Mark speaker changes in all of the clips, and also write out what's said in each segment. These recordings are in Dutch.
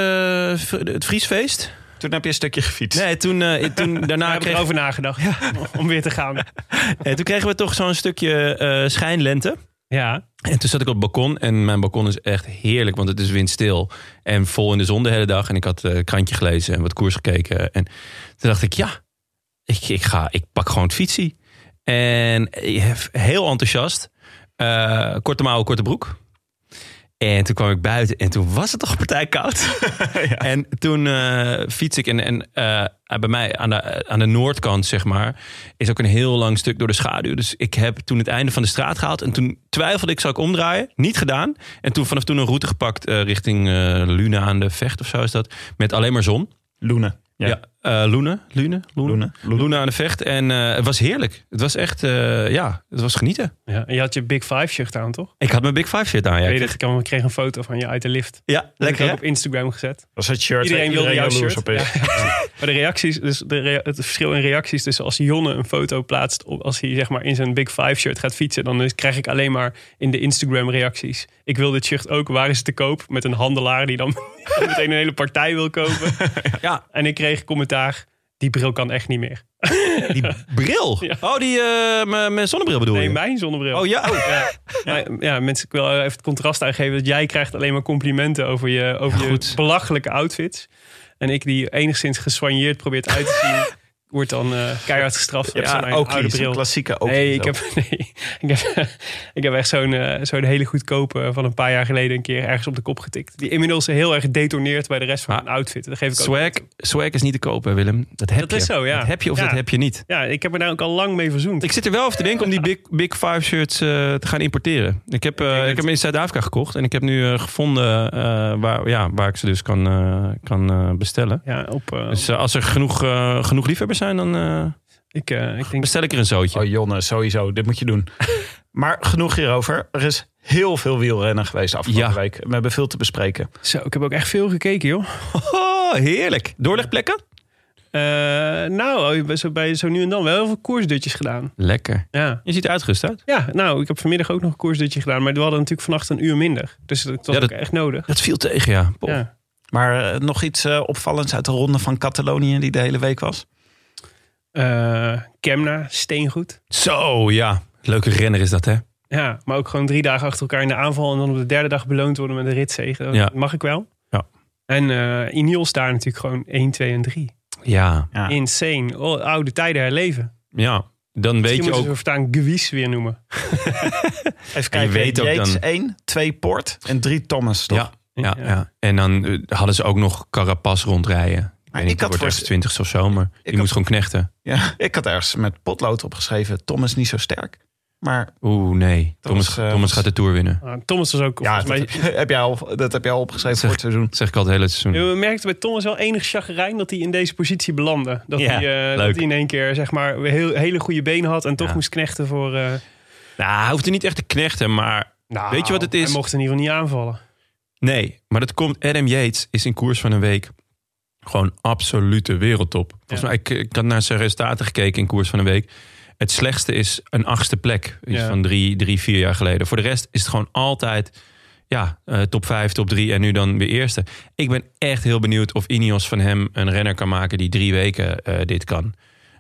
Speaker 1: v- het Vriesfeest.
Speaker 2: Toen heb je een stukje gefietst.
Speaker 1: Nee, toen, eh, toen
Speaker 3: Daar
Speaker 1: daarna
Speaker 3: heb ik
Speaker 1: kreeg,
Speaker 3: erover nagedacht. Om weer te gaan.
Speaker 1: eh, toen kregen we toch zo'n stukje eh, schijnlente.
Speaker 3: Ja,
Speaker 1: En toen zat ik op het balkon en mijn balkon is echt heerlijk, want het is windstil en vol in de zon de hele dag. En ik had eh, een krantje gelezen en wat koers gekeken. En toen dacht ik, ja, ik, ik, ga, ik pak gewoon het fietsie. En eh, heel enthousiast, eh, korte mouwen, korte broek. En toen kwam ik buiten en toen was het toch een partij koud. En toen eh fiets ik en, en eh, bij mij aan de, aan de noordkant, zeg maar, is ook een heel lang stuk door de schaduw. Dus ik heb toen het einde van de straat gehaald en toen twijfelde ik, zou ik omdraaien? Niet gedaan. En toen vanaf toen een route gepakt eh, richting eh, Luna aan de Vecht of zo is dat, met alleen maar zon.
Speaker 2: Loenen.
Speaker 1: Ja, eh, Lune, Lune, Lune.
Speaker 2: Loenen.
Speaker 1: Luna aan de Vecht en eh, het was heerlijk. Het was echt, eh, ja, het was genieten.
Speaker 3: ja. En je had je Big Five shirt aan, toch?
Speaker 1: Ik had mijn Big Five shirt aan, ja.
Speaker 3: Weet je dat? Ik kwam- ik kreeg een foto van je uit de lift. Die
Speaker 1: Ja,
Speaker 3: heb ik
Speaker 1: lekker
Speaker 3: ook
Speaker 1: hè?
Speaker 3: op Instagram gezet.
Speaker 2: Dat is het shirt
Speaker 3: Iedereen
Speaker 2: waar
Speaker 3: wilde jouw
Speaker 2: jaloers
Speaker 3: shirt.
Speaker 2: op is.
Speaker 3: Maar de reacties, dus de rea- het verschil in reacties tussen als Jonne een foto plaatst, op, als hij zeg maar in zijn Big Five shirt gaat fietsen, dan is, krijg ik alleen maar in de Instagram reacties. Ik wil dit shirt ook, waar is het te koop? Met een handelaar die dan meteen een hele partij wil kopen.
Speaker 1: Ja.
Speaker 3: En ik kreeg commentaar, die bril kan echt niet meer.
Speaker 1: Die bril.
Speaker 3: Ja.
Speaker 1: Oh, die, eh, mijn mijn zonnebril bedoel
Speaker 3: Nee,
Speaker 1: je?
Speaker 3: mijn zonnebril.
Speaker 1: Oh ja, oh.
Speaker 3: Ja. Maar, ja, mensen, ik wil even het contrast aangeven dat jij krijgt alleen maar complimenten over je, over je
Speaker 1: goed.
Speaker 3: belachelijke outfits. En ik die enigszins geswanjeerd probeert uit te zien, wordt dan eh, keihard gestraft.
Speaker 2: Je
Speaker 3: met
Speaker 2: hebt
Speaker 3: zo'n
Speaker 2: zo'n Oakley,
Speaker 3: oude
Speaker 2: zo'n
Speaker 3: bril.
Speaker 2: klassieke Oakley.
Speaker 3: Nee ik,
Speaker 2: zo.
Speaker 3: heb, nee, ik heb, ik heb echt zo'n eh, zo'n hele goedkope eh, van een paar jaar geleden een keer ergens op de kop getikt. Die inmiddels heel erg detoneert bij de rest van
Speaker 1: Maar
Speaker 3: mijn outfit. Dat geef ik ook.
Speaker 1: Swag, swag is niet te koop, hè, Willem. Dat heb
Speaker 3: Dat
Speaker 1: je.
Speaker 3: is zo, ja.
Speaker 1: Dat heb je of
Speaker 3: Ja.
Speaker 1: dat heb je niet.
Speaker 3: Ja, ik heb me daar ook al lang mee verzoend.
Speaker 1: Ik zit er wel over te denken om die Big, big Five shirts eh, te gaan importeren. Ik heb, eh,
Speaker 3: denk
Speaker 1: ik
Speaker 3: het.
Speaker 1: heb hem in Zuid-Afrika gekocht en ik heb nu eh, gevonden eh, waar, ja, waar ik ze dus kan, eh, kan eh, bestellen.
Speaker 3: ja, op, eh,
Speaker 1: Dus eh, als er genoeg, eh, genoeg liefhebbers zijn, dan eh,
Speaker 3: ik, eh, ik denk
Speaker 1: bestel ik er een zootje.
Speaker 2: Oh Jonne, sowieso. Dit moet je doen. maar genoeg hierover. Er is heel veel wielrennen geweest afgelopen
Speaker 1: Ja.
Speaker 2: week. We hebben veel te bespreken.
Speaker 3: zo. Ik heb ook echt veel gekeken, joh.
Speaker 1: Oh, heerlijk. Doorlegplekken?
Speaker 3: Eh, nou, bij zo, bij zo nu en dan wel heel veel koersdutjes gedaan.
Speaker 1: Lekker.
Speaker 3: Ja.
Speaker 1: Je ziet er uitgerust uit.
Speaker 3: ja, nou, ik heb vanmiddag ook nog een koersdutje gedaan. Maar we hadden natuurlijk vannacht een uur minder. Dus dat was
Speaker 1: Ja, dat-
Speaker 3: ook echt nodig.
Speaker 1: Dat viel tegen, ja. Pof.
Speaker 3: Ja.
Speaker 2: Maar eh, nog iets eh, opvallends uit de ronde van Catalonië die de hele week was?
Speaker 3: Eh, Kemna, steengoed.
Speaker 1: Zo, ja. Leuke renner is dat, hè?
Speaker 3: Ja, maar ook gewoon drie dagen achter elkaar in de aanval. En dan op de derde dag beloond worden met een ritzegen. Dat
Speaker 1: Ja.
Speaker 3: Mag ik wel?
Speaker 1: Ja.
Speaker 3: En eh Ineos staan natuurlijk gewoon 1, 2 en 3.
Speaker 1: Ja,
Speaker 2: Ja.
Speaker 3: Insane. Oh, oude tijden herleven.
Speaker 1: ja. Dan weet
Speaker 3: Misschien
Speaker 1: je
Speaker 3: moeten
Speaker 1: ook...
Speaker 3: ze voortaan Gewies weer noemen.
Speaker 2: Even
Speaker 1: En je
Speaker 2: kijken.
Speaker 1: weet ook
Speaker 2: Yates
Speaker 1: dan-
Speaker 2: 1, 2 Port en 3 Thomas. Toch?
Speaker 1: Ja, ja, ja. En dan eh, hadden ze ook nog Carapaz rondrijden. Ik
Speaker 2: Maar
Speaker 1: weet niet, die
Speaker 2: ik had
Speaker 1: wordt ergens
Speaker 2: voor-
Speaker 1: twintigste of zo, maar die
Speaker 2: had-
Speaker 1: moet gewoon knechten.
Speaker 2: Ja, ik had ergens met potlood opgeschreven. Thomas niet zo sterk. Maar
Speaker 1: Oeh, nee. Thomas,
Speaker 2: eh,
Speaker 1: Thomas gaat de Tour winnen.
Speaker 3: Ah, Thomas was ook...
Speaker 2: ja,
Speaker 3: volgens
Speaker 2: dat,
Speaker 3: mij,
Speaker 2: heb je, heb jij al, dat heb jij al opgeschreven voor het seizoen.
Speaker 1: Dat zeg ik al het hele seizoen.
Speaker 3: We merkten bij Thomas wel enig chagrijn dat hij in deze positie belandde. Dat,
Speaker 1: Ja,
Speaker 3: hij,
Speaker 1: leuk.
Speaker 3: eh, dat hij in één keer zeg maar heel, hele goede benen had en toch
Speaker 1: Ja.
Speaker 3: moest knechten voor... eh,
Speaker 1: Nou, hij hoeft er niet echt te knechten, maar...
Speaker 3: nou,
Speaker 1: Weet je wat het is?
Speaker 3: Hij mocht in ieder geval niet aanvallen.
Speaker 1: Nee, maar dat komt... Adam Yates is in koers van een week gewoon absolute wereldtop. Volgens
Speaker 3: Ja.
Speaker 1: mij, ik, ik had naar zijn resultaten gekeken in koers van een week. Het slechtste is een achtste plek iets
Speaker 3: Ja.
Speaker 1: van drie, drie, vier jaar geleden. Voor de rest is het gewoon altijd ja, eh, top vijf, top drie en nu dan weer eerste. Ik ben echt heel benieuwd of Ineos van hem een renner kan maken die drie weken eh, dit kan.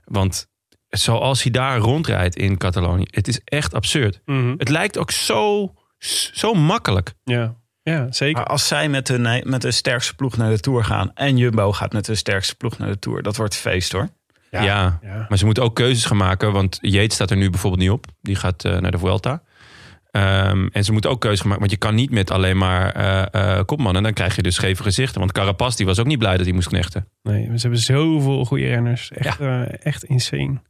Speaker 1: Want zoals hij daar rondrijdt in Catalonië, het is echt absurd.
Speaker 3: Mhm.
Speaker 1: Het lijkt ook zo, zo makkelijk.
Speaker 3: Ja. ja, zeker.
Speaker 1: Ah.
Speaker 2: Maar als zij met hun, met hun sterkste ploeg naar de Tour gaan... en Jumbo gaat met hun sterkste ploeg naar de Tour... dat wordt feest hoor.
Speaker 1: Ja.
Speaker 3: Ja.
Speaker 1: Maar ze moeten ook keuzes gaan maken. Want Yates staat er nu bijvoorbeeld niet op. Die gaat eh, naar de Vuelta. Ehm, en ze moeten ook keuzes gaan maken. Want je kan niet met alleen maar eh eh kopmannen. Dan krijg je dus scheve gezichten. Want Carapaz die was ook niet blij dat hij moest knechten.
Speaker 3: Nee, ze hebben zoveel goede renners. Echt, eh, echt insane.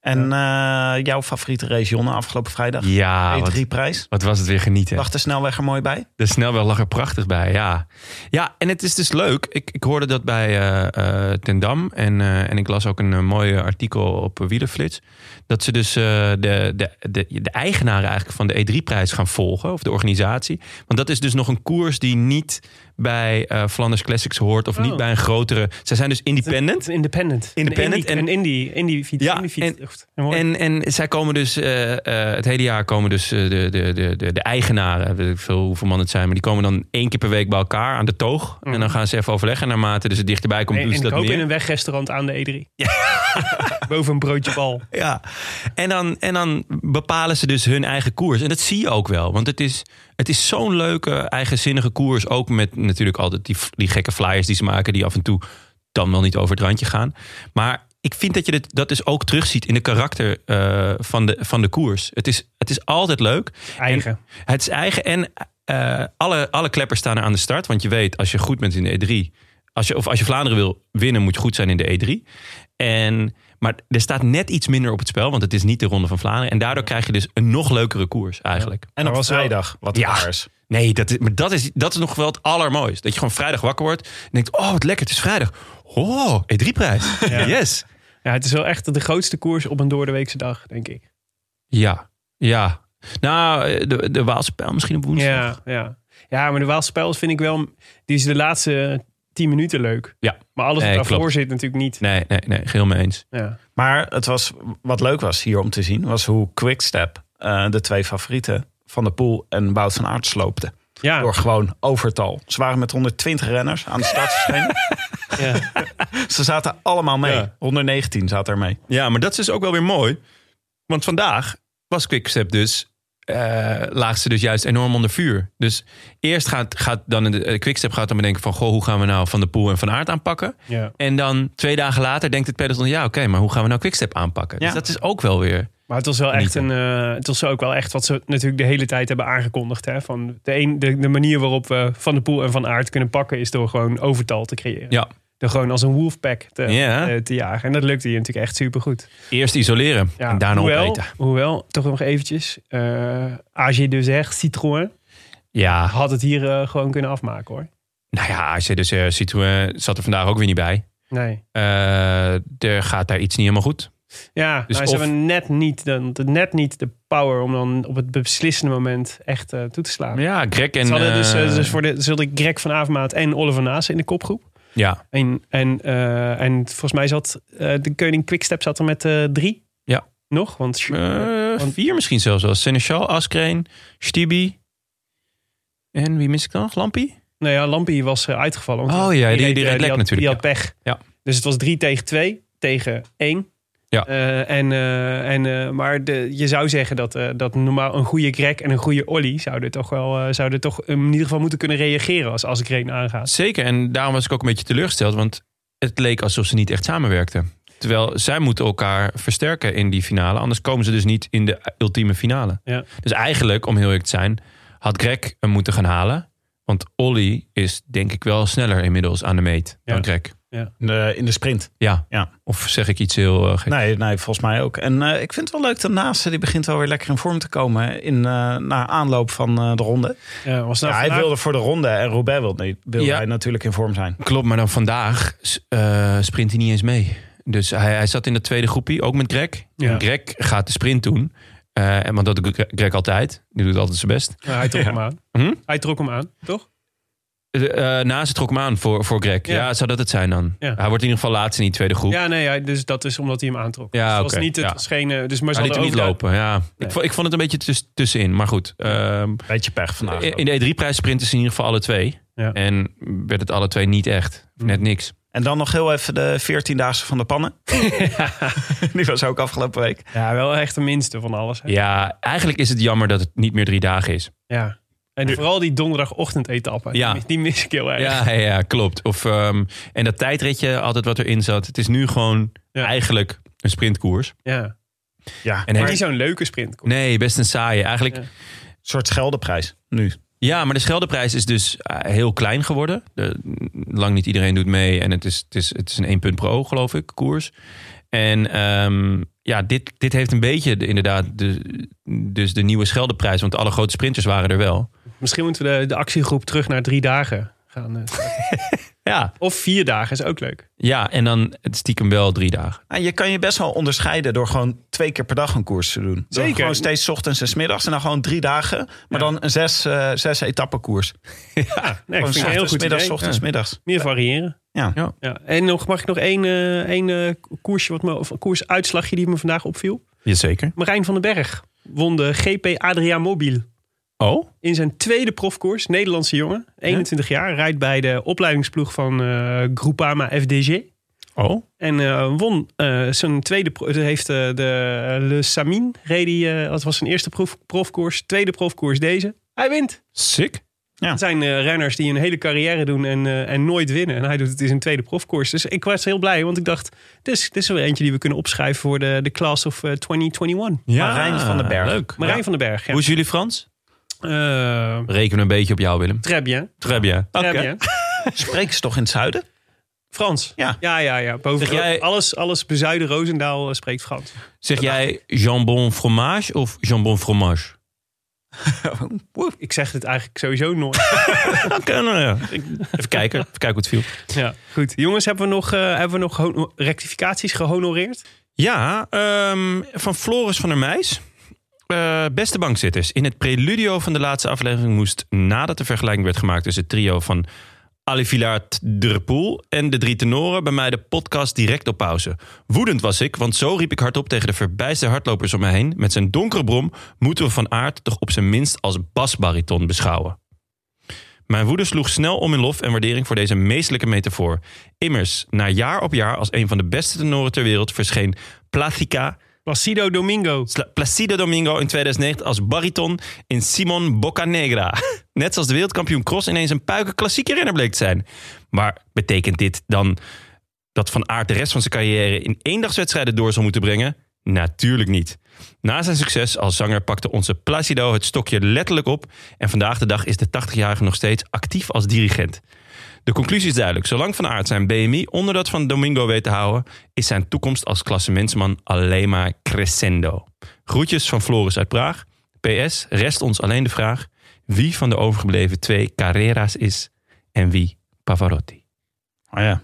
Speaker 2: En eh, jouw favoriete regionen afgelopen vrijdag?
Speaker 1: Ja, wat,
Speaker 2: E3-prijs.
Speaker 1: wat was het weer genieten.
Speaker 2: Lag de snelweg er mooi bij?
Speaker 1: De snelweg lag er prachtig bij, ja. Ja, en het is dus leuk. Ik, ik hoorde dat bij eh, eh, Ten Dam. En, eh, en ik las ook een eh, mooi artikel op Wielerflits. Dat ze dus eh, de, de, de, de eigenaren eigenlijk van de E3-prijs gaan volgen. Of de organisatie. Want dat is dus nog een koers die niet bij eh Flanders Classics hoort. Of
Speaker 3: Oh.
Speaker 1: niet bij een grotere... Zij zijn dus independent.
Speaker 3: Het is Independent.
Speaker 1: Independent
Speaker 3: Een indie, en indie, indie fiets.
Speaker 1: Ja,
Speaker 3: indie fiets. Echt, heel mooi.
Speaker 1: En, en zij komen dus, eh, eh, het hele jaar komen dus eh, de, de, de, de, de eigenaren, weet ik veel hoeveel man het zijn, maar die komen dan één keer per week bij elkaar aan de toog. En dan gaan ze even overleggen. En naarmate dus het dichterbij komt,
Speaker 3: En-
Speaker 1: doen
Speaker 3: Mm. en
Speaker 1: ze
Speaker 3: ik
Speaker 1: dat
Speaker 3: hoop
Speaker 1: meer.
Speaker 3: in een wegrestaurant aan de E3. Boven een broodje bal.
Speaker 1: Ja. En dan, en dan bepalen ze dus hun eigen koers. En dat zie je ook wel. Want het is, het is zo'n leuke, eigenzinnige koers. Ook met natuurlijk altijd die, die gekke flyers die ze maken. Die af en toe dan wel niet over het randje gaan. Maar ik vind dat je dit, dat dus ook terugziet in de karakter eh, van, de, van de koers. Het is, het is altijd leuk.
Speaker 3: Eigen.
Speaker 1: En het is eigen. En eh, alle, alle kleppers staan er aan de start. Want je weet, als je goed bent in de E3... Als je, of als je Vlaanderen wil winnen, moet je goed zijn in de E E3. En, maar er staat net iets minder op het spel, want het is niet de Ronde van Vlaanderen. En daardoor krijg je dus een nog leukere koers eigenlijk.
Speaker 2: En op vrijdag, wat
Speaker 1: Ja.
Speaker 2: raars.
Speaker 1: Nee, dat is, maar dat is, dat is nog wel het allermooiste. Dat je gewoon vrijdag wakker wordt en denkt, oh wat lekker, het is vrijdag. Oh, E3-prijs. Yes.
Speaker 3: Ja, het is wel echt de grootste koers op een doordeweekse dag, denk ik.
Speaker 1: Ja, ja. Nou, eh, de, de Waalse pijl misschien op woensdag.
Speaker 3: Ja, ja. ja maar de Waalse Pijls vind ik wel... Die is de laatste tien minuten leuk.
Speaker 1: Ja.
Speaker 3: Maar alles wat
Speaker 1: Nee,
Speaker 3: daarvoor
Speaker 1: klopt.
Speaker 3: zit natuurlijk niet.
Speaker 1: Nee, nee, nee, geheel mee eens.
Speaker 3: Ja.
Speaker 2: Maar het was, wat leuk was hier om te zien, was hoe Quickstep eh de twee favorieten van de pool en Wout van Aert sloopte.
Speaker 3: Ja.
Speaker 2: Door gewoon overtal. Ze waren met 120 renners aan de start verschenen.
Speaker 3: ja.
Speaker 2: Ze zaten allemaal mee.
Speaker 1: Ja.
Speaker 2: 119 zaten er mee.
Speaker 1: Ja, maar dat is dus ook wel weer mooi. Want vandaag was Quickstep dus... eh laag ze dus juist enorm onder vuur. Dus eerst gaat, gaat dan de eh, Quickstep gaat dan bedenken van... goh, hoe gaan we nou Van de Poel en Van Aert aanpakken?
Speaker 3: ja.
Speaker 1: En dan twee dagen later denkt het peloton... ja, oké, maar hoe gaan we nou Quickstep aanpakken? Dus
Speaker 2: Ja.
Speaker 1: dat is ook wel weer...
Speaker 3: Maar het was wel echt een.
Speaker 1: Genieten.
Speaker 3: eh, het was ook wel echt wat ze natuurlijk de hele tijd hebben aangekondigd. Hè? Van de, een, de, de manier waarop we Van de Poel en Van Aert kunnen pakken is door gewoon overtal te creëren.
Speaker 1: Ja,
Speaker 3: Door gewoon als een wolfpack te,
Speaker 1: Ja.
Speaker 3: eh, te jagen. En dat lukte hier natuurlijk echt supergoed.
Speaker 1: eerst isoleren
Speaker 3: Ja,
Speaker 1: en daarna
Speaker 3: hoewel,
Speaker 1: opeten.
Speaker 3: Hoewel, toch nog eventjes. eh AG dus echt Citroën
Speaker 1: Ja,
Speaker 3: had het hier eh, gewoon kunnen afmaken hoor.
Speaker 1: nou ja, als je dus eh, Citroën zat er vandaag ook weer niet bij.
Speaker 3: Nee.
Speaker 1: Eh, er gaat daar iets niet helemaal goed.
Speaker 3: Ja,
Speaker 1: Dus
Speaker 3: nou, ze
Speaker 1: of-
Speaker 3: hebben net niet, de, de- net niet de power om dan op het beslissende moment echt eh, toe te slaan.
Speaker 1: Ja, Greg en...
Speaker 3: Ze hadden dus, eh,
Speaker 1: eh,
Speaker 3: dus voor de, ze hadden Greg van Avermaat en Oliver Naassen in de kopgroep.
Speaker 1: Ja,
Speaker 3: En, en, eh, en volgens mij zat eh, de koning Quickstep zat er met eh, drie.
Speaker 1: Ja.
Speaker 3: Nog, want...
Speaker 1: Eh, vier misschien zelfs wel. Seneschal, Askreen, Stibi. En wie mis ik dan? Lampie?
Speaker 3: nou ja, Lampie was eh, uitgevallen. want
Speaker 1: Oh ja, die- die
Speaker 3: reed, eh,
Speaker 1: reed lek
Speaker 3: had-
Speaker 1: natuurlijk,
Speaker 3: Die had pech.
Speaker 1: Ja.
Speaker 3: Dus het was drie tegen twee, tegen één.
Speaker 1: Ja.
Speaker 3: Eh, en, eh, en, eh, maar de, je zou zeggen dat, eh, dat normaal een goede Greg en een goede Olly zouden toch wel eh, zouden toch in ieder geval moeten kunnen reageren als, als Greg aangaat.
Speaker 1: Zeker, en daarom was ik ook een beetje teleurgesteld. Want het leek alsof ze niet echt samenwerkten. Terwijl zij moeten elkaar versterken in die finale. Anders komen ze dus niet in de ultieme finale.
Speaker 3: Ja.
Speaker 1: Dus eigenlijk, om heel eerlijk te zijn, had Greg hem moeten gaan halen. Want Olly is denk ik wel sneller inmiddels aan de meet
Speaker 3: Ja.
Speaker 1: dan Greg.
Speaker 2: In de, in de sprint.
Speaker 1: Ja.
Speaker 2: Ja. Nou,
Speaker 1: Of zeg ik iets heel eh, gek?
Speaker 2: Nee, nee, volgens mij ook. En eh, ik vind het wel leuk dat Nase, die begint wel weer lekker in vorm te komen in, eh, na aanloop van eh, de ronde.
Speaker 3: Ja, was
Speaker 2: Ja,
Speaker 3: nou
Speaker 2: hij
Speaker 3: vandaag-
Speaker 2: wilde voor de ronde en Roubaix wil, niet- wil
Speaker 1: Ja.
Speaker 2: hij natuurlijk in vorm zijn.
Speaker 1: Klopt, maar dan vandaag eh, sprint hij niet eens mee. Dus hij, hij zat in de tweede groepie, ook met Greg.
Speaker 3: Ja.
Speaker 1: En Greg gaat de sprint doen. Eh, en want dat doet Gre- Greg altijd. Die doet altijd zijn best.
Speaker 3: Ja, Nou, hij trok hem aan.
Speaker 1: Hm?
Speaker 3: Hij trok hem aan, toch?
Speaker 1: Eh eh, naast trok hem aan voor, voor Greg.
Speaker 3: Ja.
Speaker 1: Ja. zou dat het zijn dan?
Speaker 3: Ja.
Speaker 1: Hij wordt in ieder geval laatst in die tweede groep.
Speaker 3: Ja, nee, ja, dus dat is omdat hij hem aantrok.
Speaker 1: Ja,
Speaker 3: dus het
Speaker 1: oké,
Speaker 3: was niet het
Speaker 1: ja.
Speaker 3: was geen, eh, dus maar ze
Speaker 1: Hij liet hem
Speaker 3: hadden
Speaker 1: niet
Speaker 3: ook-
Speaker 1: lopen, ja. Ik, vond, ik vond het een beetje tuss- tussenin. Maar goed, ehm,
Speaker 2: Beetje pech vandaag.
Speaker 1: in
Speaker 2: ook.
Speaker 1: in de E3-prijs sprinten ze in ieder geval alle twee.
Speaker 3: Ja.
Speaker 1: En werd het alle twee niet echt. Net niks.
Speaker 2: En dan nog heel even de 14-daagse van de pannen. die was ook afgelopen week.
Speaker 3: Ja, wel echt de minste van alles. hè.
Speaker 1: Ja, eigenlijk is het jammer dat het niet meer drie dagen is.
Speaker 3: Ja. En vooral die donderdagochtend etappe.
Speaker 1: Ja.
Speaker 3: Die, die mis ik heel erg.
Speaker 1: Ja, ja, ja, klopt. Of, ehm, en dat tijdritje, altijd wat erin zat. Het is nu gewoon
Speaker 3: Ja.
Speaker 1: eigenlijk een sprintkoers.
Speaker 3: Ja.
Speaker 2: Ja,
Speaker 1: En
Speaker 2: en
Speaker 3: Maar
Speaker 1: heeft-
Speaker 3: niet zo'n leuke sprint.
Speaker 1: Nee, best een saaie. Eigenlijk,
Speaker 3: Ja.
Speaker 1: ja.
Speaker 2: een soort scheldeprijs nu.
Speaker 1: maar de Scheldeprijs is dus eh, heel klein geworden. De, lang niet iedereen doet mee. En het is, het is, het is een 1 punt pro, geloof ik, koers. En ehm, ja, dit, dit heeft een beetje de, inderdaad de, dus de nieuwe Scheldeprijs. Want alle grote sprinters waren er wel.
Speaker 3: Misschien moeten we de, de actiegroep terug naar drie dagen gaan. eh.
Speaker 1: Ja,
Speaker 3: Of vier dagen is ook leuk.
Speaker 1: ja en dan het stiekem wel drie dagen.
Speaker 2: En Ah, je kan je best wel onderscheiden door gewoon twee keer per dag een koers te doen. Door
Speaker 3: Zeker.
Speaker 2: Gewoon steeds 's ochtends en 's middags en dan gewoon drie dagen. Maar dan een zes, eh zes etappen koers.
Speaker 3: Nee, ik
Speaker 2: Gewoon
Speaker 3: vind het een heel
Speaker 2: ochtends,
Speaker 3: goed
Speaker 2: middags,
Speaker 3: idee.
Speaker 2: ochtends, middags.
Speaker 3: Meer variëren.
Speaker 2: Ja.
Speaker 1: Ja.
Speaker 3: Ja. En nog, mag ik nog één, eh, één eh, koersje, wat me, of een koersuitslagje die me vandaag opviel?
Speaker 1: Jazeker.
Speaker 3: Marijn van den Berg won de GP Adria Mobiel.
Speaker 1: Oh?
Speaker 3: in zijn tweede profkoers. Nederlandse jongen, 21 jaar. Rijdt bij de opleidingsploeg van eh Groupama FDG.
Speaker 1: Oh?
Speaker 3: En eh, won eh, zijn tweede... pro- eh, heeft eh, de Le Samin reed hij, eh, dat was zijn eerste prof, profkoers. Tweede profkoers deze. Hij wint.
Speaker 1: Sick.
Speaker 3: Het zijn eh, renners die een hele carrière doen en, eh, en nooit winnen. En hij doet het in zijn tweede profkoers. Dus ik was heel blij, want ik dacht... Dit is, dit is weer eentje die we kunnen opschrijven voor de, de class of eh, 2021.
Speaker 1: Ja,
Speaker 2: Marijn van den Berg.
Speaker 1: Leuk.
Speaker 3: Marijn
Speaker 1: Ja.
Speaker 3: van den Berg, ja.
Speaker 1: Hoe is jullie Frans?
Speaker 3: Eh,
Speaker 1: Reken een beetje op jou, Willem.
Speaker 3: très bien.
Speaker 1: Très bien.
Speaker 3: Très
Speaker 1: Oké.
Speaker 3: bien.
Speaker 2: Spreken ze toch in het zuiden?
Speaker 3: Frans.
Speaker 2: Ja.
Speaker 3: ja, ja. ja. Boven
Speaker 1: Zeg jij-
Speaker 3: alles, alles bezuiden Roosendaal eh, spreekt Frans.
Speaker 1: Zeg jij jambon fromage of jambon fromage?
Speaker 3: Ik zeg het eigenlijk sowieso nooit.
Speaker 1: Oké, nou ja. Ik- Even kijken. Even kijken hoe het viel.
Speaker 3: ja, goed. Jongens, hebben we nog, eh, hebben we nog hono- rectificaties gehonoreerd?
Speaker 1: Ja, ehm, van Floris van der Meijs. Eh, beste bankzitters, in het preludio van de laatste aflevering moest nadat de vergelijking werd gemaakt tussen het trio van Ali Villaert Drepoel en de drie tenoren bij mij de podcast direct op pauze. Woedend was ik, want zo riep ik hardop tegen de verbijsterde hardlopers om me heen. Met zijn donkere brom moeten we van aard toch op zijn minst als basbariton beschouwen. Mijn woede sloeg snel om in lof en waardering voor deze meestelijke metafoor. Immers, na jaar op jaar als een van de beste tenoren ter wereld verscheen Placica
Speaker 3: Placido Domingo.
Speaker 1: Sla- Placido Domingo in 2009 als bariton in Simon Boccanegra. Net zoals de wereldkampioen Cross ineens een puiken klassieke renner bleek te zijn. Maar betekent dit dan dat Van Aert de rest van zijn carrière in eendagswedstrijden door zal moeten brengen? Natuurlijk niet. Na zijn succes als zanger pakte onze Placido het stokje letterlijk op. En vandaag de dag is de 80-jarige nog steeds actief als dirigent. De conclusie is duidelijk. Zolang Van Aert zijn BMI onder dat van Domingo weet te houden... is zijn toekomst als klassementsman alleen maar crescendo. Groetjes van Floris uit Praag. PS, rest ons alleen de vraag... wie van de overgebleven twee Carreras is en wie Pavarotti.
Speaker 2: Oh ja.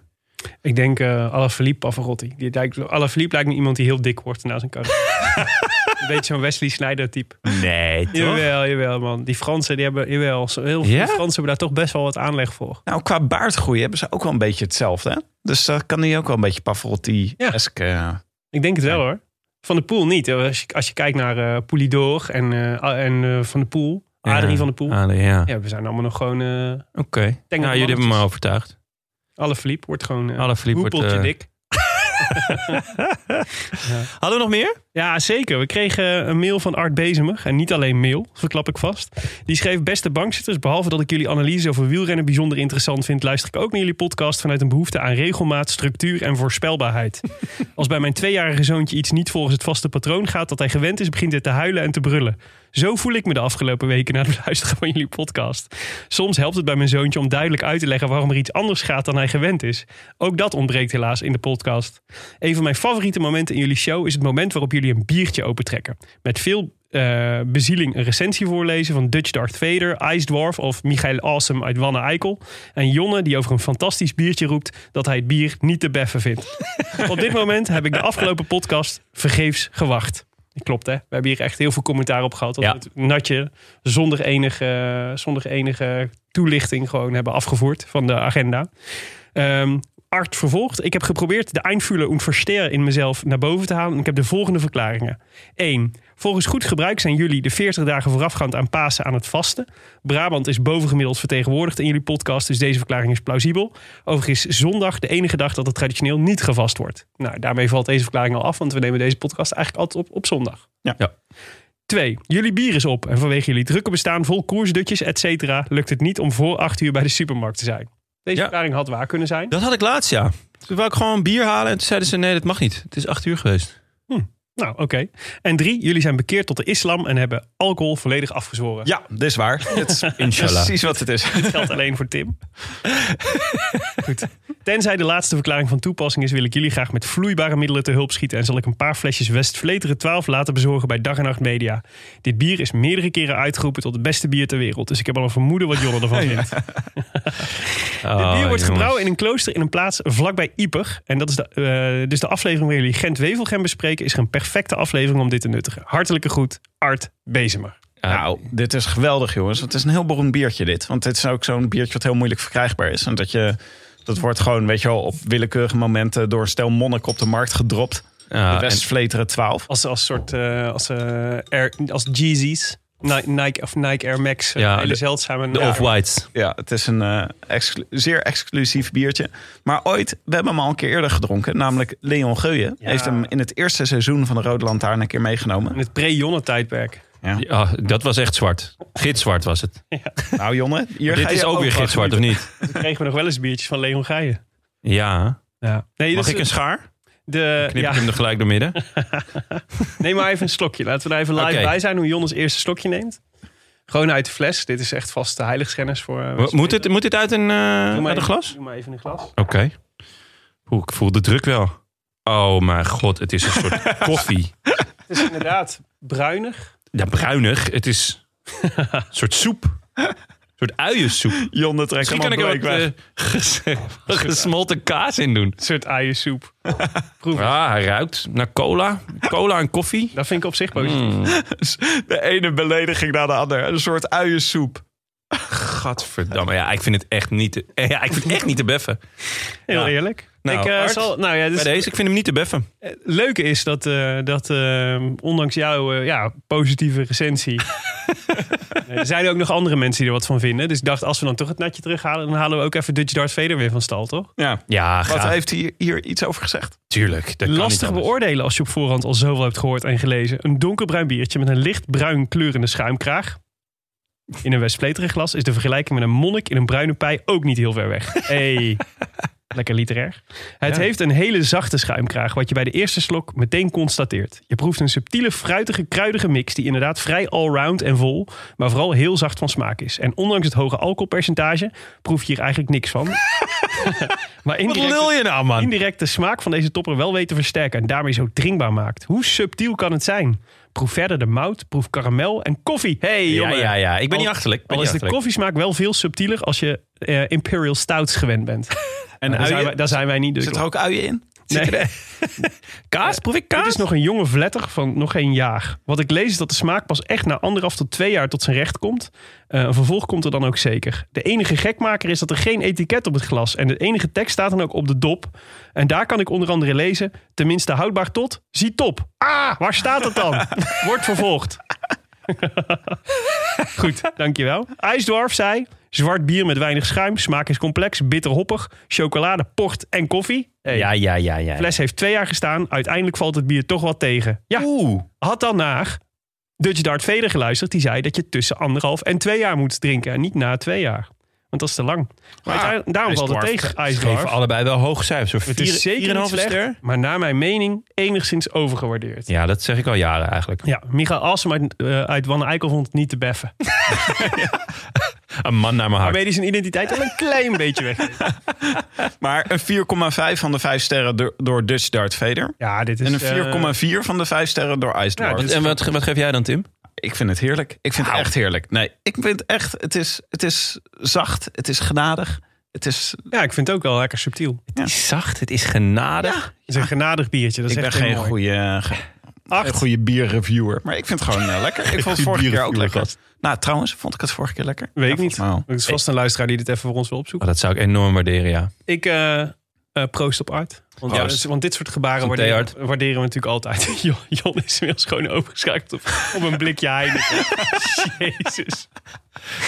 Speaker 3: Ik denk eh Alaphilippe Pavarotti. Die lijkt, Alaphilippe lijkt me iemand die heel dik wordt na zijn carrière. Een beetje zo'n Wesley Snyder type.
Speaker 1: Nee,
Speaker 3: Jawel, jawel man. Die Fransen die hebben, jawel, zo heel veel
Speaker 1: Ja?
Speaker 3: Fransen hebben daar toch best wel wat aanleg voor.
Speaker 2: Nou, qua baardgroei hebben ze ook wel een beetje hetzelfde. Hè? Dus dat kan nu ook wel een beetje Pavarotti-esque. eh,
Speaker 3: Ik denk het wel hoor. Van de Poel niet. Als je, als je kijkt naar eh Poulidor en, eh, en eh, Van de Poel. Adrie van de Poel.
Speaker 1: Adrie, ja.
Speaker 3: Ja, we zijn allemaal nog gewoon... eh
Speaker 1: Oké. Nou, jullie hebben me overtuigd.
Speaker 3: Alle Philippe wordt gewoon... eh,
Speaker 1: Alle Philippe wordt...
Speaker 3: hoepeltje
Speaker 1: eh,
Speaker 3: dik.
Speaker 1: Hadden we nog meer?
Speaker 3: Ja, zeker. We kregen eh, een mail van Art Bezemer. En niet alleen mail, verklap ik vast. Die schreef, beste bankzitters, behalve dat ik jullie analyse over wielrennen bijzonder interessant vind... luister ik ook naar jullie podcast vanuit een behoefte aan regelmaat, structuur en voorspelbaarheid. Als bij mijn tweejarige zoontje iets niet volgens het vaste patroon gaat dat hij gewend is, begint hij te huilen en te brullen. Zo voel ik me de afgelopen weken na het luisteren van jullie podcast. Soms helpt het bij mijn zoontje om duidelijk uit te leggen waarom er iets anders gaat dan hij gewend is. Ook dat ontbreekt helaas in de podcast. Een van mijn favoriete momenten in jullie show is het moment waarop jullie een biertje opentrekken. Met veel eh, bezieling een recensie voorlezen van Dutch Darth Vader, Ice Dwarf of Michael Awesome uit Wanne Eikel. En Jonne die over een fantastisch biertje roept dat hij het bier niet te beffen vindt. Op dit moment heb ik de afgelopen podcast vergeefs gewacht. Klopt hè, we hebben hier echt heel veel commentaar op gehad. Dat
Speaker 1: Ja.
Speaker 3: we het natje zonder enige, zonder enige toelichting gewoon hebben afgevoerd van de agenda. Ehm, Art vervolgt. Ik heb geprobeerd de Einfühler und Versteher in mezelf naar boven te halen. En ik heb de volgende verklaringen. 1. Volgens goed gebruik zijn jullie de 40 dagen voorafgaand aan Pasen aan het vasten. Brabant is bovengemiddeld vertegenwoordigd in jullie podcast, dus deze verklaring is plausibel. Overigens is zondag de enige dag dat het traditioneel niet gevast wordt. Nou, daarmee valt deze verklaring al af, want we nemen deze podcast eigenlijk altijd op op zondag.
Speaker 2: Ja.
Speaker 1: Ja.
Speaker 3: 2. Jullie bier is op en vanwege jullie drukke bestaan vol koersdutjes, et cetera, lukt het niet om voor 8 uur bij de supermarkt te zijn. Deze
Speaker 1: Ja.
Speaker 3: verklaring had waar kunnen zijn.
Speaker 1: Dat had ik laatst, ja. Toen wou ik gewoon bier halen en toen zeiden ze nee, dat mag niet. Het is acht uur geweest.
Speaker 3: Nou, oké. En drie, jullie zijn bekeerd tot de islam en hebben alcohol volledig afgezworen.
Speaker 2: Ja, dit is waar. Dit is
Speaker 1: Inshallah. Oh,
Speaker 2: precies wat het is.
Speaker 3: Dat geldt alleen voor Tim. Goed. Tenzij de laatste verklaring van toepassing is, wil ik jullie graag met vloeibare middelen te hulp schieten. En zal ik een paar flesjes Westvleteren 12 laten bezorgen bij Dag en Nacht Media. Dit bier is meerdere keren uitgeroepen tot het beste bier ter wereld. Dus ik heb al een vermoeden wat Jonne ervan vindt.
Speaker 1: Ah,
Speaker 3: Dit bier wordt gebrouwen in een klooster in een plaats vlakbij Ieper. En dat is de, eh, dus de aflevering waar jullie Gent-Wevelgem bespreken. Is er een perfecte aflevering om dit te nuttigen. Hartelijke groet, Art Bezemer.
Speaker 2: Nou, dit is geweldig, jongens. Het is een heel beroemd biertje, dit. Want dit is ook zo'n biertje wat heel moeilijk verkrijgbaar is. En dat je... Dat wordt gewoon, weet je wel, op willekeurige momenten door een stel monnik op de markt gedropt.
Speaker 1: Ja,
Speaker 2: De
Speaker 1: en-
Speaker 2: Westvleteren 12.
Speaker 3: Als, als soort, eh, als, eh, Air, als Jeezys. Ni- Nike, of Nike Air Max. eh,
Speaker 1: Ja,
Speaker 3: hele
Speaker 1: de-
Speaker 3: zeldzame.
Speaker 1: De
Speaker 3: Ja.
Speaker 1: Off-Whites.
Speaker 2: Ja, het is een eh, exclu- zeer exclusief biertje. Maar ooit, we hebben hem al een keer eerder gedronken. Namelijk Leon Geuyen
Speaker 3: Ja.
Speaker 2: heeft hem in het eerste seizoen van de Rode Lantaarn een keer meegenomen.
Speaker 3: In het pre-Jonne tijdperk.
Speaker 1: Ja, ah, dat was echt zwart. Gitzwart was het.
Speaker 2: Nou jongen, hier
Speaker 1: Dit
Speaker 2: ga je
Speaker 1: is ook weer
Speaker 2: van
Speaker 1: gitzwart, of
Speaker 2: genieten.
Speaker 1: niet?
Speaker 3: Toen kregen we nog wel eens biertjes van Leon Geijen.
Speaker 1: Ja.
Speaker 3: Ja. Nee,
Speaker 1: Mag
Speaker 3: dus
Speaker 1: ik een schaar?
Speaker 3: de,
Speaker 1: Knip
Speaker 3: ja,
Speaker 1: ik hem er gelijk door midden?
Speaker 3: neem maar even een slokje. Laten we daar even live
Speaker 1: Oké.
Speaker 3: bij zijn hoe Jonne's eerste slokje neemt. Gewoon uit de fles. Dit is echt vast de heiligschennis voor... eh,
Speaker 1: Mo- Moet dit, moet dit uit een, eh,
Speaker 3: Doe maar
Speaker 1: uit een
Speaker 3: even-
Speaker 1: glas?
Speaker 3: Doe maar even een glas.
Speaker 1: Oké. Oeh, ik voel de druk wel. Oh mijn god, het is een soort koffie.
Speaker 3: Het is inderdaad bruinig.
Speaker 1: Ja, bruinig. Het is een soort soep. Een soort uiensoep.
Speaker 2: Jonne trekt
Speaker 1: Misschien
Speaker 2: hem
Speaker 1: kan
Speaker 2: al
Speaker 1: ik er
Speaker 2: bleek
Speaker 1: wat
Speaker 2: weg.
Speaker 1: eh, ges- gesmolten kaas in doen.
Speaker 3: Een soort uiensoep. Proef. het.
Speaker 1: Ah, hij ruikt naar cola. Cola en koffie.
Speaker 3: Dat vind ik op zich positief.
Speaker 1: Hmm,
Speaker 2: De ene belediging naar de ander. Een soort uiensoep.
Speaker 1: Gadverdamme. Ja, ik vind het echt niet te, eh, ja, ik vind het echt niet te beffen.
Speaker 3: Heel
Speaker 1: Ja.
Speaker 3: eerlijk.
Speaker 1: Nou,
Speaker 3: ik, eh,
Speaker 1: Art,
Speaker 3: zal, nou ja,
Speaker 1: Bij
Speaker 3: dus,
Speaker 1: deze, ik vind hem niet te beffen.
Speaker 3: het leuke is dat, eh, dat eh, ondanks jouw eh, ja, positieve recensie... eh, er zijn ook nog andere mensen die er wat van vinden. Dus ik dacht, als we dan toch het natje terughalen... dan halen we ook even Dutch Darth Vader weer van stal, toch?
Speaker 2: Ja.
Speaker 1: Ja,
Speaker 2: Wat
Speaker 1: graag.
Speaker 2: heeft hij hier, hier iets over gezegd?
Speaker 1: Tuurlijk. dat kan niet
Speaker 3: Lastig
Speaker 1: anders.
Speaker 3: beoordelen als je op voorhand al zoveel hebt gehoord en gelezen. Een donkerbruin biertje met een lichtbruin kleurende schuimkraag. In een westfleteren glas is de vergelijking met een monnik in een bruine pij ook niet heel ver weg. Hey. Lekker literair. Het heeft een hele zachte schuimkraag, wat je bij de eerste slok meteen constateert. Je proeft een subtiele, fruitige, kruidige mix die inderdaad vrij allround en vol, maar vooral heel zacht van smaak is. En ondanks het hoge alcoholpercentage proef je hier eigenlijk niks van. maar
Speaker 1: Wat
Speaker 3: indirect
Speaker 1: lul je nou, man?
Speaker 3: indirect de smaak van deze topper wel weet te versterken en daarmee zo drinkbaar maakt. Hoe subtiel kan het zijn? Proef verder de mout, proef karamel en koffie. hey,
Speaker 1: Ja,
Speaker 3: jongen.
Speaker 1: ja, ja. Ik ben
Speaker 3: Al-
Speaker 1: niet achterlijk. Ik ben
Speaker 3: Al
Speaker 1: niet
Speaker 3: is de
Speaker 1: achterlijk.
Speaker 3: koffiesmaak wel veel subtieler als je eh, Imperial Stouts gewend bent.
Speaker 1: Nou,
Speaker 3: En daar, zijn wij, daar zijn wij niet. Dus
Speaker 2: Zit er ook uien in?
Speaker 3: Nee.
Speaker 1: Kaas? Proef ik
Speaker 3: Dit
Speaker 1: kaas?
Speaker 3: is nog een jonge vletter van nog geen jaar. Wat ik lees is dat de smaak pas echt na anderhalf tot twee jaar tot zijn recht komt. Eh, een vervolg komt er dan ook zeker. De enige gekmaker is dat er geen etiket op het glas. En de enige tekst staat dan ook op de dop. En daar kan ik onder andere lezen. Tenminste houdbaar tot, zie top. Ah, waar staat het dan? Wordt vervolgd. Goed, dankjewel. IJsdorf zei... Zwart bier met weinig schuim. Smaak is complex, bitterhoppig. Chocolade, port en koffie. Hey,
Speaker 1: Ja, ja, ja, ja.
Speaker 3: Fles heeft twee jaar gestaan. Uiteindelijk valt het bier toch wat tegen. Ja,
Speaker 1: Oeh.
Speaker 3: had dan naar Dutch Dart Vader geluisterd. Die zei dat je tussen anderhalf en twee jaar moet drinken. En niet na twee jaar. Want dat is te lang.
Speaker 2: Ah,
Speaker 3: Maar
Speaker 1: Ah,
Speaker 3: uiteindelijk- daarom valt het tegen,
Speaker 1: Geven
Speaker 3: IJsdorf.
Speaker 1: allebei wel hoog cijfers. hoor.
Speaker 3: Het
Speaker 1: Vier-
Speaker 3: is zeker niet
Speaker 1: 4,5
Speaker 3: slecht,
Speaker 1: ster.
Speaker 3: maar naar mijn mening enigszins overgewaardeerd.
Speaker 1: Ja, dat zeg ik al jaren eigenlijk.
Speaker 3: Ja, Michael Assem uit, eh, uit Wanne Eikel vond het niet te beffen.
Speaker 1: Een man naar mijn hart.
Speaker 3: Waarmee hij zijn identiteit al een klein beetje weg.
Speaker 2: Maar een 4,5 van de 5 sterren do- door Dutch Dart Vader.
Speaker 3: Ja, dit is...
Speaker 2: En een
Speaker 3: eh,
Speaker 2: 4,4 van de 5 sterren door Ice
Speaker 3: Ja, dit is-
Speaker 1: En wat, ge- wat geef jij dan, Tim?
Speaker 2: Ik vind het heerlijk. Ik vind het echt heerlijk. Nee, ik vind het echt... Het is, het is zacht. Het is genadig. Het is...
Speaker 3: ja, ik vind het ook wel lekker subtiel.
Speaker 2: Ja.
Speaker 1: Zacht, het is genadig.
Speaker 3: Het is een genadig biertje. Dat is
Speaker 2: ik ben
Speaker 3: echt heel
Speaker 2: geen
Speaker 3: mooi.
Speaker 2: goede, ge-
Speaker 3: Acht.
Speaker 2: een goede bierreviewer. Maar ik vind het gewoon eh, lekker. Ik vond het vorige keer ook lekker. Nou, trouwens, vond ik het vorige keer lekker?
Speaker 3: Weet
Speaker 2: Ja,
Speaker 3: ik niet.
Speaker 2: volgens mij wel.
Speaker 3: Er is vast een luisteraar die dit even voor ons wil opzoeken.
Speaker 1: Oh, dat zou ik enorm waarderen, ja.
Speaker 3: Ik eh, eh, proost op Art. Want,
Speaker 1: Proost.
Speaker 3: ja, want dit soort gebaren
Speaker 1: Goed,
Speaker 3: waarderen,
Speaker 1: Art.
Speaker 3: waarderen we natuurlijk altijd. Jon, Jon is inmiddels gewoon overgeschakeld op, op een blikje Heineken. Jezus.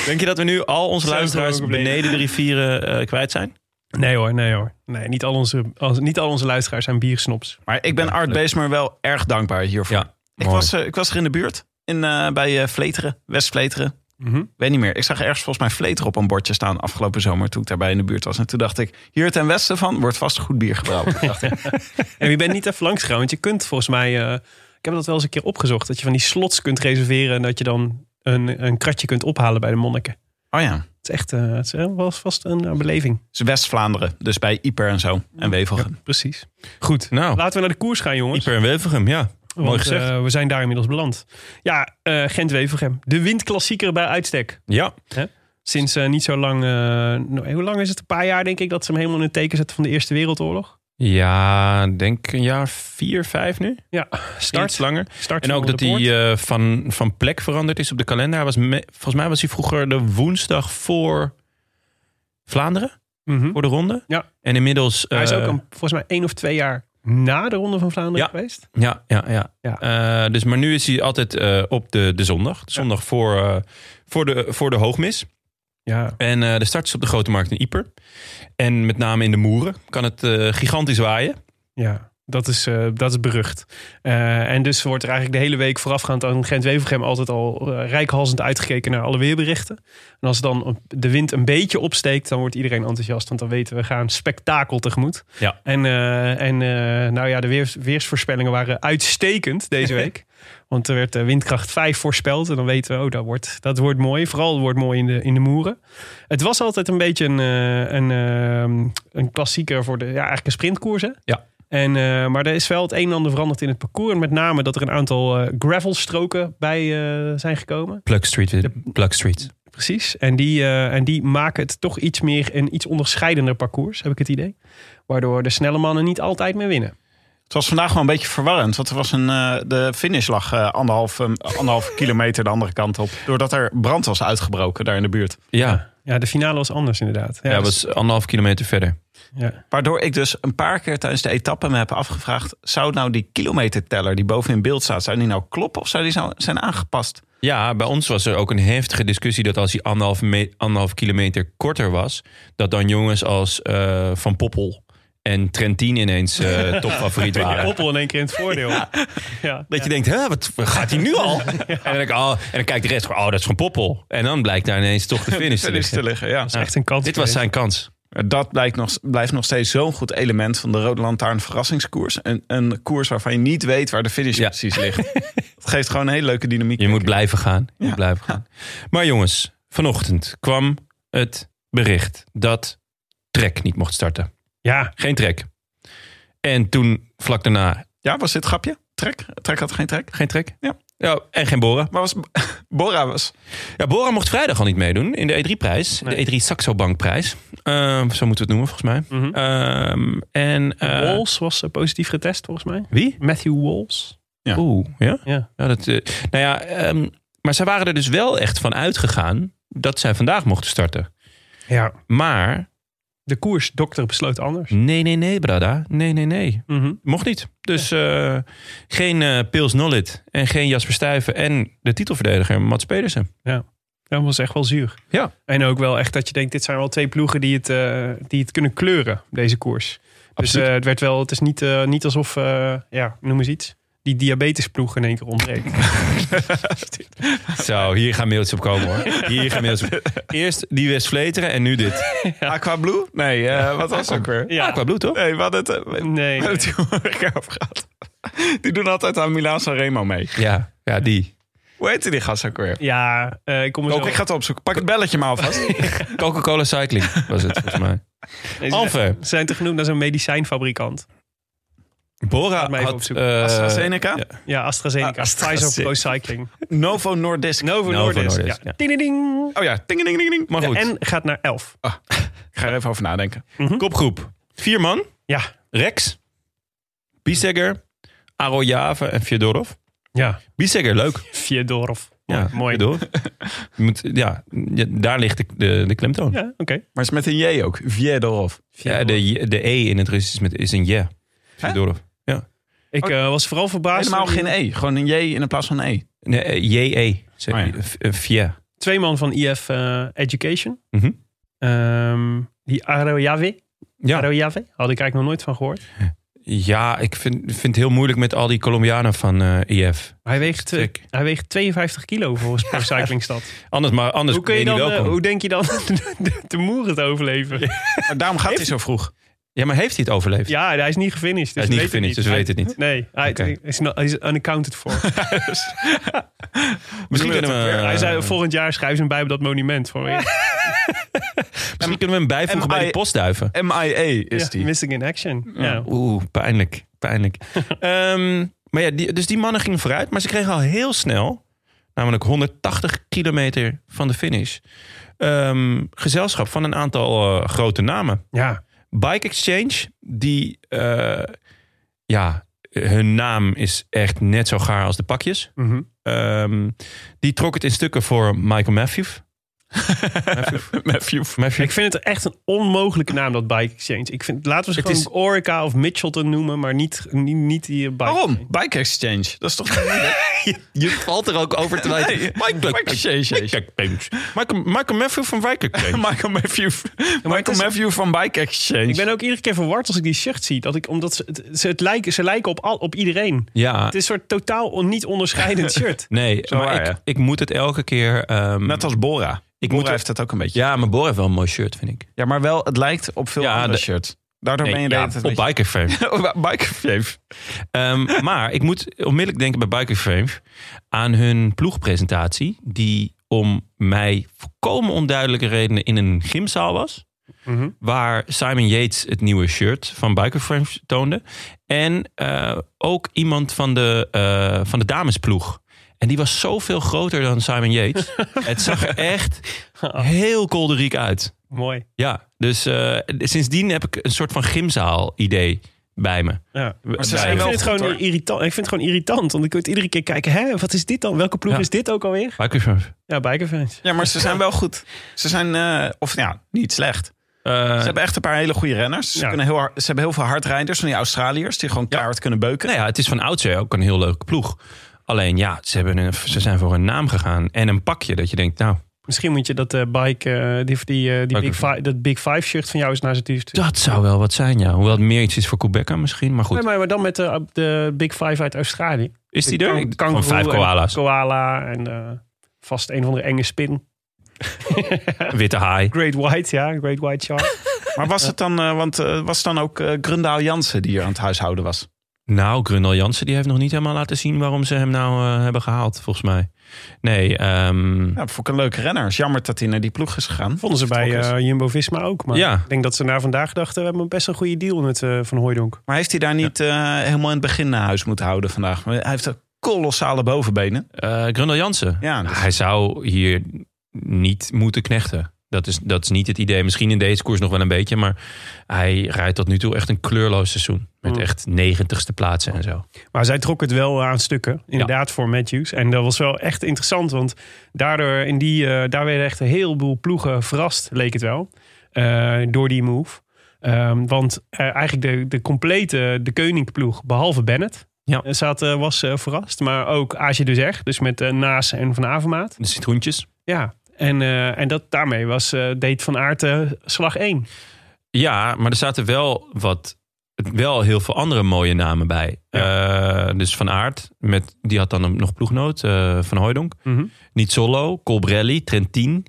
Speaker 1: Denk je dat we nu al onze
Speaker 3: Zijn
Speaker 1: luisteraars
Speaker 3: we er ook beneden?
Speaker 1: beneden de rivieren eh, kwijt zijn?
Speaker 3: Nee hoor, nee hoor. Nee, niet, al onze, als- niet al onze luisteraars zijn biersnops.
Speaker 2: Maar ik ben Art Beesmer wel erg dankbaar hiervoor.
Speaker 1: Ja,
Speaker 2: ik,
Speaker 1: mooi.
Speaker 2: was, eh, ik was er in de buurt. In, eh, bij eh Vleteren. West Vleteren.
Speaker 1: Mhm.
Speaker 2: Weet niet meer. Ik zag ergens volgens mij Vleteren op een bordje staan afgelopen zomer. Toen ik daarbij in de buurt was. En toen dacht ik, hier ten westen van wordt vast goed bier gebrouwen. Dacht ik.
Speaker 3: En je bent niet even langs gegaan, want je kunt volgens mij... eh, ik heb dat wel eens een keer opgezocht. Dat je van die slots kunt reserveren en dat je dan een, een kratje kunt ophalen bij de monniken.
Speaker 2: Oh ja.
Speaker 3: Het is echt eh, het is, eh, wel vast een eh, beleving.
Speaker 2: Het is West-Vlaanderen. Dus bij Ieper en zo. En Wevelgem.
Speaker 3: Precies. Goed.
Speaker 1: Nou,
Speaker 3: Laten we naar de koers gaan, jongens.
Speaker 1: Ieper en Wevergem, ja.
Speaker 3: Want,
Speaker 1: Mooi gezegd.
Speaker 3: eh, we zijn daar inmiddels beland. Ja, eh Gent-Wevelgem. De windklassieker bij uitstek.
Speaker 1: ja.
Speaker 3: Sinds eh, niet zo lang... eh, nou, hoe lang is het? Een paar jaar denk ik dat ze hem helemaal in het teken zetten van de Eerste Wereldoorlog.
Speaker 1: Ja, denk een jaar vier, vijf nu.
Speaker 3: Ja,
Speaker 1: Iets langer.
Speaker 3: start
Speaker 1: En ook dat hij eh, van, van plek veranderd is op de kalender. Hij was me- volgens mij was hij vroeger de woensdag voor Vlaanderen, voor de ronde.
Speaker 3: Mhm. Ja.
Speaker 1: En inmiddels...
Speaker 3: Hij is
Speaker 1: eh,
Speaker 3: ook een, volgens mij één of twee jaar na de Ronde van Vlaanderen
Speaker 1: Ja.
Speaker 3: geweest.
Speaker 1: Ja, ja, ja. Eh, dus, maar nu is hij altijd eh, op de, de zondag. De zondag voor, eh, voor, de, voor de hoogmis.
Speaker 3: Ja.
Speaker 1: En eh, de start is op de Grote Markt in Ieper. En met name in de Moeren kan het eh, gigantisch waaien.
Speaker 3: Ja, dat is, eh, dat is berucht. Eh, en dus wordt er eigenlijk de hele week voorafgaand aan Gent-Wevelgem altijd al eh, rijkhalsend uitgekeken naar alle weerberichten. En als dan op- de wind een beetje opsteekt, dan wordt iedereen enthousiast. Want dan weten we gaan spektakel tegemoet.
Speaker 1: Ja.
Speaker 3: En, eh, en eh, nou ja, de weers, weersvoorspellingen waren uitstekend deze week. Want er werd eh, windkracht 5 voorspeld. En dan weten we, oh, dat wordt, dat wordt mooi. Vooral het wordt mooi in de, in de moeren. Het was altijd een beetje een, eh, een, eh, een klassieker voor de, ja, eigenlijk een sprintkoers. Hè?
Speaker 1: Ja.
Speaker 3: En, eh, maar er is wel het een en ander veranderd in het parcours. En met name dat er een aantal eh, gravelstroken bij eh, zijn gekomen.
Speaker 1: Plug Street. eh, Plug Street.
Speaker 3: Precies. En die, eh, en die maken het toch iets meer een iets onderscheidender parcours, heb ik het idee. Waardoor de snelle mannen niet altijd meer winnen.
Speaker 2: Het was vandaag wel een beetje verwarrend. Want er was een, eh, de finish lag eh, anderhalf, eh, anderhalf kilometer de andere kant op. Doordat er brand was uitgebroken daar in de buurt.
Speaker 1: Ja,
Speaker 3: Ja, de finale was anders inderdaad.
Speaker 1: ja,
Speaker 3: dus-
Speaker 1: was anderhalf kilometer verder.
Speaker 3: ja.
Speaker 2: Waardoor ik dus een paar keer tijdens de etappe me heb afgevraagd... zou nou die kilometerteller die boven in beeld staat... zou die nou kloppen of zou die nou zijn aangepast?
Speaker 1: Ja, bij ons was er ook een heftige discussie dat als hij anderhalf, me- anderhalf kilometer korter was, dat dan jongens als eh, Van Poppel en Trentin ineens eh, topfavoriet waren.
Speaker 3: Koppel in één keer in het voordeel. Ja. Ja.
Speaker 1: Dat je denkt, hè, wat gaat hij nu al? en, dan denk ik, oh, en dan kijkt de rest, oh, dat is gewoon Poppel. En dan blijkt daar ineens toch de finish te
Speaker 2: Finish
Speaker 1: liggen.
Speaker 2: te liggen, ja.
Speaker 3: is echt een kans.
Speaker 1: Dit was zijn kans.
Speaker 2: Dat blijkt nog, blijft nog steeds zo'n goed element van de Rode Lantaarn verrassingskoers. Een, een koers waarvan je niet weet waar de finish
Speaker 1: Ja.
Speaker 2: precies ligt. Het geeft gewoon een hele leuke dynamiek.
Speaker 1: Je moet blijven gaan. Je
Speaker 2: Ja.
Speaker 1: moet blijven gaan. Maar jongens, vanochtend kwam het bericht dat Trek niet mocht starten.
Speaker 3: Ja,
Speaker 1: Geen Trek. En toen vlak daarna,
Speaker 2: Ja, was dit het grapje? Trek? Trek had geen trek?
Speaker 1: geen Trek.
Speaker 2: Ja.
Speaker 1: Ja, en geen Bora.
Speaker 2: Maar was, Bora was
Speaker 1: Ja, Bora mocht vrijdag al niet meedoen in de E3-prijs.
Speaker 3: Nee.
Speaker 1: De E3 Saxo Bankprijs. Ehm, zo moeten we het noemen, volgens mij.
Speaker 3: Mhm.
Speaker 1: Ehm, en, eh,
Speaker 3: Walls was eh, positief getest volgens mij.
Speaker 1: Wie?
Speaker 3: Matthew Walls.
Speaker 2: Ja.
Speaker 1: Oeh, ja?
Speaker 3: Ja.
Speaker 1: dat, eh, nou ja, ehm, maar zij waren er dus wel echt van uitgegaan dat zij vandaag mochten starten.
Speaker 3: Ja.
Speaker 1: Maar
Speaker 3: De koersdokter besloot anders.
Speaker 1: nee, nee, nee, Brada. Nee, nee, nee.
Speaker 3: Mhm.
Speaker 1: Mocht niet. Dus eh, geen eh Pils Nollit en geen Jasper Stuyven en de titelverdediger Mats Pedersen.
Speaker 3: Ja. Dat was echt wel zuur.
Speaker 1: Ja.
Speaker 3: En ook wel echt dat je denkt, dit zijn wel twee ploegen die het, eh, die het kunnen kleuren, deze koers. Dus
Speaker 1: Absoluut.
Speaker 3: eh, het werd wel, het is niet, eh, niet alsof, eh, ja, noem eens iets, die diabetesploeg in één keer ontbreekt.
Speaker 1: Zo, hier gaan mailtjes op komen hoor. Hier gaan mailtjes op. Eerst die West Vleteren en nu dit.
Speaker 2: Aqua Blue? Nee, eh, wat was het ook weer?
Speaker 3: Ja.
Speaker 1: Ja, qua bloed toch?
Speaker 2: Nee, we hadden het, eh, we-
Speaker 3: Nee.
Speaker 2: we hadden het hier vorige keer over gehad. Die doen altijd aan Milaan Sanremo mee.
Speaker 1: Ja, ja die.
Speaker 2: Hoe heette die gast ook weer?
Speaker 3: Ja, eh, ik kom er zo
Speaker 2: Ook, ik ga het opzoeken. Pak het belletje maar alvast.
Speaker 1: Coca-Cola Cycling was het volgens mij.
Speaker 3: Nee, ze-
Speaker 1: Alphen.
Speaker 3: Ze zijn te genoemd naar zo'n medicijnfabrikant.
Speaker 1: Bora
Speaker 3: Laat mij even
Speaker 1: had...
Speaker 3: opzoeken.
Speaker 1: eh,
Speaker 2: AstraZeneca?
Speaker 3: Ja, AstraZeneca.
Speaker 2: Ah, AstraZeneca.
Speaker 3: Pfizer Pro Cycling.
Speaker 2: Novo Nordisk.
Speaker 3: Novo,
Speaker 1: Novo
Speaker 3: Nordisk.
Speaker 1: Nordisk,
Speaker 3: Ja.
Speaker 1: ja.
Speaker 3: Ding, ding, ding.
Speaker 2: Oh ja, ding, ding, ding, ding.
Speaker 1: maar goed, Ah.
Speaker 3: En gaat naar 11.
Speaker 2: Ik ga er even over nadenken.
Speaker 3: Mhm.
Speaker 1: kopgroep. Vier man.
Speaker 3: Ja.
Speaker 1: Rex. Bisegger. Arojave en Fjodorov.
Speaker 3: Ja.
Speaker 1: Bisegger, leuk.
Speaker 3: Fjodorov.
Speaker 1: Ja,
Speaker 3: mooi.
Speaker 1: Door. Je moet, ja, ja, daar ligt de, de, de klemtoon. Ja.
Speaker 3: Ja, oké.
Speaker 2: Maar het is met een J ook. Viedorov.
Speaker 1: de, J- de E in het Russisch is, met, is een je. Fjodorov. Ja. Oh.
Speaker 3: Ik eh, was vooral verbaasd.
Speaker 2: Helemaal
Speaker 3: door die
Speaker 2: geen E. Gewoon een J in plaats van een E.
Speaker 1: Nee, eh, J-E. zeg
Speaker 2: Oh
Speaker 1: je.
Speaker 2: ja.
Speaker 1: F- eh, Fje.
Speaker 3: Twee man van IF eh, Education.
Speaker 1: Mhm.
Speaker 3: Ehm, die Arojave.
Speaker 1: Ja.
Speaker 3: Arojave. Had ik eigenlijk nog nooit van gehoord.
Speaker 1: ja, ik vind, vind het heel moeilijk met al die Colombianen van eh EF.
Speaker 3: Hij weegt, eh,
Speaker 1: Sick.
Speaker 3: hij weegt 52 kilo volgens Pro Cycling Stad.
Speaker 1: Anders, maar, anders
Speaker 3: hoe, kun je
Speaker 1: Dus ben
Speaker 3: dan,
Speaker 1: niet
Speaker 3: eh,
Speaker 1: welkom.
Speaker 3: hoe denk je dan de, de moer het overleven? Ja,
Speaker 2: Maar daarom gaat hij zo vroeg.
Speaker 1: ja, maar heeft hij het overleefd?
Speaker 3: hij is niet gefinished. Dus
Speaker 1: Hij is
Speaker 3: we
Speaker 1: niet
Speaker 3: weten
Speaker 1: gefinished, dus we weten het niet.
Speaker 3: Nee, hij
Speaker 1: Oké.
Speaker 3: hij is, not- hij is unaccounted for.
Speaker 1: Misschien kunnen we,
Speaker 3: hij zei,
Speaker 1: eh,
Speaker 3: volgend jaar schrijven ze hem bij op dat monument. Voor
Speaker 1: misschien kunnen we hem bijvoegen bij
Speaker 2: MI
Speaker 1: de postduiven.
Speaker 2: MIA E is
Speaker 3: Ja, E
Speaker 2: die.
Speaker 3: Missing in action. Ja.
Speaker 1: Oeh, pijnlijk. Pijnlijk. Ehm, maar ja, die, dus die mannen gingen vooruit. Maar ze kregen al heel snel, namelijk 180 kilometer van de finish, ehm, gezelschap van een aantal eh, grote namen.
Speaker 3: ja.
Speaker 1: Bike Exchange, die, eh, ja, hun naam is echt net zo gaar als de pakjes.
Speaker 3: Mhm.
Speaker 1: Ehm, die trok het in stukken voor Michael Matthews. Matthews.
Speaker 3: Ik vind het echt een onmogelijke naam, dat Bike Exchange. Ik vind, laten we ze
Speaker 1: Het
Speaker 3: gewoon
Speaker 1: is-
Speaker 3: Orica of Mitchelton noemen, maar niet, niet, niet die eh, Bike
Speaker 2: Waarom?
Speaker 3: Exchange.
Speaker 2: Bike Exchange. Dat is toch...
Speaker 1: Je valt er ook over te wijzen. Michael Matthews. Michael, Michael Matthews van Bike Exchange.
Speaker 2: Michael Matthew,
Speaker 3: het
Speaker 2: Michael
Speaker 3: is-
Speaker 2: Matthew van Bike Exchange.
Speaker 3: Ik ben ook iedere keer verward als ik die shirt zie. Dat ik, omdat ze, het- ze, het lijken, ze lijken op, al, op iedereen.
Speaker 1: Ja,
Speaker 3: Het is een soort totaal on- niet onderscheidend shirt.
Speaker 1: nee, maar
Speaker 2: waar,
Speaker 1: ik,
Speaker 2: ja.
Speaker 1: ik moet het elke keer... ehm,
Speaker 2: Net als Bora. Ik
Speaker 1: moet-
Speaker 2: Bora heeft dat ook een beetje.
Speaker 1: Ja, maar Bor heeft wel een mooi shirt, vind ik.
Speaker 2: Ja, maar wel, het lijkt op veel
Speaker 1: Ja,
Speaker 2: andere
Speaker 1: de-
Speaker 2: shirts. Daardoor ben je de
Speaker 1: ja,
Speaker 2: hele tijd
Speaker 1: op
Speaker 2: een
Speaker 1: Bikerframe.
Speaker 2: beetje- Op Bike Exchange.
Speaker 1: Ehm, maar ik moet onmiddellijk denken bij Bikerframe aan hun ploegpresentatie... die om mij volkomen onduidelijke redenen in een gymzaal was...
Speaker 3: Mhm.
Speaker 1: waar Simon Yates het nieuwe shirt van Bikerframe toonde. En eh, ook iemand van de, eh, van de damesploeg. En die was zoveel groter dan Simon Yates. het zag er echt heel kolderiek uit.
Speaker 3: Mooi.
Speaker 1: Ja, dus eh, sindsdien heb ik een soort van gymzaal idee bij me.
Speaker 3: Ja.
Speaker 1: Maar
Speaker 2: zijn
Speaker 3: ik,
Speaker 2: wel
Speaker 3: vind het
Speaker 2: goed,
Speaker 3: gewoon
Speaker 2: hoor.
Speaker 3: irritant, ik vind het gewoon irritant, want ik moet iedere keer kijken, hè, wat is dit dan? Welke ploeg
Speaker 1: Ja.
Speaker 3: is dit ook alweer?
Speaker 1: Bikerframe.
Speaker 3: Ja, Bike Exchange.
Speaker 2: Ja, maar ze zijn wel goed. Ze zijn, eh, of nou, ja, niet slecht.
Speaker 1: Eh,
Speaker 2: Ze hebben echt een paar hele goede renners. Ze,
Speaker 3: Ja.
Speaker 2: kunnen heel hard, ze hebben heel veel hardrijders van die Australiërs... die gewoon keihard kunnen beuken.
Speaker 1: nou ja, het is van oudsher ook een heel leuke ploeg. Alleen ja, ze, hebben een, ze zijn voor een naam gegaan en een pakje dat je denkt, nou,
Speaker 3: Misschien moet je dat eh, Bike, eh, die, die, eh,
Speaker 1: Bike
Speaker 3: die big
Speaker 1: Exchange.
Speaker 3: five, dat Big Five shirt van jou eens naar ze toe sturen.
Speaker 1: dat zou wel wat zijn, ja. Hoewel het meer iets is voor Quebec misschien, maar goed.
Speaker 3: Nee, maar, maar dan met de, de Big Five uit Australië.
Speaker 1: Is die er?
Speaker 3: Kan-
Speaker 1: Van vijf
Speaker 3: kangoeroe en
Speaker 1: koala's.
Speaker 3: Koala en eh, vast een van de enge spin.
Speaker 1: Witte haai.
Speaker 3: Great White, ja. Great White Shark.
Speaker 2: Maar was het dan, eh, want, eh, was het dan ook eh, Grundaal Jansen die hier aan het huishouden was?
Speaker 1: Nou, Grundel Jansen die heeft nog niet helemaal laten zien waarom ze hem nou eh, hebben gehaald, volgens mij. Nee, ehm,
Speaker 2: Ja, vond ik een leuke renner. Is jammer dat hij naar die ploeg is gegaan.
Speaker 3: Vonden ze bij
Speaker 2: Vertrokken is.
Speaker 3: eh, Jumbo-Visma ook. Maar
Speaker 1: Ja.
Speaker 3: ik denk dat ze na vandaag dachten... we hebben best een goede deal met eh, Van Hooijdonk.
Speaker 2: Maar heeft hij daar niet eh, helemaal in het begin naar huis moeten houden vandaag? Maar Hij heeft een kolossale bovenbenen.
Speaker 1: eh, Grundel Jansen.
Speaker 2: Ja,
Speaker 1: Nou,
Speaker 2: dus-
Speaker 1: Hij zou hier niet moeten knechten. Dat is, dat is niet het idee. Misschien in deze koers nog wel een beetje, maar hij rijdt tot nu toe echt een kleurloos seizoen. Met
Speaker 3: Mm.
Speaker 1: echt negentigste plaatsen en zo.
Speaker 3: Maar zij trok het wel aan stukken. Inderdaad voor Matthews. En dat was wel echt interessant. Want daardoor in die, eh, daar werden echt een heleboel ploegen verrast, leek het wel. eh, door die move. Ehm, want eh, eigenlijk de, de complete de Koninkploeg, behalve Bennett...
Speaker 1: Ja.
Speaker 3: eh, Zat, eh, was eh, verrast. Maar ook Aasje dus echt. Dus met eh Naas en Van Avermaat.
Speaker 1: De citroentjes.
Speaker 3: Ja, En, eh, en dat, daarmee was, eh, deed Van Aert eh, slag 1.
Speaker 1: Ja, maar er zaten wel wat. Wel heel veel andere mooie namen bij. Eh, dus Van Aert, met, die had dan nog ploegnoot. eh, van Hooijdonk. Nizzolo, Colbrelli, Trentin,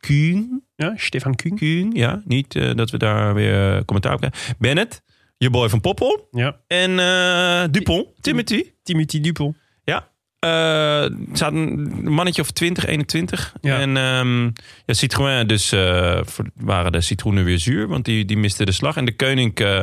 Speaker 1: Kuhn.
Speaker 3: Ja, Stefan Kuhn.
Speaker 1: Kuhn, ja. Niet eh, dat we daar weer eh, commentaar op krijgen. Bennett, je boy van Poppel.
Speaker 3: Ja.
Speaker 1: En eh, Dupont, Timothy.
Speaker 3: Timothy Dupel.
Speaker 1: Ja. Eh, er zaten een mannetje of 20, 21.
Speaker 3: Ja.
Speaker 1: En ehm ja, Citroën, dus eh, voor- waren de citroenen weer zuur, want die, die misten de slag. En de koning eh,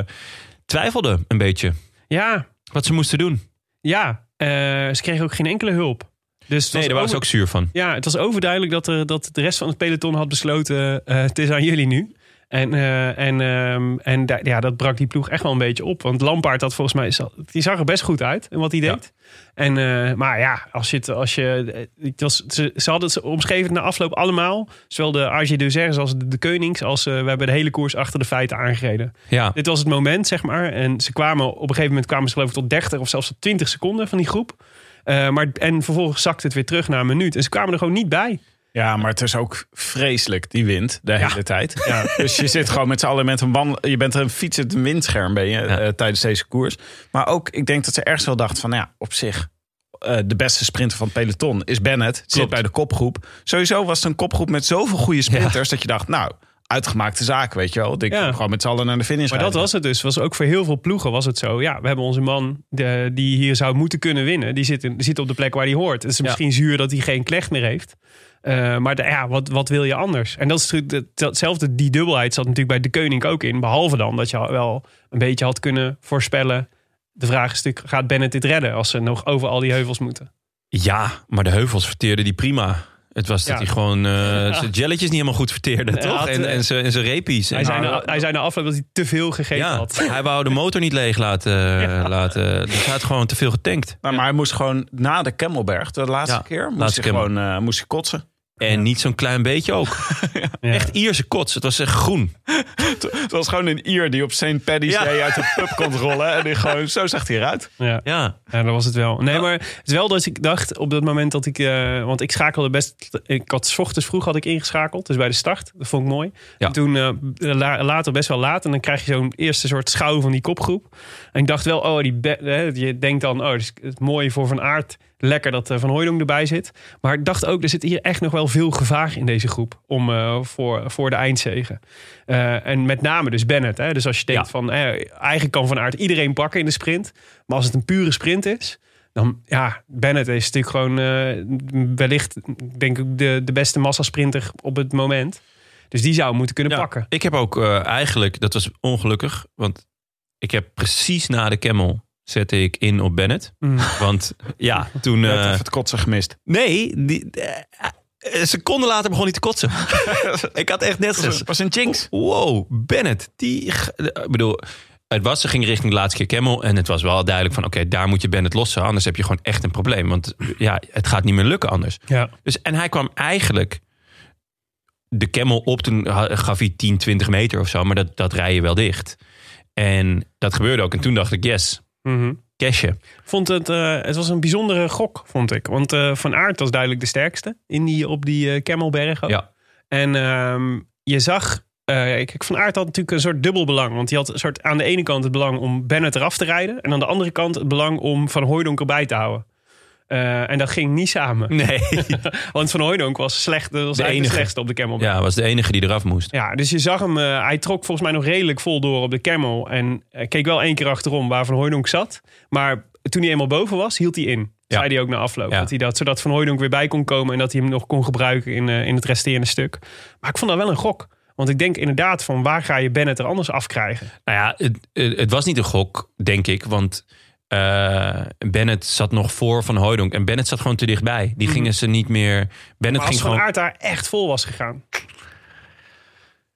Speaker 1: twijfelde een beetje
Speaker 3: Ja,
Speaker 1: wat ze moesten doen.
Speaker 3: ja. Eh, ze kregen ook geen enkele hulp. Dus het
Speaker 1: Nee, daar
Speaker 3: was
Speaker 1: waren ze
Speaker 3: over-
Speaker 1: ook zuur van.
Speaker 3: Ja, het was overduidelijk dat, er, dat de rest van het peloton had besloten... eh, het is aan jullie nu. En, eh, en, ehm, en da- ja, dat brak die ploeg echt wel een beetje op. Want Lampaard had volgens mij... zal- Die zag er best goed uit in wat hij deed. En, eh, maar ja, als je... het- Als je eh, het was, ze, ze hadden het omschreven na afloop allemaal. Zowel de AG Deuzers als de, de Konings. Als, eh, we hebben de hele koers achter de feiten aangereden.
Speaker 1: Ja,
Speaker 3: Dit was het moment, zeg maar. En ze kwamen op een gegeven moment kwamen ze geloof ik tot 30 of zelfs tot 20 seconden van die groep. Eh, maar, en vervolgens zakte het weer terug naar een minuut. En ze kwamen er gewoon niet bij.
Speaker 2: Ja, maar het is ook vreselijk, die wind, de hele tijd. Ja. Dus je zit gewoon met z'n allen met een wand. Je bent een fietsend windscherm ben je, eh, tijdens deze koers. Maar ook, ik denk dat ze ergens wel dacht van, nou ja, op zich... eh, de beste sprinter van het peloton is Bennett. Zit
Speaker 1: Klopt.
Speaker 2: bij de kopgroep. Sowieso was het een kopgroep met zoveel goede sprinters... dat je dacht, nou, uitgemaakte zaak, weet je wel. Ik
Speaker 3: Ja.
Speaker 2: gewoon met z'n allen naar de finish
Speaker 3: Maar dat
Speaker 2: rijden.
Speaker 3: was het dus. Was ook voor heel veel ploegen was het zo. Ja, we hebben onze man de, die hier zou moeten kunnen winnen. Die zit, in, die zit op de plek waar hij hoort. Het is misschien zuur dat hij geen klecht meer heeft. Eh, maar de- ja, wat, wat wil je anders? En dat is natuurlijk dat- datzelfde. Die dubbelheid zat natuurlijk bij de koning ook in. Behalve dan dat je wel een beetje had kunnen voorspellen. De vraag is natuurlijk, gaat Bennett dit redden als ze nog over al die heuvels moeten?
Speaker 1: ja maar de heuvels verteerden die prima. Het was dat
Speaker 3: Ja.
Speaker 1: hij gewoon eh, zijn jelletjes niet helemaal goed verteerde,
Speaker 3: hij
Speaker 1: toch?
Speaker 3: had,
Speaker 1: En,
Speaker 3: eh,
Speaker 1: en zijn en zijn repies.
Speaker 3: Hij
Speaker 1: En-
Speaker 3: zei, na, hij zei na afloop dat hij te veel gegeten
Speaker 1: nou, ja,
Speaker 3: had.
Speaker 1: hij wou de motor niet leeg laten. eh, laten. Dus hij had gewoon te veel getankt.
Speaker 2: Nou, maar hij moest gewoon na de Kemmelberg, de laatste
Speaker 1: Ja,
Speaker 2: keer, moest
Speaker 1: laatste
Speaker 2: hij
Speaker 1: Kemmel.
Speaker 2: gewoon eh, moest hij kotsen.
Speaker 1: En niet zo'n klein beetje ook. Echt Ierse kots. Het was echt groen.
Speaker 2: Het was gewoon een ier die op St. Paddy's
Speaker 1: Ja.
Speaker 2: Day uit de pub kon rollen. En die gewoon, zo zag hij eruit.
Speaker 3: Ja.
Speaker 1: Ja,
Speaker 3: Ja, dat was het wel. Nee, maar het is wel dat ik dacht op dat moment dat ik... eh, want ik schakelde best... Ik had 's ochtends vroeg had ik ingeschakeld. Dus bij de start. Dat vond ik mooi.
Speaker 1: Ja.
Speaker 3: En toen eh, la- later best wel laat. En dan krijg je zo'n eerste soort schouw van die kopgroep. En ik dacht wel, oh, die be- hè, je denkt dan... Oh, het is het mooie voor Van Aert. Lekker dat eh, Van Hooydonk erbij zit. Maar ik dacht ook, er zit hier echt nog wel veel gevaar in deze groep. Om, eh, voor, voor de eindzegen. Eh, en met name dus Bennett. Hè? Dus als je denkt
Speaker 1: Ja.
Speaker 3: van... eh, eigenlijk kan Van Aert iedereen pakken in de sprint. Maar als het een pure sprint is, dan ja, Bennett is natuurlijk gewoon eh, wellicht, denk ik, de, de beste massasprinter op het moment. Dus die zou hem moeten kunnen
Speaker 1: Ja,
Speaker 3: pakken.
Speaker 1: Ik heb ook eh, eigenlijk, dat was ongelukkig, want ik heb precies na de Camel zette ik in op Bennett.
Speaker 3: Mm.
Speaker 1: Want ja, toen...
Speaker 2: Hij had
Speaker 1: eh,
Speaker 2: even het kotsen gemist.
Speaker 1: nee, die, eh, een seconde later begon hij te kotsen. ik had echt net
Speaker 2: was
Speaker 1: zo'n
Speaker 2: een, was een jinx.
Speaker 1: Wow, Bennett. Die, g- eh, ik bedoel, het was, ze ging richting de laatste keer Camel. En het was wel duidelijk van, oké, daar moet je Bennett lossen. Anders heb je gewoon echt een probleem. Want eh, ja, het gaat niet meer lukken anders.
Speaker 3: Ja.
Speaker 1: Dus, en hij kwam eigenlijk de Camel op. Toen ha- gaf hij 10, 20 meter of zo. Maar dat, dat rij je wel dicht. En dat gebeurde ook. En toen dacht ik, yes,
Speaker 3: Mhm.
Speaker 1: cashje.
Speaker 3: Vond het, eh, het was een bijzondere gok, vond ik. Want eh, Van Aert was duidelijk de sterkste in die, op die eh, Kemmelberg. ook.
Speaker 1: Ja.
Speaker 3: En ehm, je zag, eh, kijk, Van Aert had natuurlijk een soort dubbel belang. Want hij had een soort, aan de ene kant het belang om Bennett eraf te rijden. En aan de andere kant het belang om Van Hooijdonk erbij te houden. Eh, en dat ging niet samen.
Speaker 1: Nee.
Speaker 3: Want Van Hooijdonk was, slecht, was eigenlijk de
Speaker 1: Hm. enige.
Speaker 3: slechtste op de Camelback.
Speaker 1: ja, was de enige die eraf moest.
Speaker 3: Ja, dus je zag hem, eh, hij trok volgens mij nog redelijk vol door op de camel. En eh, keek wel één keer achterom waar Van Hooydonk zat. Maar toen hij eenmaal boven was, hield hij in.
Speaker 1: Ja.
Speaker 3: Zei hij ook na afloop.
Speaker 1: Ja.
Speaker 3: Dat hij dat, zodat Van Hooydonk weer bij kon komen en dat hij hem nog kon gebruiken in, eh, in het resterende stuk. Maar ik vond dat wel een gok. Want ik denk inderdaad van waar ga je Bennett er anders afkrijgen?
Speaker 1: Nou ja, het, het- het was niet een gok, denk ik. Want eh, Bennett zat nog voor Van Hooydonk. En Bennett zat gewoon te dichtbij. Die gingen ze niet meer... Bennett
Speaker 3: Mhm. Maar als
Speaker 1: ging
Speaker 3: Van
Speaker 1: gewoon...
Speaker 3: Aert daar echt vol was gegaan.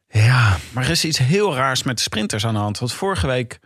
Speaker 1: Ja,
Speaker 2: Maar er is iets heel raars met de sprinters aan de hand. Want vorige week,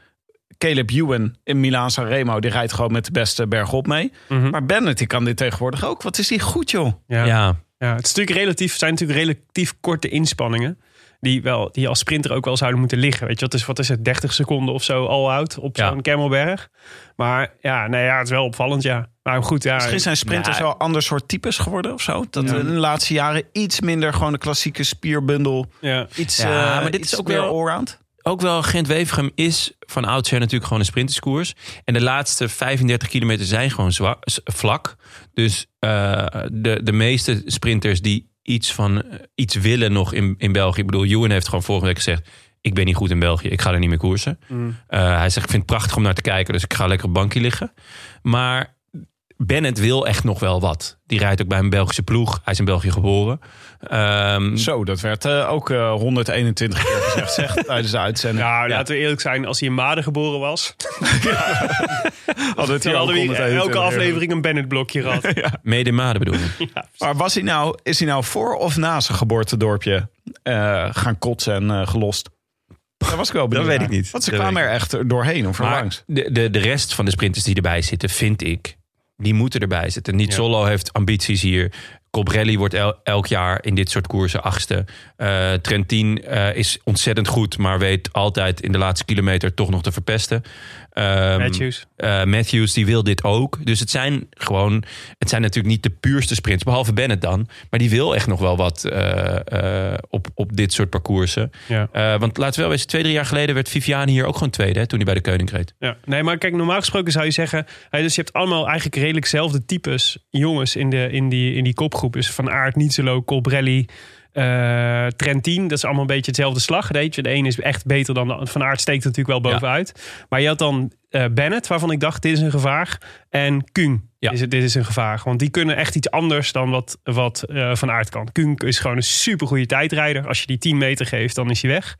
Speaker 2: Caleb Ewan in Milaan Sanremo... die rijdt gewoon met de beste bergop mee. Maar Bennett, die kan dit tegenwoordig ook. Wat is die goed, joh.
Speaker 1: ja.
Speaker 3: Ja, het is natuurlijk relatief, zijn natuurlijk relatief korte inspanningen. Die, wel, die als sprinter ook wel zouden moeten liggen. Weet je, dat is wat is het, 30 seconden of zo all out op
Speaker 1: Ja.
Speaker 3: zo'n Kemmelberg. Maar ja, nou ja, het is wel opvallend, ja. Maar goed, ja.
Speaker 2: Misschien zijn sprinters
Speaker 3: ja,
Speaker 2: wel ander soort types geworden of zo. Dat in de laatste jaren iets minder gewoon de klassieke spierbundel.
Speaker 3: Ja.
Speaker 2: Iets,
Speaker 1: Ja,
Speaker 2: eh,
Speaker 1: maar dit
Speaker 2: iets
Speaker 1: is ook
Speaker 2: meer
Speaker 1: wel-
Speaker 2: allround.
Speaker 1: ook wel Gent Wevergem is van oudsher natuurlijk gewoon een sprinterskoers. En de laatste 35 kilometer zijn gewoon zwa- s- vlak. Dus eh, de, de meeste sprinters die iets, van, eh, iets willen nog in, in België. Ik bedoel, Ewan heeft gewoon vorige week gezegd... ik ben niet goed in België, ik ga er niet meer koersen.
Speaker 3: Mm.
Speaker 1: Eh, hij zegt, ik vind het prachtig om naar te kijken... dus ik ga lekker op het bankje liggen. Maar Bennett wil echt nog wel wat. Die rijdt ook bij een Belgische ploeg. Hij is in België geboren. Ehm,
Speaker 2: Zo, dat werd eh, ook eh, 121 keer gezegd zeg, tijdens de uitzending.
Speaker 3: Nou, laten we eerlijk zijn, als hij in Maden geboren was,
Speaker 2: Hadden het
Speaker 3: dan
Speaker 2: hier
Speaker 3: hadden we hier
Speaker 2: ook 121
Speaker 3: elke
Speaker 2: keer.
Speaker 3: aflevering een Bennett-blokje gehad.
Speaker 1: Mede Maden bedoel ik.
Speaker 2: Maar was hij nou, is hij nou voor of na zijn geboortedorpje eh, gaan kotsen en eh, gelost? Daar was ik wel benieuwd
Speaker 1: weet
Speaker 2: naar.
Speaker 1: ik niet.
Speaker 2: Want ze
Speaker 1: Dat
Speaker 2: kwamen
Speaker 1: weet
Speaker 2: er echt doorheen of
Speaker 1: Maar
Speaker 2: langs.
Speaker 1: de, de, de rest van de sprinters die erbij zitten, vind ik, die moeten erbij zitten. Niet Solo heeft ambities hier. Cobrelli wordt el- elk jaar in dit soort koersen achtste. Eh, Trentin eh, is ontzettend goed, maar weet altijd in de laatste kilometer toch nog te verpesten. Ehm,
Speaker 3: Matthews.
Speaker 1: eh, Matthews die wil dit ook. Dus het zijn gewoon, het zijn natuurlijk niet de puurste sprints, behalve Bennett dan. Maar die wil echt nog wel wat eh, eh, op, op dit soort parcoursen.
Speaker 3: Ja.
Speaker 1: Eh, want laten we wel wezen, twee, drie jaar geleden werd Viviani hier ook gewoon tweede, hè, toen hij bij de Keuning reed.
Speaker 3: Ja, nee, maar kijk, normaal gesproken zou je zeggen... hè, dus je hebt allemaal eigenlijk redelijk zelfde types jongens in, de, in, die, in die kopgroep. Dus Van Aert, Nietzelo, Colbrelli, eh Trentin. Dat is allemaal een beetje hetzelfde slag. Weet je. De een is echt beter dan de ander. Van Aert steekt er natuurlijk wel bovenuit. Maar je had dan eh, Bennett, waarvan ik dacht, dit is een gevaar. En Kuhn,
Speaker 1: Ja.
Speaker 3: is, het- dit is een gevaar. Want die kunnen echt iets anders dan wat, wat eh, Van Aert kan. Kuhn is gewoon een supergoeie tijdrijder. Als je die 10 meter geeft, dan is hij weg.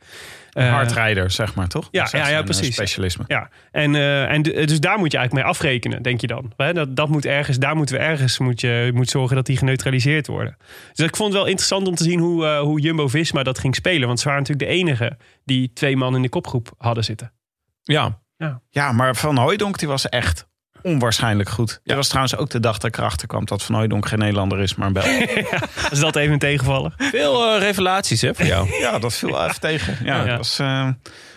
Speaker 3: Eh,
Speaker 2: Hardrijder, zeg maar, toch?
Speaker 3: ja,
Speaker 2: Dat is echt
Speaker 3: ja, ja,
Speaker 2: zijn, eh,
Speaker 3: precies.
Speaker 2: Specialisme.
Speaker 3: ja, en, eh, en d- dus daar moet je eigenlijk mee afrekenen, denk je dan. Hè, Dat, dat moet ergens, daar moeten we ergens moet je, moet zorgen dat die geneutraliseerd worden. Dus ik vond het wel interessant om te zien hoe, eh, hoe Jumbo Visma dat ging spelen. Want ze waren natuurlijk de enige die twee man in de kopgroep hadden zitten.
Speaker 1: Ja,
Speaker 2: Ja, maar Van Hooijdonk die was echt onwaarschijnlijk goed. Dat was trouwens ook de dag dat ik erachter kwam dat Van Hooijdonk geen Nederlander is, maar een Belg.
Speaker 3: Als dat even tegenvallen.
Speaker 1: veel eh, revelaties hè, voor jou.
Speaker 2: ja, Ah, dat viel wel even tegen. Ja,
Speaker 3: Ja.
Speaker 2: dat was, eh,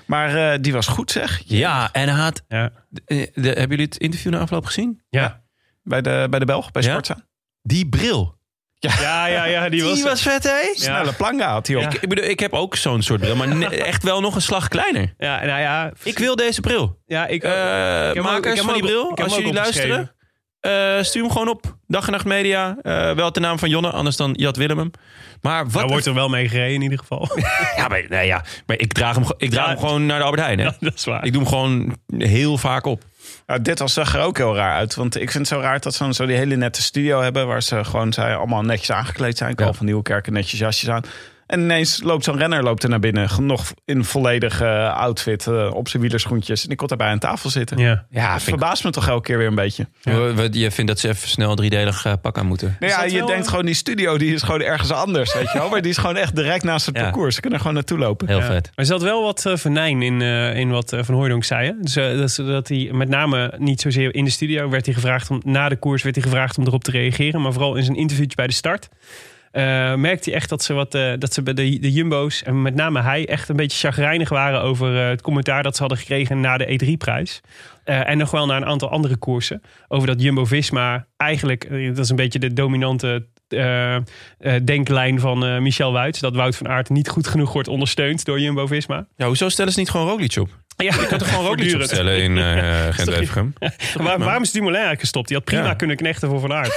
Speaker 2: maar eh, die was goed, zeg.
Speaker 1: ja, en hij had,
Speaker 3: Ja.
Speaker 1: eh, de- hebben jullie het interview na afloop gezien?
Speaker 3: Ja.
Speaker 2: Bij de, bij de Belg, bij
Speaker 1: Ja?
Speaker 2: Sportza.
Speaker 1: Die bril.
Speaker 3: Ja, ja, ja, die was.
Speaker 1: vet, hè?
Speaker 2: Snelle planga had hij op.
Speaker 1: Ik, ik bedoel, ik heb ook zo'n soort bril, maar ne- echt wel nog een slag kleiner.
Speaker 3: Ja, nou ja,
Speaker 1: Ik wil deze bril.
Speaker 3: ja, ik,
Speaker 1: Eh,
Speaker 3: hem ook- ik heb
Speaker 1: makers
Speaker 3: hem
Speaker 1: van die
Speaker 3: ook-
Speaker 1: bril,
Speaker 3: ik heb hem
Speaker 1: als
Speaker 3: ook
Speaker 1: jullie
Speaker 3: opgeschreven.
Speaker 1: luisteren, eh, stuur hem gewoon op. Dag en Nacht Media, eh, wel ten naam van Jonne, anders dan Jad Willem hem. Maar wat...
Speaker 3: daar wordt er wel mee gereden in ieder geval.
Speaker 1: ja, maar, nou ja, maar ik draag hem, ge- ik draag
Speaker 3: Ja.
Speaker 1: hem gewoon naar de Albert Heijn, hè?
Speaker 3: dat is waar.
Speaker 1: Ik doe hem gewoon heel vaak op.
Speaker 2: Ja, dit was, zag er ook heel raar uit. Want ik vind het zo raar dat ze dan zo die hele nette studio hebben... waar ze gewoon zij allemaal netjes aangekleed zijn. Koop
Speaker 1: Ja.
Speaker 2: van Nieuwkerk en netjes jasjes aan. En ineens loopt zo'n renner loopt er naar binnen. Nog in volledige eh, outfit, eh, op zijn wielerschoentjes. En ik kon daarbij aan tafel zitten.
Speaker 3: Ja.
Speaker 1: Ja,
Speaker 2: Dat verbaast me toch elke keer weer een beetje.
Speaker 1: Je vindt dat ze even snel een driedelig eh, pak aan moeten.
Speaker 2: Nou ja,
Speaker 3: dat
Speaker 2: je
Speaker 3: wel,
Speaker 2: denkt
Speaker 3: eh,
Speaker 2: gewoon die studio die is gewoon ergens anders, weet je wel. Maar die is gewoon echt direct naast het
Speaker 1: Ja.
Speaker 2: parcours. Ze kunnen er gewoon naartoe lopen.
Speaker 1: Heel
Speaker 3: Ja.
Speaker 1: vet.
Speaker 3: Maar er zat wel wat eh, venijn in, eh, in wat eh, Van Hooijdonk zei. Hè? Dus, eh, dat, ze- dat hij met name niet zozeer in de studio werd hij gevraagd om, na de koers werd hij gevraagd om erop te reageren. Maar vooral in zijn interviewtje bij de start. eh, merkte hij echt dat ze, wat, eh, dat ze bij de, de Jumbo's en met name hij echt een beetje chagrijnig waren over eh, het commentaar dat ze hadden gekregen na de E E3-prijs. Eh, en nog wel naar een aantal andere koersen. Over dat Jumbo Visma eigenlijk, eh, dat is een beetje de dominante eh, eh, denklijn van eh, Michel Wuits. Dat Wout van Aert niet goed genoeg wordt ondersteund door Jumbo Visma.
Speaker 1: Ja, hoezo stellen ze niet gewoon Roglic op?
Speaker 3: Ja, ik had
Speaker 1: Toch gewoon Roglic opstellen in eh Gent-Wevergem?
Speaker 3: Waar, waarom is Dumoulin eigenlijk gestopt? Die had prima
Speaker 1: Ja.
Speaker 3: kunnen knechten voor Van Aert.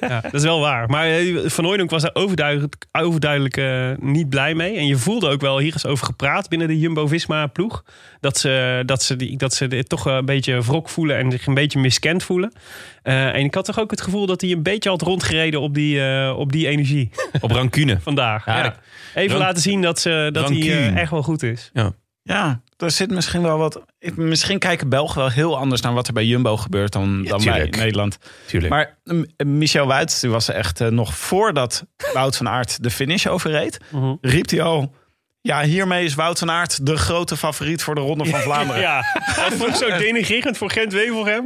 Speaker 3: ja, dat is wel waar. Maar eh, Van Hooydonk was daar overduidelijk, overduidelijk eh, niet blij mee. En je voelde ook wel, hier is over gepraat binnen de Jumbo-Visma-ploeg... dat ze, dat, ze die, dat ze dit toch wel een beetje wrok voelen en zich een beetje miskend voelen. Eh, en ik had toch ook het gevoel dat hij een beetje had rondgereden op die, eh, op die energie
Speaker 1: Op rancune.
Speaker 3: vandaag.
Speaker 1: Ja,
Speaker 3: Ja.
Speaker 1: dat-
Speaker 3: Even
Speaker 1: Rank-
Speaker 3: laten zien dat, ze, dat hij eh,
Speaker 1: Rancune.
Speaker 3: echt wel goed is.
Speaker 2: Ja, daar zit misschien wel wat... ik- Misschien kijken Belgen wel heel anders naar wat er bij Jumbo gebeurt... dan, dan wij in
Speaker 1: tuurlijk.
Speaker 2: Nederland.
Speaker 1: Tuurlijk.
Speaker 2: Maar mm, Michel Wuits,
Speaker 3: Mhm.
Speaker 2: die was echt eh, nog voordat Wout van Aert de finish overreed, riep hij al:
Speaker 1: Ja, hiermee is Wout van Aert de grote favoriet voor de Ronde van Vlaanderen.
Speaker 3: Ja, dat vond ik zo denigrerend voor Gent-Wevelgem.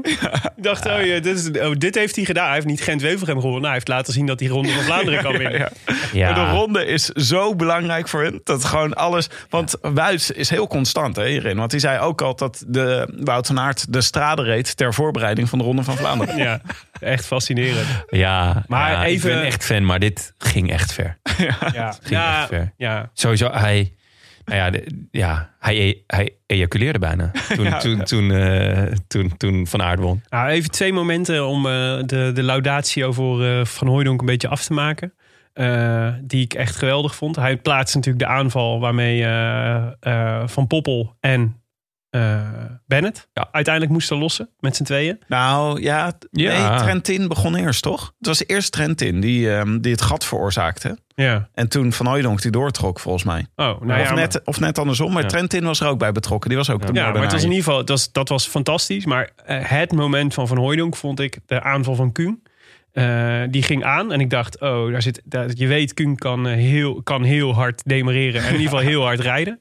Speaker 3: Ik dacht, oh, ja, dit, is, oh, dit heeft hij gedaan. Hij heeft niet Gent-Wevelgem gewonnen. Nou, hij heeft laten zien dat hij Ronde van Vlaanderen kan winnen.
Speaker 1: Maar
Speaker 2: Ja.
Speaker 1: De ronde is zo belangrijk voor hun. Dat gewoon alles. Want Wuits is heel constant hè, hierin. Want hij zei ook al dat de, Wout van Aert de strade reed. ter voorbereiding van de Ronde van Vlaanderen.
Speaker 3: Ja, echt fascinerend.
Speaker 2: Ja,
Speaker 3: Maar
Speaker 2: maar ja,
Speaker 3: even-
Speaker 2: ik ben echt fan, maar dit ging echt ver.
Speaker 3: Ja,
Speaker 2: ging echt ver.
Speaker 3: ja.
Speaker 2: Sowieso, hij, nou ja, de- ja, hij, e- hij ejaculeerde bijna toen, toen, toen, eh, toen, toen Van Aert won.
Speaker 3: Nou, even twee momenten om eh, de, de laudatie over eh, Van Hooijdonk een beetje af te maken. Eh, die ik echt geweldig vond. Hij plaatst natuurlijk de aanval waarmee eh, eh, Van Poppel en eh, Bennett
Speaker 2: Ja.
Speaker 3: uiteindelijk moesten lossen met z'n tweeën.
Speaker 1: Nou ja, t-
Speaker 2: Ja.
Speaker 1: Nee, Trentin begon eerst toch? Het was eerst Trentin die, ehm, die het gat veroorzaakte.
Speaker 3: Ja.
Speaker 1: En toen Van Hooijdonk die doortrok volgens mij.
Speaker 3: Oh, nou
Speaker 1: of,
Speaker 3: ja,
Speaker 1: net, of net andersom. Maar
Speaker 2: Ja.
Speaker 1: Trentin was er ook bij betrokken. Die was ook de
Speaker 3: Ja, maar het was in
Speaker 1: moordenaar.
Speaker 3: ieder geval, het was, dat was fantastisch. Maar eh, het moment van Van Hooijdonk vond ik de aanval van Kuhn. Eh, die ging aan en ik dacht, oh, daar zit, daar, je weet, Kuhn kan, eh, heel, kan heel hard demareren. En in ieder geval heel hard rijden.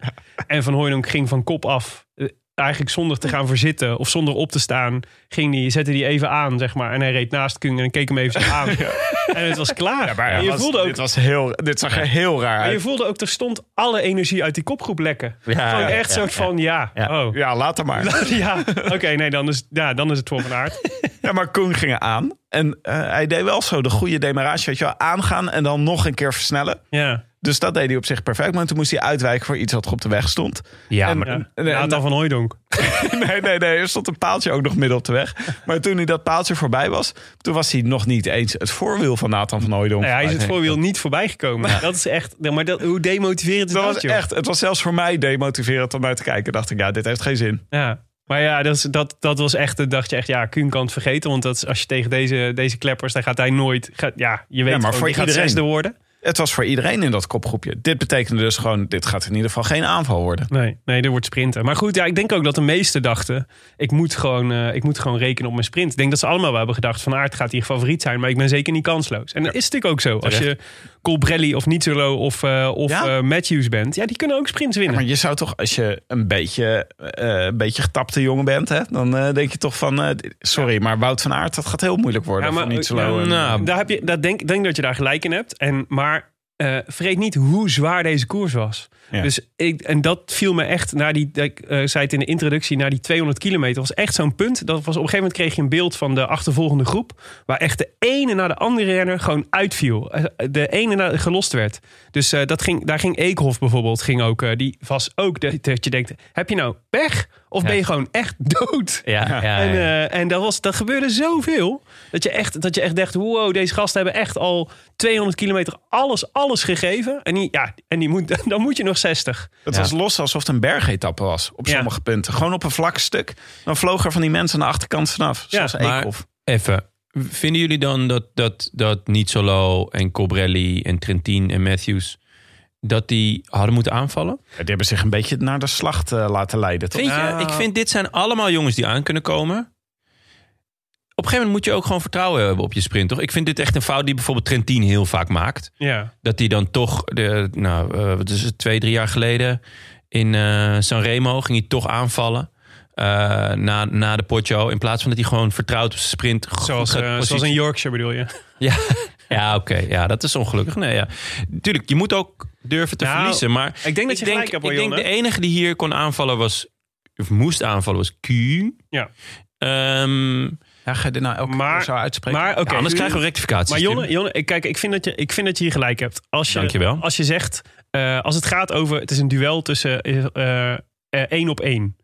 Speaker 3: En Van Hooijdonk ging van kop af, eh, eigenlijk zonder te gaan verzitten of zonder op te staan, ging die, zette die even aan, zeg maar. En hij reed naast Kuhn en keek hem even zo aan. En het was klaar. En je,
Speaker 1: was-
Speaker 3: voelde ook,
Speaker 1: dit, was heel, dit zag er heel raar
Speaker 3: en je
Speaker 1: uit.
Speaker 3: voelde ook, er stond alle energie uit die kopgroep lekken. Gewoon echt soort van, ja, oh.
Speaker 1: Ja, laat hem maar.
Speaker 3: Ja, oké, nee, dan is, ja, dan is het voor van aard.
Speaker 1: Ja, maar Koen ging aan. En eh, hij deed wel zo de goede demarage. Weet je wel, aangaan en dan nog een keer versnellen.
Speaker 3: Ja,
Speaker 1: Dus dat deed hij op zich perfect. Maar toen moest hij uitwijken voor iets wat er op de weg stond.
Speaker 2: Ja,
Speaker 1: En-
Speaker 2: maar
Speaker 3: ja.
Speaker 1: en- en-
Speaker 3: Nathan van Hooijdonk.
Speaker 1: nee, nee, nee. Er stond een paaltje ook nog midden op de weg. Maar toen hij dat paaltje voorbij was... toen was hij nog niet eens het voorwiel van Nathan van Hooijdonk.
Speaker 3: Nee, hij is het
Speaker 1: voorbij.
Speaker 3: voorwiel niet voorbij gekomen. Dat is echt, nee, maar dat, hoe demotiverend is
Speaker 1: Dat
Speaker 3: dat,
Speaker 1: was
Speaker 3: joh?
Speaker 1: echt, het was zelfs voor mij demotiverend om naar te kijken. Dacht ik, ja, dit heeft geen zin.
Speaker 3: Ja. Maar ja, dat, is, dat, dat was echt, dan dacht je echt, ja, Kuhn kan het vergeten. Want dat is, als je tegen deze, deze kleppers, dan gaat hij nooit, gaat, ja, je weet
Speaker 1: maar
Speaker 3: gewoon,
Speaker 1: voor
Speaker 3: die gaat
Speaker 1: iedereen.
Speaker 3: zesde worden.
Speaker 1: Het was voor iedereen in dat kopgroepje. Dit betekende dus gewoon, dit gaat in ieder geval geen aanval worden.
Speaker 3: Nee, nee, er wordt sprinten. Maar goed, ja, ik denk ook dat de meesten dachten, ik moet gewoon, eh, ik moet gewoon rekenen op mijn sprint. Ik denk dat ze allemaal wel hebben gedacht, Van Aert gaat hier favoriet zijn, maar ik ben zeker niet kansloos. En dat is natuurlijk ook zo. Als je Colbrelli of Nizzolo of, eh, of
Speaker 1: Ja.
Speaker 3: eh, Matthews bent, ja, die kunnen ook sprints winnen.
Speaker 1: Maar je zou toch, als je een beetje, eh, een beetje getapte jongen bent, hè, dan eh, denk je toch van, eh, sorry, maar Wout van Aert, dat gaat heel moeilijk worden.
Speaker 3: Ja, maar- eh,
Speaker 1: voor eh, niet zo
Speaker 3: ja,
Speaker 2: nou,
Speaker 3: daar heb je, dat denk, denk dat je daar gelijk in hebt. En, maar eh, vergeet niet hoe zwaar deze koers was.
Speaker 1: Ja.
Speaker 3: Dus ik, en dat viel me echt naar die, ik eh, zei het in de introductie, naar die 200 kilometer. was echt zo'n punt. Dat was, op een gegeven moment kreeg je een beeld van de achtervolgende groep. Waar echt de ene na de andere renner gewoon uitviel. Eh, De ene na, gelost werd. Dus eh, dat ging, daar ging Eekhoff bijvoorbeeld. Ging ook, eh, die was ook de, dat je denkt, heb je nou pech? Of ben je gewoon echt dood?
Speaker 2: ja, ja, ja.
Speaker 3: En, eh, en dat, was, dat gebeurde zoveel. Dat je, echt, dat je echt dacht, wow, deze gasten hebben echt al 200 kilometer alles, alles gegeven. En, die, ja, en die moet, dan moet je nog 60.
Speaker 1: Het was los alsof het een bergetappe was, op
Speaker 3: Ja.
Speaker 1: sommige punten. Gewoon op een vlak stuk. Dan vlogen er van die mensen aan de achterkant vanaf, zoals ja,
Speaker 2: maar- Even. Vinden jullie dan dat, dat, dat Nizzolo en Cobrelli en Trentin en Matthews... dat die hadden moeten aanvallen?
Speaker 1: Ja, die hebben zich een beetje naar de slacht eh, laten leiden, toch?
Speaker 2: Vind je, ik vind dit zijn allemaal jongens die aan kunnen komen. Op een gegeven moment moet je ook gewoon vertrouwen hebben op je sprint, toch? Ik vind dit echt een fout die bijvoorbeeld Trentin heel vaak maakt.
Speaker 3: Ja,
Speaker 2: Dat hij dan toch, de, nou, eh, wat is het, twee, drie jaar geleden in eh Sanremo ging hij toch aanvallen. eh, na, na de Poggio. In plaats van dat hij gewoon vertrouwd op zijn sprint. goed
Speaker 3: zoals,
Speaker 2: gaat
Speaker 3: eh, zoals
Speaker 2: positie-
Speaker 3: in Yorkshire bedoel je.
Speaker 2: ja, ja oké. Ja, dat is ongelukkig. Nee, ja. Tuurlijk, je moet ook durven te
Speaker 3: Nou,
Speaker 2: verliezen. Maar ik
Speaker 3: denk dat je gelijk hebt, hoor,
Speaker 2: Ik denk
Speaker 3: Jon,
Speaker 2: de
Speaker 3: hè?
Speaker 2: enige die hier kon aanvallen was... Of moest aanvallen was Q.
Speaker 3: Ja.
Speaker 2: Ehm,
Speaker 1: Ja, ga je dit nou elke keer
Speaker 3: Maar-
Speaker 1: zo uitspreken?
Speaker 3: Maar oké.
Speaker 2: ja, anders
Speaker 3: nu-
Speaker 2: krijgen we rectificaties.
Speaker 3: Maar Jonne,
Speaker 2: Tim.
Speaker 3: Jonne ik- kijk, ik vind, dat je, ik vind dat je hier gelijk hebt. Als je,
Speaker 2: Dankjewel.
Speaker 3: Als je zegt, eh, als het gaat over, het is een duel tussen eh, eh, eh, één op één.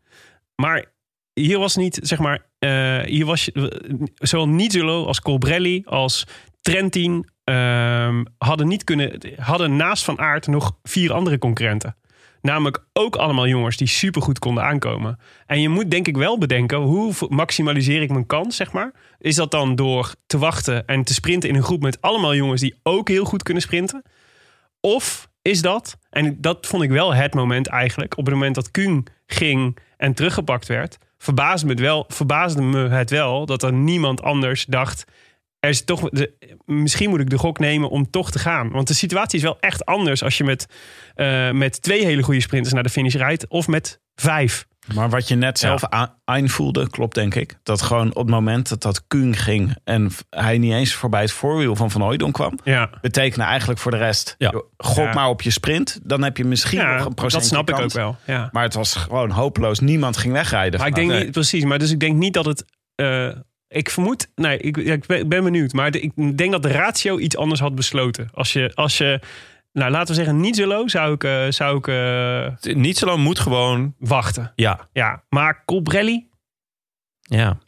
Speaker 3: Maar hier was niet, zeg maar, eh, hier was je- zowel Nizzolo als Colbrelli als Trentin ehm, hadden niet kunnen, hadden naast Van Aert nog vier andere concurrenten. Namelijk ook allemaal jongens die supergoed konden aankomen. En je moet denk ik wel bedenken, hoe v- maximaliseer ik mijn kans, zeg maar? Is dat dan door te wachten en te sprinten in een groep met allemaal jongens die ook heel goed kunnen sprinten? Of is dat, en dat vond ik wel het moment eigenlijk, op het moment dat Kuhn ging en teruggepakt werd, verbaasde me het wel, verbaasde me het wel dat er niemand anders dacht, er is toch, de- misschien moet ik de gok nemen om toch te gaan. Want de situatie is wel echt anders als je met, eh, met twee hele goede sprinters naar de finish rijdt. Of met vijf.
Speaker 2: Maar wat je net zelf a- aanvoelde, klopt denk ik. Dat gewoon op het moment dat dat Kuhn ging en v- hij niet eens voorbij het voorwiel van Van Hooydonk kwam,
Speaker 3: Ja.
Speaker 2: betekende eigenlijk voor de rest,
Speaker 1: Ja.
Speaker 2: joh, gok
Speaker 3: Ja.
Speaker 2: maar op je sprint, dan heb je misschien nog
Speaker 3: ja
Speaker 2: een procent.
Speaker 3: dat snap ik ook wel. Ja.
Speaker 2: Maar het was gewoon hopeloos. Niemand ging wegrijden.
Speaker 3: Maar ik denk
Speaker 2: vandaag.
Speaker 3: niet, precies. Maar dus ik denk niet dat het. eh, ik vermoed. Nee, ik, ja, ik ben ben benieuwd. Maar de- ik denk dat de ratio iets anders had besloten. Als je. Als je nou, laten we zeggen, niet zo zou ik, eh, zou ik eh,
Speaker 1: Niet zo lang moet gewoon.
Speaker 3: wachten.
Speaker 1: Ja,
Speaker 3: Ja, maar Colbrelli,
Speaker 1: ja.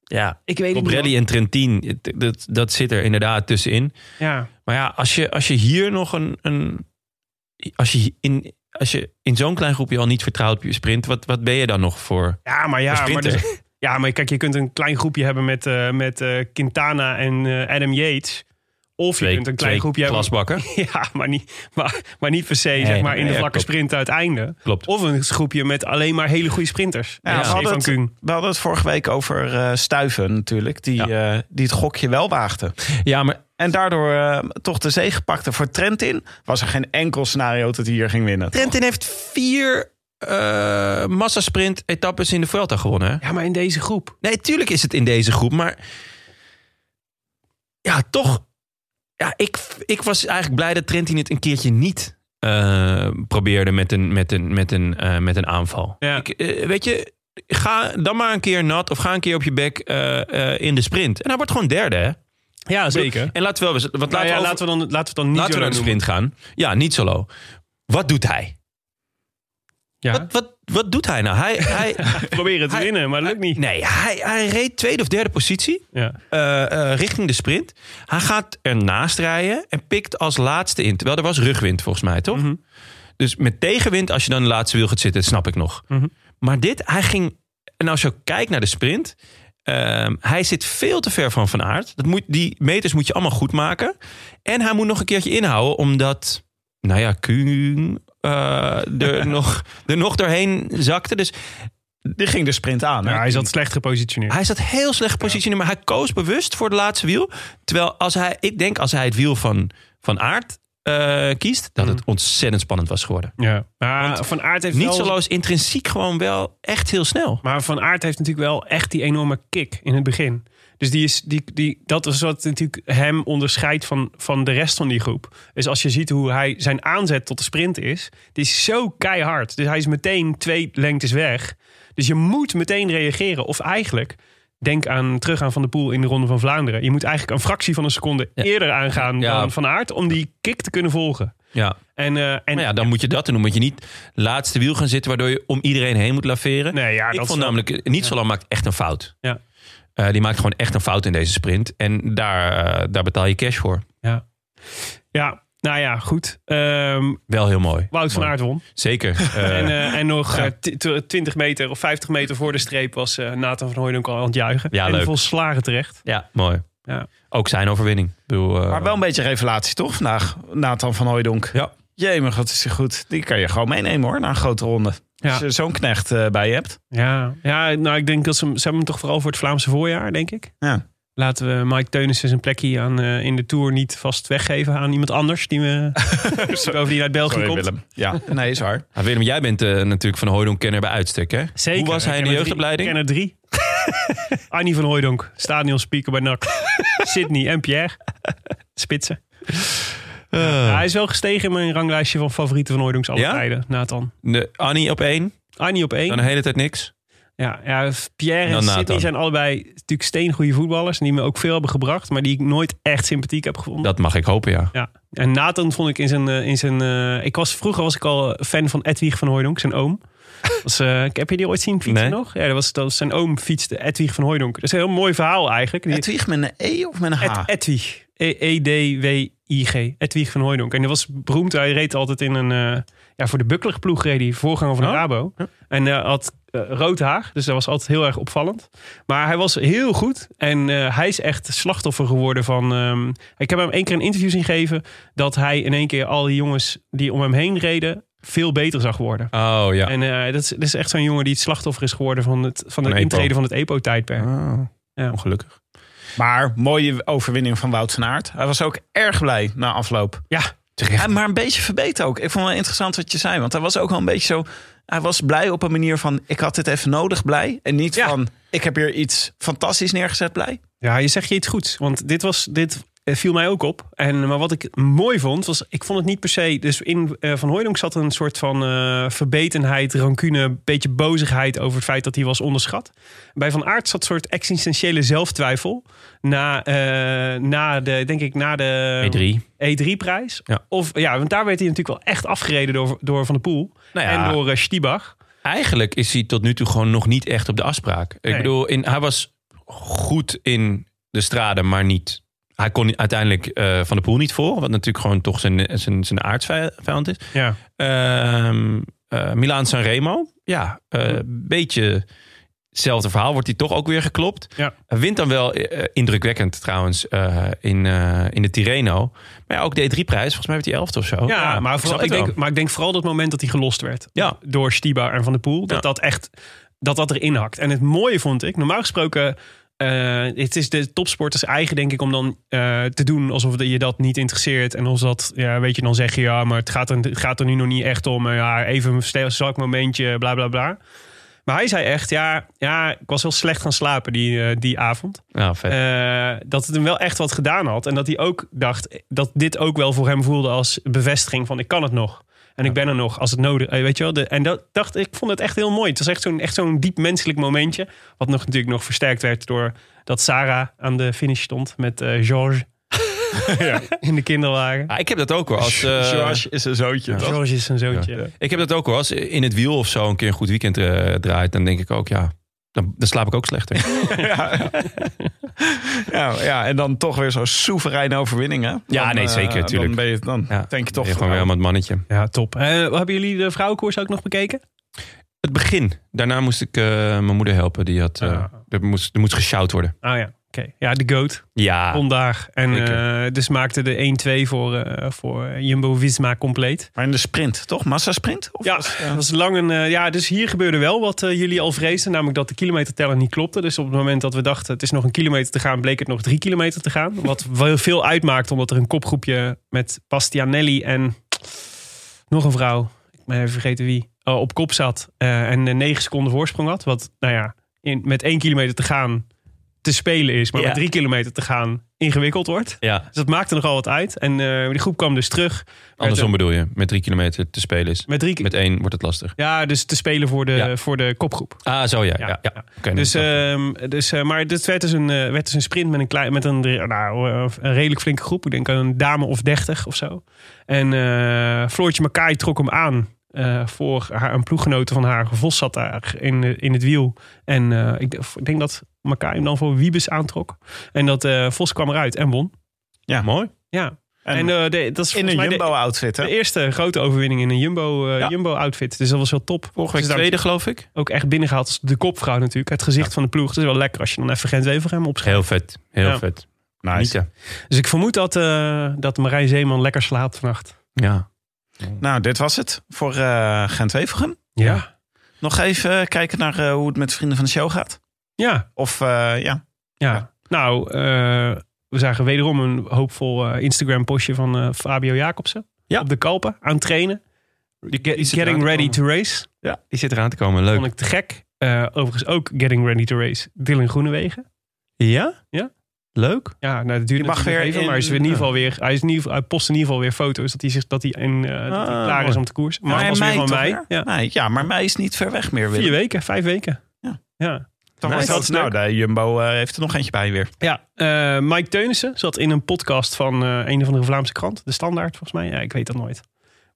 Speaker 1: Ja.
Speaker 3: ik weet het niet.
Speaker 1: Cobrelli en Trentin, het- dat, dat zit er inderdaad tussenin.
Speaker 3: Ja,
Speaker 1: Maar ja, als je, als je hier nog een. een als je in, als je in zo'n klein groepje al niet vertrouwt op je sprint, wat, wat ben je dan nog voor?
Speaker 3: ja, maar ja.
Speaker 1: Een
Speaker 3: Maar
Speaker 1: sprinter.
Speaker 3: dus- ja, maar kijk, je kunt een klein groepje hebben met, eh, met eh, Quintana en eh, Adam Yates. Of je kunt een klein groepje hebben.
Speaker 1: klasbakken.
Speaker 3: Ja, maar niet, maar, maar niet per se, zeg maar, in
Speaker 1: nee,
Speaker 3: de
Speaker 1: ja,
Speaker 3: vlakke
Speaker 1: klopt.
Speaker 3: sprint uiteindelijk.
Speaker 1: Klopt.
Speaker 3: Of een groepje met alleen maar hele goede sprinters.
Speaker 2: Ja,
Speaker 3: Ja,
Speaker 2: we, hadden
Speaker 3: Stefan
Speaker 2: het,
Speaker 3: Kuhn.
Speaker 2: we hadden het vorige week over eh, Stuiven natuurlijk. Die, eh, die het gokje wel waagde.
Speaker 1: Ja, maar
Speaker 2: En daardoor eh, toch de zege pakte voor Trentin. Was er geen enkel scenario dat hij hier ging winnen.
Speaker 1: Trentin heeft vier eh massasprint-etappes in de Vuelta gewonnen. hè?
Speaker 3: Ja, maar in deze groep.
Speaker 1: Nee, tuurlijk is het in deze groep, maar ja, toch. Ja, ik, ik was eigenlijk blij dat Trentin het een keertje niet eh, probeerde met een, met een, met een, eh, met een aanval.
Speaker 3: Ja.
Speaker 1: Ik, eh, weet je, ga dan maar een keer nat of ga een keer op je bek eh, eh, in de sprint. En hij wordt gewoon derde, hè?
Speaker 3: Ja, zeker.
Speaker 1: En laten we wel eens. Want laten
Speaker 3: Nou
Speaker 1: we,
Speaker 3: ja,
Speaker 1: over-
Speaker 3: laten, we dan, laten we het dan niet
Speaker 1: laten we
Speaker 3: zo
Speaker 1: naar de sprint gaan. Ja, niet solo. Wat doet hij?
Speaker 3: noemen.
Speaker 1: Wat, wat, wat doet hij nou? Hij, hij,
Speaker 3: Ja. Proberen te
Speaker 1: Hij-
Speaker 3: winnen, maar dat lukt niet.
Speaker 1: nee, hij, hij reed tweede of derde positie.
Speaker 3: Ja.
Speaker 1: eh, eh, richting de sprint. Hij gaat ernaast rijden en pikt als laatste in. Terwijl er was rugwind volgens mij, toch?
Speaker 3: Mhm.
Speaker 1: Dus met tegenwind, als je dan in de laatste wiel gaat zitten, dat snap ik nog.
Speaker 3: Mhm.
Speaker 1: Maar dit, hij ging... En als je ook kijkt naar de sprint... ehm, hij zit veel te ver van Van Aert. Dat moet, die meters moet je allemaal goed maken. En hij moet nog een keertje inhouden, omdat... Nou ja, Kuhn eh, er, nog, er nog doorheen zakte. Dus
Speaker 2: Die ging de sprint aan. hè?
Speaker 3: Nou, hij zat slecht gepositioneerd.
Speaker 1: hij zat heel slecht gepositioneerd, maar hij koos bewust voor de laatste wiel. Terwijl als hij, ik denk als hij het wiel van, van Aert eh, kiest, dat
Speaker 2: Mhm.
Speaker 1: het ontzettend spannend was geworden.
Speaker 3: Ja. Maar Van Aert heeft
Speaker 1: Niet
Speaker 3: wel...
Speaker 1: zo loos, intrinsiek gewoon wel echt heel snel.
Speaker 3: Maar Van Aert heeft natuurlijk wel echt die enorme kick in het begin. Dus die is, die, die, dat is wat natuurlijk hem onderscheidt van, van de rest van die groep. Dus als je ziet hoe hij zijn aanzet tot de sprint is, die is zo keihard. Dus hij is meteen twee lengtes weg. Dus je moet meteen reageren. Of eigenlijk, denk aan terug aan Van der Poel in de Ronde van Vlaanderen. Je moet eigenlijk een fractie van een seconde
Speaker 1: Ja.
Speaker 3: eerder aangaan
Speaker 1: Ja.
Speaker 3: dan Van Aert om die kick te kunnen volgen.
Speaker 1: Ja.
Speaker 3: En, eh, en
Speaker 1: Maar ja, dan moet je dat doen. Dan moet je niet laatste wiel gaan zitten, waardoor je om iedereen heen moet laveren.
Speaker 3: Nee, ja,
Speaker 1: ik
Speaker 3: dat
Speaker 1: vond
Speaker 3: is wel-
Speaker 1: namelijk, eh, niet zo lang maakt echt een fout.
Speaker 3: Ja.
Speaker 1: Eh, die maakt gewoon echt een fout in deze sprint. En daar, eh, daar betaal je cash voor.
Speaker 3: ja. ja, nou ja, goed. Ehm,
Speaker 1: Wel heel mooi.
Speaker 3: Wout van
Speaker 1: Mooi.
Speaker 3: Aert won.
Speaker 1: Zeker. Eh,
Speaker 3: En, eh, en nog eh, t- t- 20 meter of 50 meter voor de streep was eh, Nathan van Hooydonk al aan het juichen.
Speaker 1: Ja,
Speaker 3: en
Speaker 1: leuk.
Speaker 3: volslagen terecht.
Speaker 1: ja, mooi.
Speaker 3: Ja.
Speaker 1: Ook zijn overwinning. Ik bedoel, eh,
Speaker 2: Maar wel een beetje revelatie toch vandaag, Nathan van Hooijdonk.
Speaker 1: Ja.
Speaker 2: Jemig, wat is die goed. Die kan je gewoon meenemen hoor, na een grote ronde.
Speaker 3: Ja.
Speaker 2: Als je zo'n knecht eh, bij je hebt.
Speaker 3: Ja, ja nou ik denk dat ze, hem- ze hebben hem toch vooral voor het Vlaamse voorjaar, denk ik.
Speaker 2: Ja.
Speaker 3: Laten we Mike Teunissen zijn plekje aan, eh, in de Tour niet vast weggeven aan iemand anders die we over die uit België komt.
Speaker 2: Ja, nee, is waar.
Speaker 1: Ah, Willem, jij bent eh, natuurlijk van Hooydonk kenner bij uitstek, hè?
Speaker 3: Zeker.
Speaker 1: Hoe was hij in de
Speaker 3: Kenner drie-
Speaker 1: jeugdopleiding?
Speaker 3: Kenner 3. Arnie van Hooydonk, stadionspeaker bij NAC. Sydney en Pierre. Spitsen. Ja, hij is wel gestegen in mijn ranglijstje van favorieten van Hooijdonks alle
Speaker 1: Eh. Ja?
Speaker 3: tijden, Nathan.
Speaker 1: De Annie op één,
Speaker 3: Arnie op
Speaker 1: dan
Speaker 3: één.
Speaker 1: de hele tijd niks.
Speaker 3: Ja, ja, Pierre
Speaker 1: Dan
Speaker 3: en Sidney
Speaker 1: Nathan.
Speaker 3: zijn allebei natuurlijk steengoede voetballers. Die me ook veel hebben gebracht, maar die ik nooit echt sympathiek heb gevonden.
Speaker 1: Dat mag ik hopen, ja.
Speaker 3: Ja. En Nathan vond ik in zijn... eh, In zijn eh, ik was, vroeger was ik al fan van Edwig van Hooijdonk, zijn oom. Was, eh, heb je die ooit zien fietsen
Speaker 1: Nee.
Speaker 3: nog? Ja, dat was, dat was zijn oom fietste Edwig van Hooijdonk. Dat is een heel mooi verhaal eigenlijk. Die-
Speaker 2: Edwig met een E of met een H?
Speaker 3: Ed, Edwig. E- E-D-W-I-G. Edwig van Hooijdonk. En dat was beroemd. Hij reed altijd in een... eh, ja, voor de Bukkelig-ploeg reed hij. Voorganger van de Rabo. En eh, had eh, rood haar. Dus dat was altijd heel erg opvallend. Maar hij was heel goed. En eh, hij is echt slachtoffer geworden van... ehm, ik heb hem één keer een interview zien geven... dat hij in één keer al die jongens die om hem heen reden... veel beter zag worden.
Speaker 1: Oh, ja.
Speaker 3: En eh, dat, is, dat is echt zo'n jongen die het slachtoffer is geworden... van het van de
Speaker 1: Van EPO.
Speaker 3: intreden van het EPO-tijdperk.
Speaker 1: Oh,
Speaker 3: Ja.
Speaker 1: Ongelukkig.
Speaker 2: Maar mooie overwinning van Wout van Aert. Hij was ook erg blij na afloop.
Speaker 3: Ja,
Speaker 2: Ja, maar een beetje verbeterd ook. Ik vond het wel interessant wat je zei. Want hij was ook wel een beetje zo... Hij was blij op een manier van... Ik had dit even nodig blij. En niet
Speaker 3: Ja.
Speaker 2: van... Ik heb hier iets fantastisch neergezet blij.
Speaker 3: Ja, je zegt je iets goed. Want dit, was, dit eh, viel mij ook op. En, maar wat ik mooi vond, was ik vond het niet per se... Dus in eh, Van Hooydonk zat een soort van eh, verbetenheid, rancune... beetje bozigheid over het feit dat hij was onderschat. Bij Van Aert zat een soort existentiële zelftwijfel. Na, eh, na de, denk ik, na de...
Speaker 1: E3.
Speaker 3: E3-prijs.
Speaker 1: E Ja.
Speaker 3: Of, ja, want daar werd hij natuurlijk wel echt afgereden door, door Van der Poel.
Speaker 1: Nou ja.
Speaker 3: En door eh, Stiebach.
Speaker 1: Eigenlijk is hij tot nu toe gewoon nog niet echt op de afspraak. Ik
Speaker 3: Nee.
Speaker 1: bedoel, in, hij was goed in de straden, maar niet. Hij kon uiteindelijk eh, Van de Poel niet voor, wat natuurlijk gewoon toch zijn, zijn, zijn aardsvijand is.
Speaker 3: Ja.
Speaker 1: Ehm eh Milaan Sanremo. Ja, eh, beetje hetzelfde verhaal. Wordt hij toch ook weer geklopt.
Speaker 3: Ja.
Speaker 1: Hij wint dan wel eh, indrukwekkend trouwens eh, in, eh, in de Tirreno. Maar ja, ook de E3-prijs. Volgens mij werd hij elfde of zo.
Speaker 3: Ja, maar,
Speaker 1: snap
Speaker 3: vooral,
Speaker 1: het
Speaker 3: ik denk,
Speaker 1: wel.
Speaker 3: maar ik denk vooral dat moment dat hij gelost werd
Speaker 1: Ja.
Speaker 3: door Stiba en Van der Poel. Dat
Speaker 1: Ja.
Speaker 3: dat echt dat dat erin hakt. En het mooie vond ik, normaal gesproken... eh, het is de topsporters eigen, denk ik, om dan eh, te doen alsof je dat niet interesseert. En als dat, ja, weet je, dan zeg je ja, maar het gaat er, het gaat er nu nog niet echt om. eh, ja, even een stil- zwak momentje, bla bla bla. Maar hij zei echt, ja, ja ik was wel slecht gaan slapen die, eh, die avond.
Speaker 1: Ja, vet.
Speaker 3: Eh, dat het hem wel echt wat gedaan had. En dat hij ook dacht dat dit ook wel voor hem voelde als bevestiging van ik kan het nog. En ik ben er nog als het nodig eh, Weet je wel? De, en dat dacht ik, vond het echt heel mooi. Het was echt zo'n echt zo'n diep menselijk momentje. Wat nog, natuurlijk nog versterkt werd door dat Sarah aan de finish stond met eh Georges in de kinderwagen.
Speaker 1: Ah, ik heb dat ook hoor. Als, eh,
Speaker 2: George is een zoontje. toch?
Speaker 3: Georges is een zoontje.
Speaker 1: ik heb dat ook hoor. Als in het wiel of zo een keer een goed weekend eh, draait, dan denk ik ook ja. Dan, dan slaap ik ook slechter.
Speaker 2: Ja, ja, en dan toch weer zo'n soevereine overwinning, hè?
Speaker 1: Ja,
Speaker 2: Dan,
Speaker 1: nee,
Speaker 2: eh,
Speaker 1: zeker, tuurlijk.
Speaker 2: Dan, ben je, dan
Speaker 1: Ja,
Speaker 2: denk
Speaker 1: Toch
Speaker 2: je toch... nou-
Speaker 1: gewoon weer helemaal het mannetje.
Speaker 3: Ja, top. Eh, hebben jullie de vrouwenkoers ook nog bekeken?
Speaker 1: Het begin. Daarna moest ik eh, mijn moeder helpen. Die had, eh,
Speaker 3: Ah.
Speaker 1: er, moest, er moest gesjouwd worden.
Speaker 3: Ah ja, oké. Ja, de GOAT.
Speaker 1: Ja.
Speaker 3: vandaag. En
Speaker 1: zeker.
Speaker 3: eh, dus maakte de 1-2 voor, eh, voor Jumbo-Visma compleet.
Speaker 2: Maar in de sprint, toch? Massasprint? Of
Speaker 3: Ja,
Speaker 2: was-
Speaker 3: dat was lang een, eh, ja, dus hier gebeurde wel wat eh, jullie al vreesden. Namelijk dat de kilometerteller niet klopte. Dus op het moment dat we dachten het is nog een kilometer te gaan... bleek het nog drie kilometer te gaan. Wat wel veel uitmaakt omdat er een kopgroepje met Bastianelli en... nog een vrouw, ik ben even vergeten wie, eh, op kop zat. eh, en eh, negen seconden voorsprong had. Wat, nou ja, in, met één kilometer te gaan te spelen is. Maar
Speaker 1: Ja.
Speaker 3: met drie kilometer te gaan ingewikkeld wordt.
Speaker 1: ja.
Speaker 3: Dus dat maakte nogal wat uit. En eh, die groep kwam dus terug.
Speaker 1: Andersom
Speaker 3: Met,
Speaker 1: bedoel je, met drie kilometer te spelen is.
Speaker 3: eh, Met drie keer.
Speaker 1: Met één wordt het lastig.
Speaker 3: Ja, dus te spelen voor de,
Speaker 1: Ja.
Speaker 3: voor de kopgroep.
Speaker 1: Ah, zo ja.
Speaker 3: Ja,
Speaker 1: ja, ja.
Speaker 3: ja.
Speaker 1: Oké, dan
Speaker 3: Dus,
Speaker 1: snap ik.
Speaker 3: ehm, dus, eh, maar dit werd dus een, eh, werd dus een sprint met een, klein, met een, eh, nou, eh, een redelijk flinke groep. Ik denk een dame of dertig of zo. En eh Floortje Makai trok hem aan eh, voor haar, een ploeggenote van haar. Vos zat daar in, eh, in het wiel. En eh, ik, ik denk dat Makai hem dan voor Wiebes aantrok. En dat eh, Vos kwam eruit en won.
Speaker 2: ja. mooi.
Speaker 3: Ja. En,
Speaker 2: En
Speaker 3: eh, de, dat is
Speaker 2: in
Speaker 3: volgens mij
Speaker 2: een
Speaker 3: de-
Speaker 2: Jumbo-outfit, hè?
Speaker 3: De eerste grote overwinning in een Jumbo, eh,
Speaker 2: Ja.
Speaker 3: Jumbo outfit. Dus dat was wel top.
Speaker 1: Vorige week
Speaker 3: dus daar-
Speaker 1: tweede, geloof ik.
Speaker 3: Ook echt binnengehaald als de kopvrouw natuurlijk. Het gezicht van de ploeg. Het is wel lekker als je dan even Gent-Wevergem opschrijft.
Speaker 1: Heel vet. Heel
Speaker 3: Ja.
Speaker 1: vet.
Speaker 2: Nice.
Speaker 1: Nieten.
Speaker 3: Dus ik vermoed dat, eh, dat Marijn Zeeman lekker slaapt vannacht.
Speaker 1: Ja.
Speaker 2: Nou, dit was het voor eh Gent-Wevelgem.
Speaker 3: Ja.
Speaker 2: Nog even eh, kijken naar eh, hoe het met vrienden van de show gaat.
Speaker 3: Ja.
Speaker 2: Of eh, ja,
Speaker 3: ja.
Speaker 2: Ja.
Speaker 3: Nou, eh, we zagen wederom een hoopvol eh, Instagram-postje van eh, Fabio Jacobsen.
Speaker 1: Ja.
Speaker 3: Op de Kalpen, aan het trainen.
Speaker 1: die zit eraan
Speaker 3: getting
Speaker 1: te
Speaker 3: ready
Speaker 1: komen.
Speaker 3: to race.
Speaker 1: ja, die zit eraan te komen. Leuk.
Speaker 3: Vond ik te gek. Eh, overigens ook getting ready to race. Dylan Groenewegen.
Speaker 1: Ja?
Speaker 3: Ja.
Speaker 1: Leuk.
Speaker 3: Ja, nou, dat duurt
Speaker 2: Je mag
Speaker 3: natuurlijk
Speaker 2: weer
Speaker 3: nog even,
Speaker 2: in-
Speaker 3: maar hij, is weer in ieder geval weer, hij, is in ieder geval, hij post in ieder geval weer foto's dat hij, zich, dat hij, in, eh, dat hij
Speaker 2: Ah,
Speaker 3: klaar is
Speaker 2: mooi.
Speaker 3: om te koersen. Maar
Speaker 2: Ja,
Speaker 3: het was
Speaker 2: en
Speaker 3: weer
Speaker 2: mei
Speaker 3: van
Speaker 2: toch
Speaker 3: mij.
Speaker 2: weer?
Speaker 3: Ja.
Speaker 2: Mei, ja, maar mei is niet ver weg meer.
Speaker 3: Vier
Speaker 2: Willem.
Speaker 3: weken, vijf weken.
Speaker 2: Ja.
Speaker 3: ja.
Speaker 2: Dan wordt
Speaker 3: Nice.
Speaker 2: dat, nou, de Jumbo eh, heeft er nog eentje bij weer.
Speaker 3: Ja, eh, Mike Teunissen zat in een podcast van eh, een of andere Vlaamse krant. De Standaard, volgens mij. Ja, ik weet dat nooit.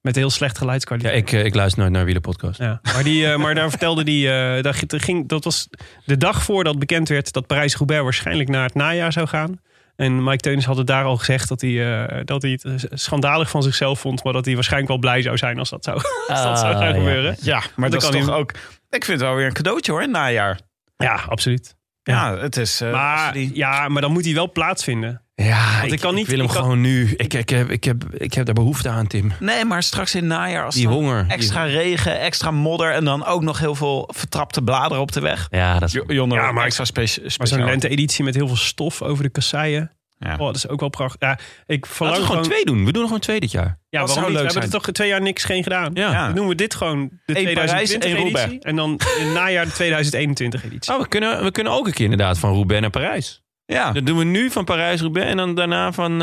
Speaker 3: Met heel slecht
Speaker 1: Ja,
Speaker 3: geluidskwaliteit.
Speaker 1: ik, eh, ik luister nooit naar wielerpodcast.
Speaker 3: Ja, maar, die, eh, maar daar vertelde die eh, daar ging- ging, dat was de dag voordat bekend werd dat Parijs-Roubaix waarschijnlijk naar het najaar zou gaan. En Mike Teunis had het daar al gezegd dat hij, eh, dat hij het eh, schandalig van zichzelf vond. Maar dat hij waarschijnlijk wel blij zou zijn als dat zou, als dat zou gaan
Speaker 1: Ah, ja.
Speaker 3: gebeuren.
Speaker 2: Ja, maar
Speaker 3: dat
Speaker 2: dat,
Speaker 3: kan
Speaker 2: is toch
Speaker 3: niet.
Speaker 2: ook... Ik vind het wel weer een cadeautje hoor, in het najaar.
Speaker 3: Ja, absoluut.
Speaker 2: Ja, het is... eh, als
Speaker 3: Maar,
Speaker 2: die-
Speaker 3: ja, maar dan moet hij wel plaatsvinden.
Speaker 2: Ja,
Speaker 3: ik
Speaker 2: ik,
Speaker 3: kan
Speaker 2: kan
Speaker 3: niet-
Speaker 2: Ik wil hem
Speaker 3: ik kan-
Speaker 2: gewoon nu. Ik, ik, heb, ik, heb, ik heb daar behoefte aan, Tim.
Speaker 1: Nee, maar straks in het najaar als
Speaker 2: Die
Speaker 1: dan
Speaker 2: honger.
Speaker 1: extra regen, extra modder en dan ook nog heel veel vertrapte bladeren op de weg.
Speaker 2: Ja, dat is.
Speaker 1: Jonne,
Speaker 3: Ja, maar-
Speaker 1: extra spe-
Speaker 3: Maar
Speaker 1: speciaal.
Speaker 3: zo'n lenteeditie met heel veel stof over de kasseien.
Speaker 1: Ja.
Speaker 3: Oh, dat is ook wel prachtig. Ja, ik verlang
Speaker 2: Laten we gewoon
Speaker 3: gewoon...
Speaker 2: twee doen. We doen er gewoon twee dit jaar.
Speaker 3: Ja,
Speaker 1: Dat
Speaker 3: waarom
Speaker 1: zou
Speaker 3: niet?
Speaker 1: leuk
Speaker 3: We hebben er
Speaker 1: zijn.
Speaker 3: toch twee jaar niks geen gedaan.
Speaker 2: Ja.
Speaker 1: Ja.
Speaker 3: Dan noemen we dit gewoon de
Speaker 1: Eén Parijs,
Speaker 3: 2020
Speaker 1: één Roubaix.
Speaker 3: editie. En dan in het najaar de 2021 editie.
Speaker 2: Oh, we, kunnen, we kunnen ook een keer inderdaad van Roubaix naar Parijs.
Speaker 1: Ja.
Speaker 2: Dat doen we nu van Parijs-Roubaix en dan daarna van... eh,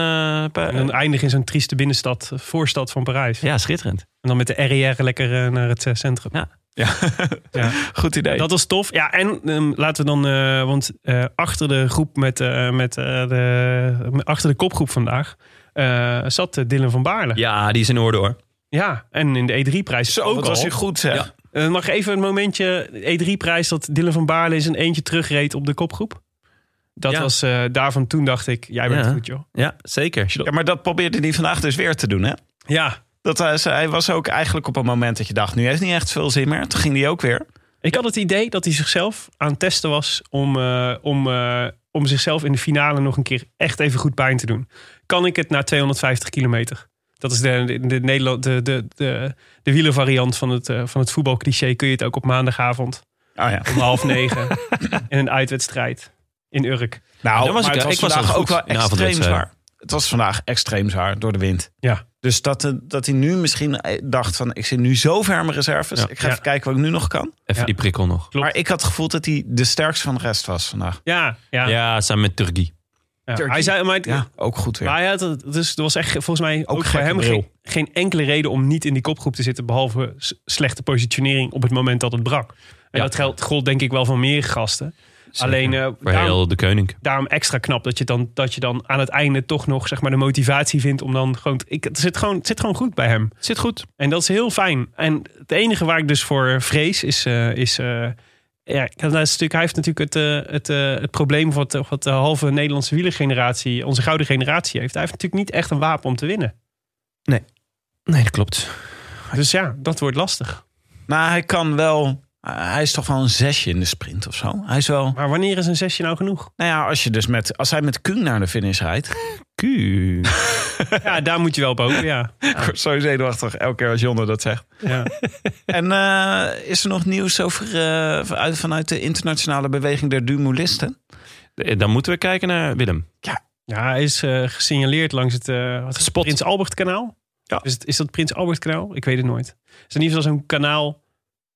Speaker 2: Pa-
Speaker 3: En dan eindigen in zo'n trieste binnenstad, eh, voorstad van Parijs.
Speaker 2: ja, schitterend.
Speaker 3: En dan met de RER lekker eh, naar het eh, centrum.
Speaker 1: Goed idee.
Speaker 3: Dat was tof. Ja, en ehm, laten we dan, eh, want eh, achter de groep met, eh, met eh, de, achter de kopgroep vandaag eh, zat eh, Dylan van Baarle. Ja.
Speaker 2: Ja, die is in orde hoor.
Speaker 3: en in de E3-prijs
Speaker 1: Zo,
Speaker 3: ook
Speaker 1: wat
Speaker 3: al.
Speaker 1: was hij goed zeg.
Speaker 2: Ja.
Speaker 3: Eh, mag even een momentje E3-prijs dat Dylan van Baarle in zijn eentje terugreed op de kopgroep? Dat
Speaker 2: Ja.
Speaker 3: was eh, daarvan toen dacht ik, jij bent
Speaker 2: Ja.
Speaker 3: goed joh.
Speaker 2: Ja, zeker.
Speaker 1: Ja, maar dat probeerde hij vandaag dus weer te doen, hè?
Speaker 3: Ja,
Speaker 1: Dat hij, ze- hij was ook eigenlijk op een moment dat je dacht, nu heeft niet echt veel zin meer. Toen ging hij ook weer.
Speaker 3: ik had het idee dat hij zichzelf aan het testen was om, eh, om, eh, om zichzelf in de finale nog een keer echt even goed pijn te doen. Kan ik het na 250 kilometer? Dat is de, de, de, Nederland, de, de, de, de wielervariant van het, eh, van het voetbalcliché. Kun je het ook op maandagavond
Speaker 1: Oh ja.
Speaker 3: om half negen in een uitwedstrijd in Urk.
Speaker 1: Nou,
Speaker 2: Dan was
Speaker 1: maar
Speaker 2: ik-
Speaker 1: het
Speaker 2: eh,
Speaker 1: was
Speaker 2: ik was
Speaker 1: vandaag
Speaker 2: wel
Speaker 1: ook wel
Speaker 2: goed in de
Speaker 1: extreem
Speaker 2: avondwedstrijd.
Speaker 1: zwaar. Het was vandaag extreem zwaar door de wind.
Speaker 3: Ja.
Speaker 1: Dus dat, eh, dat hij nu misschien eh, dacht van, ik zit nu zo ver aan mijn reserves.
Speaker 2: Ja.
Speaker 1: Ik ga
Speaker 3: Ja.
Speaker 1: even kijken wat ik nu nog kan.
Speaker 2: Even
Speaker 3: Ja.
Speaker 2: die prikkel nog.
Speaker 3: Klopt.
Speaker 1: Maar ik had het gevoel dat hij de sterkste van de rest was vandaag.
Speaker 3: Ja, ja, ja.
Speaker 2: Ja, samen met Turkije.
Speaker 3: Hij zei, maar,
Speaker 1: Ja, ook goed weer.
Speaker 3: maar hij had het, dus er was echt volgens mij ook, voor
Speaker 1: gekke
Speaker 3: hem
Speaker 1: bril.
Speaker 3: geen, geen enkele reden om niet in die kopgroep te zitten. Behalve s- slechte positionering op het moment dat het brak. En
Speaker 2: Ja.
Speaker 3: dat geldt, gold denk ik wel van meer gasten. Alleen eh,
Speaker 2: Voor
Speaker 3: daarom-
Speaker 2: heel de koning.
Speaker 3: daarom extra knap dat je dan, dat je dan aan het einde toch nog zeg maar, de motivatie vindt om dan gewoon. Ik, het, zit gewoon het zit gewoon goed bij hem.
Speaker 2: Zit goed.
Speaker 3: En dat is heel fijn. En het enige waar ik dus voor vrees is. eh, is eh, ja, dat is natuurlijk, hij heeft natuurlijk het, eh, het, eh, het probleem wat, eh, wat de halve Nederlandse wielergeneratie, onze gouden generatie heeft. Hij heeft natuurlijk niet echt een wapen om te winnen.
Speaker 2: Nee, dat klopt.
Speaker 3: Dus ja, dat wordt lastig.
Speaker 1: Maar hij kan wel... eh, hij is toch wel een zesje in de sprint of zo. Hij is wel...
Speaker 3: Maar wanneer is een zesje nou genoeg?
Speaker 1: Nou ja, als, je dus met, als hij met Kuhn naar de finish rijdt...
Speaker 2: Q.
Speaker 3: Ja, daar moet je wel op hopen, ja.
Speaker 1: Ik word Zo zenuwachtig elke keer als Jonne dat zegt.
Speaker 3: ja.
Speaker 1: En eh, is er nog nieuws over, eh, vanuit- vanuit de internationale beweging der Dumulisten?
Speaker 2: Dan moeten we kijken naar Willem.
Speaker 3: Ja, hij is eh, gesignaleerd langs het, eh, wat is het,
Speaker 2: Gespot.
Speaker 3: Prins Albert kanaal.
Speaker 1: Ja.
Speaker 3: Is, het, is dat Prins Albert kanaal? Ik weet het nooit. Het is in ieder geval zo'n kanaal.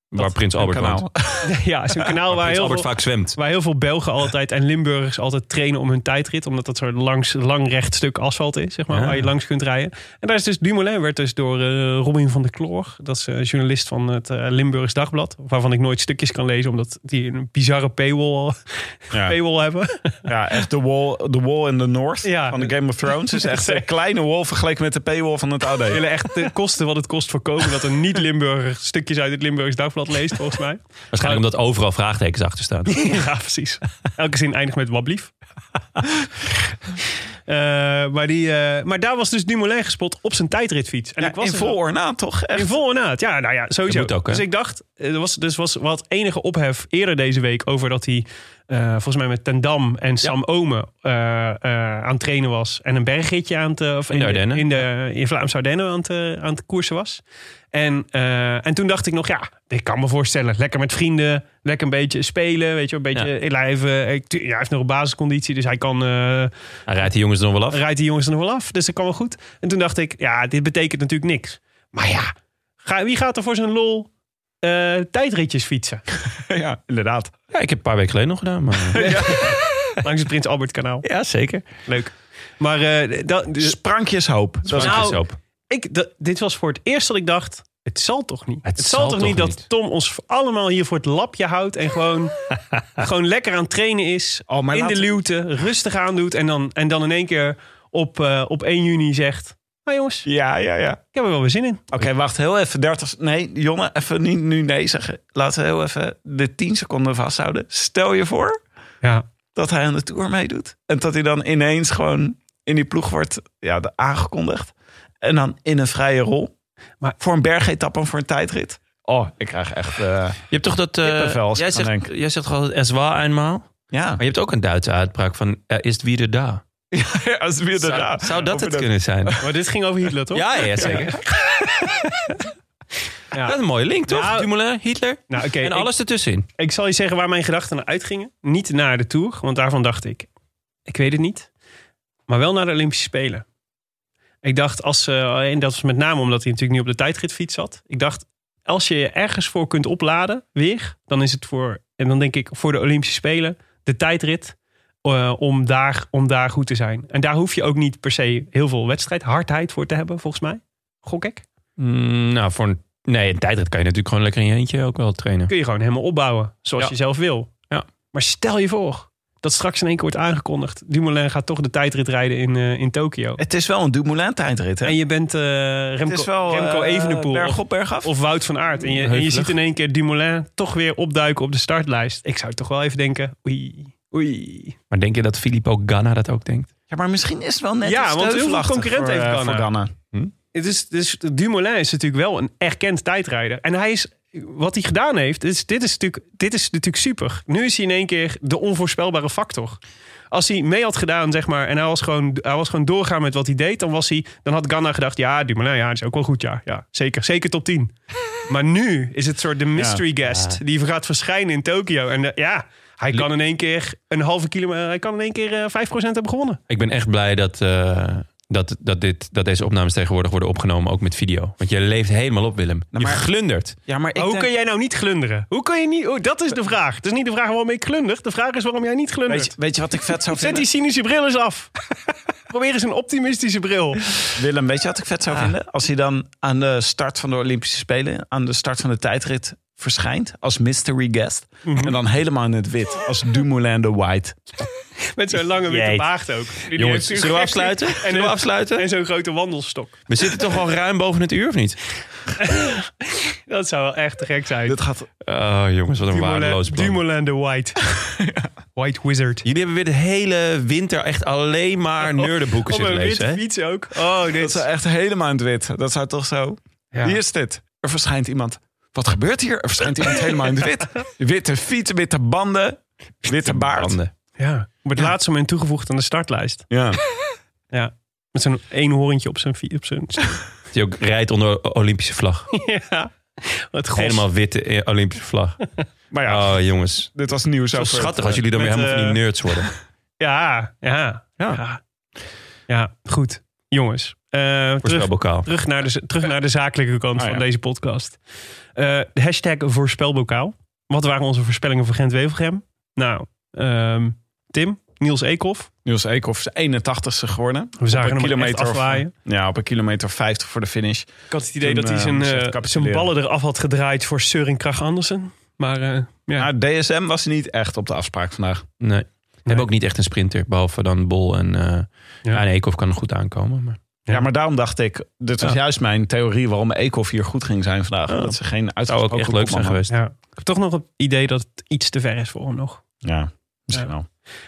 Speaker 2: Waar Prins Albert
Speaker 1: kanaal.
Speaker 2: woont.
Speaker 3: ja, zo'n kanaal waar,
Speaker 2: Prins
Speaker 3: heel
Speaker 2: Albert
Speaker 3: veel,
Speaker 2: vaak zwemt.
Speaker 3: waar heel veel Belgen altijd en Limburgers altijd trainen om hun tijdrit. Omdat dat zo'n langs, lang recht stuk asfalt is, zeg maar,
Speaker 2: Ja.
Speaker 3: waar je langs kunt rijden. En daar is dus Dumoulin, werd dus door eh, Robin van der Kloor. Dat is eh, journalist van het eh, Limburgs Dagblad. Waarvan ik nooit stukjes kan lezen, omdat die een bizarre paywall, paywall hebben.
Speaker 1: Ja, echt de wall, the wall in the north
Speaker 3: Ja.
Speaker 1: van de Game of Thrones. is echt een kleine wall vergeleken met de paywall van het AD.
Speaker 3: We willen echt de kosten wat het kost voorkomen dat een niet-Limburger stukjes uit het Limburgs Dagblad leest, volgens mij.
Speaker 2: Waarschijnlijk omdat overal vraagtekens achter staan.
Speaker 3: Ja, precies. Elke zin eindigt met wablief. Eh, maar, die, eh, maar daar was dus Dumoulin gespot op zijn tijdritfiets. En
Speaker 1: Ja,
Speaker 3: ik was
Speaker 1: in
Speaker 3: er
Speaker 1: vol
Speaker 3: wel-
Speaker 1: ornaat toch? Echt.
Speaker 3: In vol naad. Ja, nou ja, sowieso.
Speaker 2: Dat moet ook, hè?
Speaker 3: dus ik dacht, er was, dus was wat enige ophef eerder deze week over dat hij eh, volgens mij met Ten Dam en Sam Omen eh, eh, aan het trainen was. En een bergritje aan het, eh, of
Speaker 2: In de Ardennen.
Speaker 3: in, de, in Vlaamse Ardennen aan het, eh, aan het koersen was. En, eh, en toen dacht ik nog, ja, ik kan me voorstellen. Lekker met vrienden, lekker een beetje spelen, weet je wel, een beetje lijven. Ik- tu- Ja, hij heeft nog een basisconditie, dus hij kan... eh,
Speaker 2: Hij rijdt die jongens er nog wel af.
Speaker 3: rijdt die jongens er nog wel af. Dus dat kan wel goed. En toen dacht ik, ja, dit betekent natuurlijk niks. Maar ja, ga, wie gaat er voor zijn lol eh, tijdritjes fietsen?
Speaker 1: Ja, inderdaad.
Speaker 2: Ja, ik heb een paar weken geleden nog gedaan. Maar...
Speaker 3: Langs het Prins Albert kanaal.
Speaker 2: ja, zeker.
Speaker 3: Leuk. Maar eh, dat, dus,
Speaker 1: Sprankjes hoop.
Speaker 2: Dat is
Speaker 3: Nou,
Speaker 2: een op.
Speaker 3: ik, dat- dit was voor het eerst dat ik dacht, het zal toch niet?
Speaker 2: Het
Speaker 3: zal,
Speaker 2: zal
Speaker 3: toch
Speaker 2: toch
Speaker 3: niet dat
Speaker 2: niet?
Speaker 3: Tom ons allemaal hier voor het lapje houdt en gewoon, gewoon lekker aan het trainen is.
Speaker 1: Oh, maar
Speaker 3: in
Speaker 1: laten-
Speaker 3: de luwte, rustig aandoet en dan, en dan in één keer op, eh, op 1 juni zegt... Nou jongens, ik
Speaker 1: Ja, ja, ja.
Speaker 3: heb er wel weer zin in.
Speaker 1: Oké, wacht heel even. 30. s- Nee, Jonne, even niet nu nee zeggen. Laten we heel even de 10 seconden vasthouden. Stel je voor
Speaker 3: Ja,
Speaker 1: dat hij aan de tour meedoet. En dat hij dan ineens gewoon in die ploeg wordt ja, de- aangekondigd. En dan in een vrije rol.
Speaker 3: Maar-
Speaker 1: Maar voor een bergetap en voor een tijdrit. Oh, ik krijg echt. eh,
Speaker 2: Je hebt toch dat... eh,
Speaker 1: Kippenvel als
Speaker 2: jij,
Speaker 1: ik aan
Speaker 2: zegt, jij zegt gewoon het is waar eenmaal.
Speaker 1: ja.
Speaker 2: Maar je hebt ook een Duitse uitbraak van... Er is wieder da.
Speaker 1: Ja, als we
Speaker 2: Zou,
Speaker 1: inderdaad-
Speaker 2: zou dat
Speaker 1: of
Speaker 2: het
Speaker 1: we
Speaker 2: kunnen zijn?
Speaker 3: Maar dit ging over Hitler, toch?
Speaker 2: Ja, ja zeker. Dat is een mooie link, toch?
Speaker 3: Nou,
Speaker 2: Dumoulin, Hitler
Speaker 3: Nou, oké.
Speaker 2: en
Speaker 3: ik-
Speaker 2: alles ertussenin.
Speaker 3: Ik zal je zeggen waar mijn gedachten naar uitgingen. Niet naar de Tour, want daarvan dacht ik... Ik weet het niet. Maar wel naar de Olympische Spelen. Ik dacht, als ze... En dat was met name omdat hij natuurlijk niet op de tijdritfiets zat. Ik dacht, als je je ergens voor kunt opladen, weer... Dan is het voor... En dan denk ik, voor de Olympische Spelen, de tijdrit... eh, om, daar, om daar goed te zijn. En daar hoef je ook niet per se heel veel wedstrijd, hardheid voor te hebben, volgens mij. Gok ik.
Speaker 2: Mm, nou, voor een, nee, een tijdrit kan je natuurlijk gewoon lekker in je eentje ook wel trainen.
Speaker 3: kun je gewoon helemaal opbouwen zoals
Speaker 2: Ja.
Speaker 3: je zelf wil.
Speaker 2: Ja.
Speaker 3: Maar stel je voor dat straks in één keer wordt aangekondigd: Dumoulin gaat toch de tijdrit rijden in, eh, in Tokio.
Speaker 1: Het is wel een Dumoulin-tijdrit, hè?
Speaker 3: En je bent eh,
Speaker 1: het
Speaker 3: Remco,
Speaker 1: is wel
Speaker 3: Remco
Speaker 1: eh,
Speaker 3: Evenepoel
Speaker 1: Berg
Speaker 3: of,
Speaker 1: op, berg af.
Speaker 3: of Wout van Aert. En je, en je
Speaker 2: Heuvelig.
Speaker 3: ziet in één keer Dumoulin toch weer opduiken op de startlijst. Ik zou toch wel even denken: oei, oei.
Speaker 2: Maar denk je dat Filippo Ganna dat ook denkt?
Speaker 1: ja, maar misschien is het wel net
Speaker 3: Ja,
Speaker 1: iets
Speaker 3: want heel veel
Speaker 1: teufelachtig
Speaker 3: concurrent
Speaker 1: voor,
Speaker 3: heeft
Speaker 1: eh,
Speaker 3: Ganna.
Speaker 1: voor Ganna.
Speaker 3: Het is, dus Dumoulin is natuurlijk wel een erkend tijdrijder. En hij is, wat hij gedaan heeft, is, dit, is natuurlijk, dit is natuurlijk super. Nu is hij in één keer de onvoorspelbare factor. Als hij mee had gedaan, zeg maar, en hij was gewoon, hij was gewoon doorgaan met wat hij deed, dan, was hij, dan had Ganna gedacht: ja, Dumoulin, ja, dat is ook wel goed, ja. ja zeker, zeker top 10. maar nu is het soort de mystery guest die gaat verschijnen in Tokio. En eh, ja, hij kan in één keer een halve kilometer, hij kan in één keer eh, 5% hebben gewonnen.
Speaker 2: Ik ben echt blij dat, eh, dat, dat, dit, dat deze opnames tegenwoordig worden opgenomen, ook met video. Want je leeft helemaal op, Willem. je
Speaker 1: Nou, maar-
Speaker 2: glundert.
Speaker 1: Ja, maar ik
Speaker 3: Maar hoe
Speaker 1: denk-
Speaker 3: kun jij nou niet glunderen? Hoe kun je niet... oh, dat is de vraag. Het is niet de vraag waarom ik glunder. De vraag is waarom jij niet glundert.
Speaker 1: weet, je, weet je wat ik vet zou
Speaker 3: Zet
Speaker 1: vinden?
Speaker 3: die cynische bril eens af. Probeer eens een optimistische bril.
Speaker 1: Willem, weet je wat ik vet zou vinden? Als hij dan aan de start van de Olympische Spelen, aan de start van de tijdrit verschijnt als mystery guest.
Speaker 2: Mhm.
Speaker 1: En dan helemaal in het wit, als Dumoulin de White.
Speaker 3: Met zo'n lange witte
Speaker 1: Jeet.
Speaker 3: baard ook. Die
Speaker 2: Jongens,
Speaker 3: heeft zo'n
Speaker 2: zullen we
Speaker 3: gek-
Speaker 2: afsluiten?
Speaker 3: En,
Speaker 2: Zullen we afsluiten?
Speaker 3: en zo'n grote wandelstok.
Speaker 2: We zitten toch al ruim boven het uur, of niet?
Speaker 3: Dat zou wel echt te gek zijn.
Speaker 1: Dit gaat
Speaker 2: Oh, jongens, wat een waardeloos
Speaker 3: Dumoulin, Dumoulin
Speaker 2: plan.
Speaker 3: de White. White Wizard.
Speaker 2: Jullie hebben weer de hele winter echt alleen maar
Speaker 1: Oh,
Speaker 2: nerdenboeken
Speaker 3: Op
Speaker 2: zitten
Speaker 3: een
Speaker 2: lezen,
Speaker 3: witte
Speaker 2: hè?
Speaker 3: fiets ook. Oh,
Speaker 1: Dat
Speaker 3: dit.
Speaker 1: zou echt helemaal in het wit. Dat zou toch zo. Wie is dit? Er verschijnt iemand. Wat gebeurt hier? Er verschijnt iemand helemaal in het wit. Witte fiets, witte banden, witte baard.
Speaker 2: Handen.
Speaker 3: Ja. Op het laatste moment toegevoegd aan de startlijst.
Speaker 1: Ja.
Speaker 3: Ja. Met zo'n één horentje op zijn... fi- Op zijn
Speaker 2: Die ook rijdt onder de Olympische vlag.
Speaker 3: ja. Wat gos.
Speaker 2: Helemaal witte eh, Olympische vlag.
Speaker 1: Maar ja,
Speaker 2: Oh, jongens.
Speaker 1: dit was nieuws
Speaker 2: Zo
Speaker 1: over het,
Speaker 2: schattig
Speaker 1: eh,
Speaker 2: als jullie dan weer
Speaker 3: Met,
Speaker 2: helemaal van die
Speaker 3: eh,
Speaker 2: nerds worden.
Speaker 3: Ja, ja. Ja, ja. goed. Jongens, eh, terug,
Speaker 2: Voorspelbokaal.
Speaker 3: terug, naar de, terug naar de zakelijke kant
Speaker 1: Ah,
Speaker 3: van
Speaker 1: ja.
Speaker 3: deze podcast. Eh, de hashtag voorspelbokaal. Wat waren onze voorspellingen voor Gent-Wevelgem? Nou, ehm, Tim, Niels Eekhoff.
Speaker 1: Niels Eekhoff is 81ste geworden.
Speaker 3: We zagen hem
Speaker 1: kilometer
Speaker 3: echt
Speaker 1: of-
Speaker 3: afwaaien.
Speaker 1: Ja, op een kilometer 50 voor de finish.
Speaker 3: Ik had het idee
Speaker 1: Toen,
Speaker 3: dat hij
Speaker 1: eh,
Speaker 3: zijn,
Speaker 1: moest
Speaker 3: eh,
Speaker 1: echt capituleren.
Speaker 3: zijn ballen eraf had gedraaid voor Søren Kragh Andersen. Maar eh, ja,
Speaker 1: Maar DSM was niet echt op de afspraak vandaag.
Speaker 2: Nee. We hebben ook niet echt een sprinter, behalve dan Bol en... eh ja.
Speaker 3: Ja.
Speaker 2: en Eekhoff kan er goed aankomen, maar...
Speaker 1: Ja, maar daarom dacht ik, dit was
Speaker 2: Ja.
Speaker 1: juist mijn theorie waarom Eekhoff hier goed ging zijn vandaag. Dat ze geen
Speaker 2: zou ook
Speaker 1: uitgesproken
Speaker 2: echt leuk
Speaker 1: kopman
Speaker 2: zijn geweest.
Speaker 3: ja. ik heb toch nog het idee dat het iets te ver is voor hem nog.
Speaker 1: hadden. Ja, misschien
Speaker 3: Ja.
Speaker 1: wel.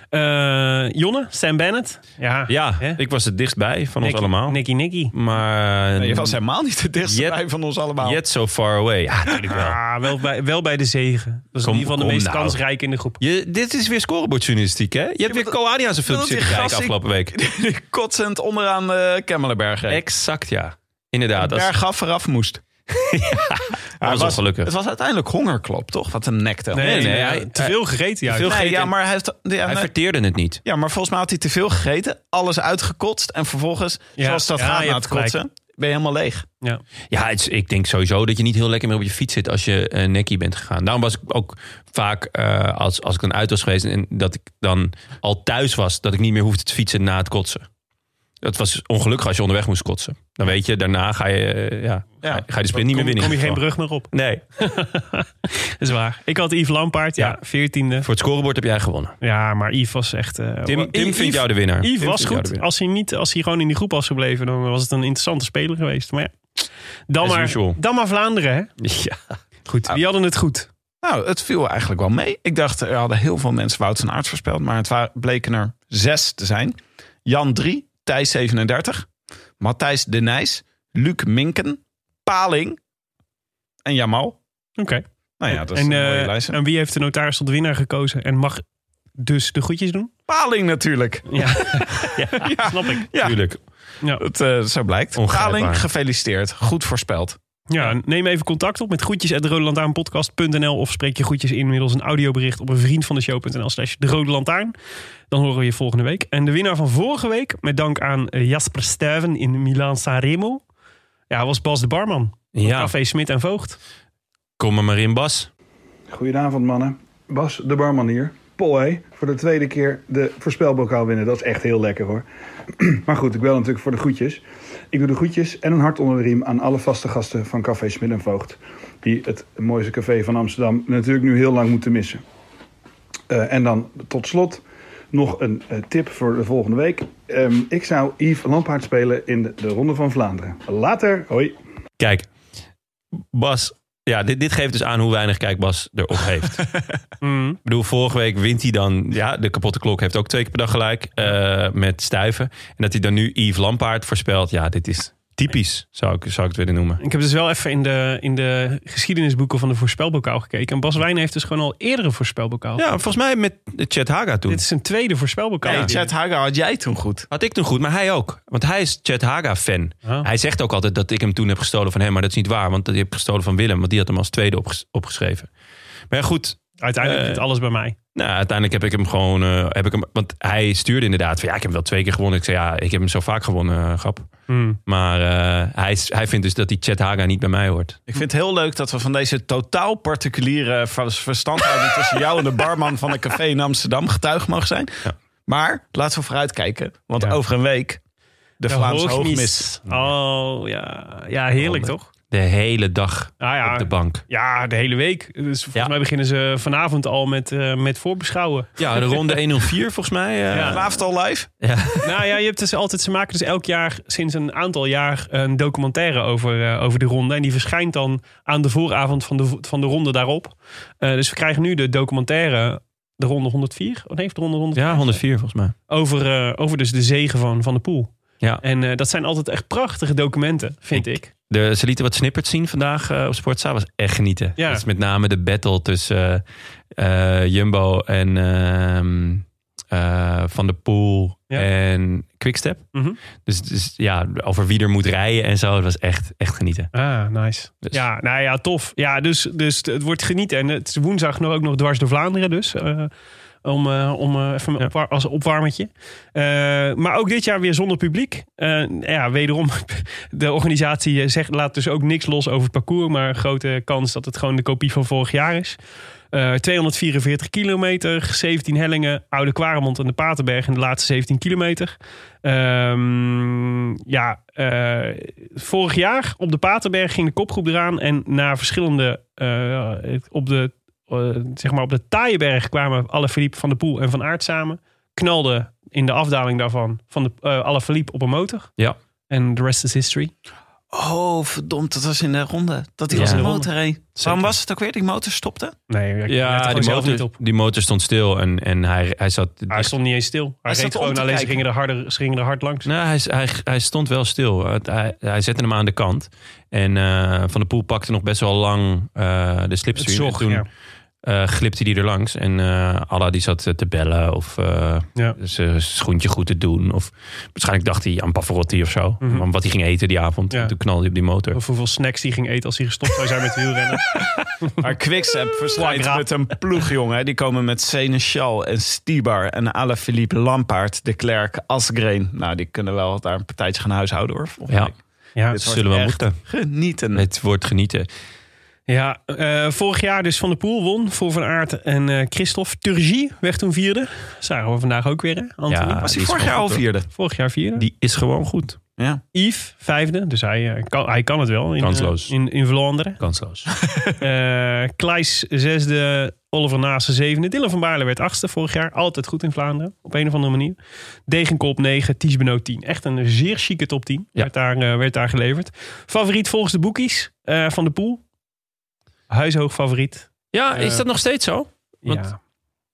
Speaker 3: Eh, Jonne, Sam Bennett. Ja,
Speaker 2: Ja,
Speaker 3: Hè?
Speaker 2: ik was het dichtstbij van ons
Speaker 3: Nicky-
Speaker 2: allemaal.
Speaker 3: Nicky Nicky.
Speaker 2: Maar
Speaker 1: Nee, je was helemaal niet de
Speaker 2: Jet-
Speaker 1: dichtstbij van ons allemaal.
Speaker 2: yet so far away. Ja, natuurlijk wel.
Speaker 3: Ah, wel bij, wel bij de zegen. Dat is
Speaker 2: Kom-
Speaker 3: in ieder geval de
Speaker 2: kom
Speaker 3: meest
Speaker 2: nou.
Speaker 3: kansrijke in de groep.
Speaker 2: Je, dit is weer scorebordjournalistiek, hè? Je hebt weer Koadi aan zijn filmpje
Speaker 1: dat die
Speaker 2: zitten kijken
Speaker 1: gast-
Speaker 2: afgelopen week.
Speaker 1: Die kotsend onderaan eh Kemmelenberg. reed.
Speaker 2: Exact, ja. Inderdaad.
Speaker 1: Berg
Speaker 2: Dat
Speaker 1: af vooraf moest.
Speaker 2: was,
Speaker 1: het
Speaker 2: ongelukkig.
Speaker 1: Het was uiteindelijk hongerklop, toch? Wat hem nekte.
Speaker 2: Nee, nee, hij-
Speaker 3: te veel gegeten. Ja,
Speaker 2: te veel-
Speaker 1: Nee,
Speaker 2: gegeten.
Speaker 1: ja, maar hij heeft... ja,
Speaker 2: Hij
Speaker 1: nee.
Speaker 2: verteerde het niet.
Speaker 1: Ja, maar volgens mij had hij te veel gegeten, alles uitgekotst en vervolgens,
Speaker 3: Ja,
Speaker 1: zoals dat
Speaker 3: ja,
Speaker 1: gaat
Speaker 3: je
Speaker 1: na het
Speaker 3: hebt gelijk.
Speaker 1: kotsen, ben je helemaal leeg.
Speaker 3: ja.
Speaker 2: Ja, het is- ik denk sowieso dat je niet heel lekker meer op je fiets zit als je eh nekkie bent gegaan. Daarom was ik ook vaak, eh, als, als ik dan uit was geweest en dat ik dan al thuis was, dat ik niet meer hoefde te fietsen na het kotsen. Dat was ongelukkig als je onderweg moest kotsen. Dan weet je, daarna ga je, eh, ja,
Speaker 1: Ja,
Speaker 2: ga, ga je de sprint niet Oh. meer
Speaker 3: Kom,
Speaker 2: winnen.
Speaker 3: kom je
Speaker 2: in
Speaker 3: geen
Speaker 2: ieder
Speaker 3: brug meer op.
Speaker 2: geval. Nee.
Speaker 3: Dat is waar. Ik had Yves Lampaard, ja,
Speaker 2: Ja.
Speaker 3: veertiende.
Speaker 2: Voor het scorebord heb jij gewonnen.
Speaker 3: Ja, maar Yves was echt... eh,
Speaker 2: Tim,
Speaker 3: wa-
Speaker 2: Tim
Speaker 3: Yves-
Speaker 2: vindt jou de winnaar.
Speaker 3: Yves
Speaker 2: Tim
Speaker 3: was
Speaker 2: vindt jou de
Speaker 3: goed.
Speaker 2: winnaar.
Speaker 3: Als hij, niet, als hij gewoon in die groep was gebleven, dan was het een interessante speler geweest. Maar ja, dan,
Speaker 2: As
Speaker 3: maar,
Speaker 2: usual.
Speaker 3: dan maar Vlaanderen, hè?
Speaker 2: Ja.
Speaker 3: Goed, die hadden het goed.
Speaker 1: Nou, het viel eigenlijk wel mee. Ik dacht, er hadden heel veel mensen Wout van Aert voorspeld, maar het wa- bleken er zes te zijn. Jan 3, Thijs 37, Matthijs de Nijs, Luc Minken, Paling en Jamal.
Speaker 3: Oké.
Speaker 1: Nou ja, dat is
Speaker 3: en,
Speaker 1: een
Speaker 3: eh,
Speaker 1: mooie lijst.
Speaker 3: en wie heeft de notaris tot winnaar gekozen? En mag dus de groetjes doen?
Speaker 1: Paling natuurlijk.
Speaker 3: Ja, ja, snap ik.
Speaker 1: Ja,
Speaker 2: Tuurlijk.
Speaker 3: Ja.
Speaker 1: het, eh, zo blijkt.
Speaker 2: Ongrijpbaar.
Speaker 1: Paling, gefeliciteerd. Goed voorspeld.
Speaker 3: Ja, neem even contact op met groetjes.rodelantaarnpodcast.nl of spreek je groetjes in middels een audiobericht op een vriend van de show.nl slash de Rode Lantaarn. Dan horen we je volgende week. En de winnaar van vorige week, met dank aan eh, Jasper Stuyven in Milaan Sanremo, ja, was Bas de Barman. van
Speaker 2: Ja.
Speaker 3: Café Smit en Voogd.
Speaker 2: Kom er maar in, Bas.
Speaker 4: Goedenavond mannen. Bas de barman hier. Paul hé, voor de tweede keer de voorspelbokaal winnen. Dat is echt heel lekker hoor. maar goed, ik bel natuurlijk voor de groetjes. Ik doe de groetjes en een hart onder de riem aan alle vaste gasten van Café Smid en Voogd. Die het mooiste café van Amsterdam natuurlijk nu heel lang moeten missen. Eh, en dan tot slot nog een eh, tip voor de volgende week. Ehm, ik zou Yves Lampaard spelen in de, de Ronde van Vlaanderen. Later, hoi.
Speaker 2: Kijk, Bas. Ja, dit, dit geeft dus aan hoe weinig kijk Bas erop heeft. Ik
Speaker 3: Mm.
Speaker 2: bedoel, vorige week wint hij dan... Ja, de kapotte klok heeft ook twee keer per dag gelijk eh, met stuiven. En dat hij dan nu Yves Lampaard voorspelt. Ja, dit is typisch, zou ik, zou ik het willen noemen.
Speaker 3: Ik heb dus wel even in de, in de geschiedenisboeken van de voorspelbokaal gekeken. En Bas Wijn heeft dus gewoon al eerder een voorspelbokaal.
Speaker 2: Ja, volgens mij met Chet Haga toen.
Speaker 3: Dit is een tweede voorspelbokaal.
Speaker 1: Hey, Chad Haga had jij toen goed.
Speaker 2: Had ik toen goed, maar hij ook. Want hij is Chet Haga-fan.
Speaker 3: Ah.
Speaker 2: Hij zegt ook altijd dat ik hem toen heb gestolen van hem. Maar dat is niet waar, want dat heb ik gestolen van Willem. Want die had hem als tweede opges- opgeschreven. Maar ja, goed,
Speaker 3: Uiteindelijk
Speaker 2: Eh,
Speaker 3: zit alles bij mij.
Speaker 2: Nou, uiteindelijk heb ik hem gewoon. eh, heb ik hem, want hij stuurde inderdaad van ja, ik heb hem wel twee keer gewonnen. Ik zei ja, ik heb hem zo vaak gewonnen, eh, grap.
Speaker 3: Mm.
Speaker 2: Maar eh, hij, is- hij vindt dus dat die Chet Haga niet bij mij hoort.
Speaker 1: Ik vind het heel leuk dat we van deze totaal particuliere ver- verstandhouding tussen jou en de barman van een café in Amsterdam getuige mogen zijn.
Speaker 2: Ja.
Speaker 1: Maar laten we vooruitkijken, want
Speaker 3: Ja.
Speaker 1: over een week de, Vlaamse hoogmis.
Speaker 3: Oh ja, ja heerlijk
Speaker 2: Handig.
Speaker 3: toch?
Speaker 2: De hele dag
Speaker 3: Ah, ja.
Speaker 2: op de bank.
Speaker 3: Ja, de hele week. Dus volgens
Speaker 2: Ja.
Speaker 3: mij beginnen ze vanavond al met, eh, met voorbeschouwen.
Speaker 2: Ja, de ronde 104 volgens mij. eh.
Speaker 3: Ja.
Speaker 1: Laafd al live.
Speaker 3: nou ja, je hebt dus altijd, ze maken dus elk jaar sinds een aantal jaar een documentaire over, eh, over de ronde. En die verschijnt dan aan de vooravond van de, vo- van de ronde daarop. Eh, dus we krijgen nu de documentaire, de ronde 104. Oh nee, of de ronde 104.
Speaker 2: Ja, 104 volgens mij.
Speaker 3: Over, eh, over dus de zegen van, van de pool.
Speaker 2: Ja.
Speaker 3: En eh, dat zijn altijd echt prachtige documenten, vind ik.
Speaker 2: De, ze lieten wat snippets zien vandaag eh, op Sportza. was echt genieten.
Speaker 3: Ja.
Speaker 2: Dat is met name de battle tussen eh, eh, Jumbo en ehm, eh, Van der Poel
Speaker 3: Ja.
Speaker 2: en Quickstep.
Speaker 3: Mhm.
Speaker 2: dus, dus ja, over wie er moet rijden en zo. Het was echt, echt genieten.
Speaker 3: Ah, nice.
Speaker 2: Dus-
Speaker 3: Ja, nou ja, tof. Ja, dus, dus het wordt genieten. En het is woensdag nog ook nog dwars door Vlaanderen dus. eh, om eh, om eh, even een
Speaker 2: Ja.
Speaker 3: opwa- als opwarmertje. Eh, maar ook dit jaar weer zonder publiek. Eh, ja, wederom, de organisatie eh, zegt, laat dus ook niks los over het parcours. Maar een grote kans dat het gewoon de kopie van vorig jaar is. Eh, 244 kilometer, 17 hellingen, Oude Kwaremond en de Paterberg in de laatste 17 kilometer. Ehm, ja, eh, vorig jaar op de Paterberg ging de kopgroep eraan. En na verschillende, eh, op, de, eh, zeg maar op de Taaienberg kwamen alle Philippe van de Poel en Van Aert samen. Knalde in de afdaling daarvan van de, eh alle Philippe op een motor.
Speaker 2: Ja.
Speaker 3: En the rest is history.
Speaker 1: Oh, verdomd, dat was in de ronde. Dat hij
Speaker 2: Ja.
Speaker 1: als een
Speaker 2: In de
Speaker 1: motor heen. Waarom was het ook weer? Die motor stopte?
Speaker 3: Nee, ik let er
Speaker 2: Ja,
Speaker 3: gewoon
Speaker 2: die
Speaker 3: zelf
Speaker 2: motor,
Speaker 3: niet op.
Speaker 2: die motor stond stil en, en hij, hij zat...
Speaker 3: Hij stond niet eens stil. Hij,
Speaker 1: zat
Speaker 3: reed
Speaker 1: om
Speaker 3: gewoon,
Speaker 1: te
Speaker 3: alleen ze
Speaker 1: kijken.
Speaker 3: gingen er, harder, ze gingen er hard langs.
Speaker 2: Nou, hij, hij, hij stond wel stil. Het- Hij, hij zette hem aan de kant. En eh, Van der Poel pakte nog best wel lang eh, de
Speaker 3: Het
Speaker 2: slipstream.
Speaker 3: zocht,
Speaker 2: en toen
Speaker 3: ja.
Speaker 2: eh, glipte hij er langs. En eh Alla die zat eh, te bellen of eh,
Speaker 3: Ja.
Speaker 2: zijn schoentje goed te doen. Of waarschijnlijk dacht hij aan Pavarotti of zo.
Speaker 3: Mhm.
Speaker 2: Om Wat hij ging eten die avond.
Speaker 3: Ja.
Speaker 2: En Toen knalde hij op die motor.
Speaker 3: Of hoeveel snacks die ging eten als hij gestopt zou zijn met wielrennen.
Speaker 1: Maar Quickstep verschijnt
Speaker 3: Flagra.
Speaker 1: met een ploeg, jongen. Die komen met Seneschal en Stibar en Alaphilippe Lampaard, De Klerk, Asgreen. Nou, die kunnen wel daar een partijtje gaan huishouden, hoor. volgende
Speaker 2: Ja.
Speaker 1: week.
Speaker 3: Ja,
Speaker 1: Dit
Speaker 2: zullen we
Speaker 1: wordt echt
Speaker 2: moeten.
Speaker 1: Genieten.
Speaker 2: Het wordt genieten.
Speaker 3: Ja, eh, vorig jaar dus Van der Poel won voor Van Aert en eh Christophe Turgie werd toen vierde. Zagen we vandaag ook weer, hè, Anthony?
Speaker 2: Ja,
Speaker 1: Was hij
Speaker 2: die is
Speaker 1: vorig
Speaker 2: wel
Speaker 1: jaar al
Speaker 2: goed, hoor.
Speaker 1: vierde?
Speaker 3: Vorig jaar vierde.
Speaker 2: Die is gewoon goed.
Speaker 1: Ja.
Speaker 3: Yves vijfde, dus hij, eh, kan, hij kan het wel in,
Speaker 2: Kansloos.
Speaker 3: eh, in, in Vlaanderen.
Speaker 2: Kansloos.
Speaker 3: Eh Kleis zesde, Oliver Naassen zevende. Dylan van Baarle werd achtste vorig jaar. Altijd goed in Vlaanderen, op een of andere manier. Degenkop 9, Ties Benoot 10. Echt een zeer chique top 10
Speaker 2: Ja.
Speaker 3: werd, daar, eh, werd daar geleverd. Favoriet volgens de boekies eh, van de pool. Huishoog favoriet.
Speaker 2: Ja, is
Speaker 3: Eh,
Speaker 2: dat nog steeds zo? Want-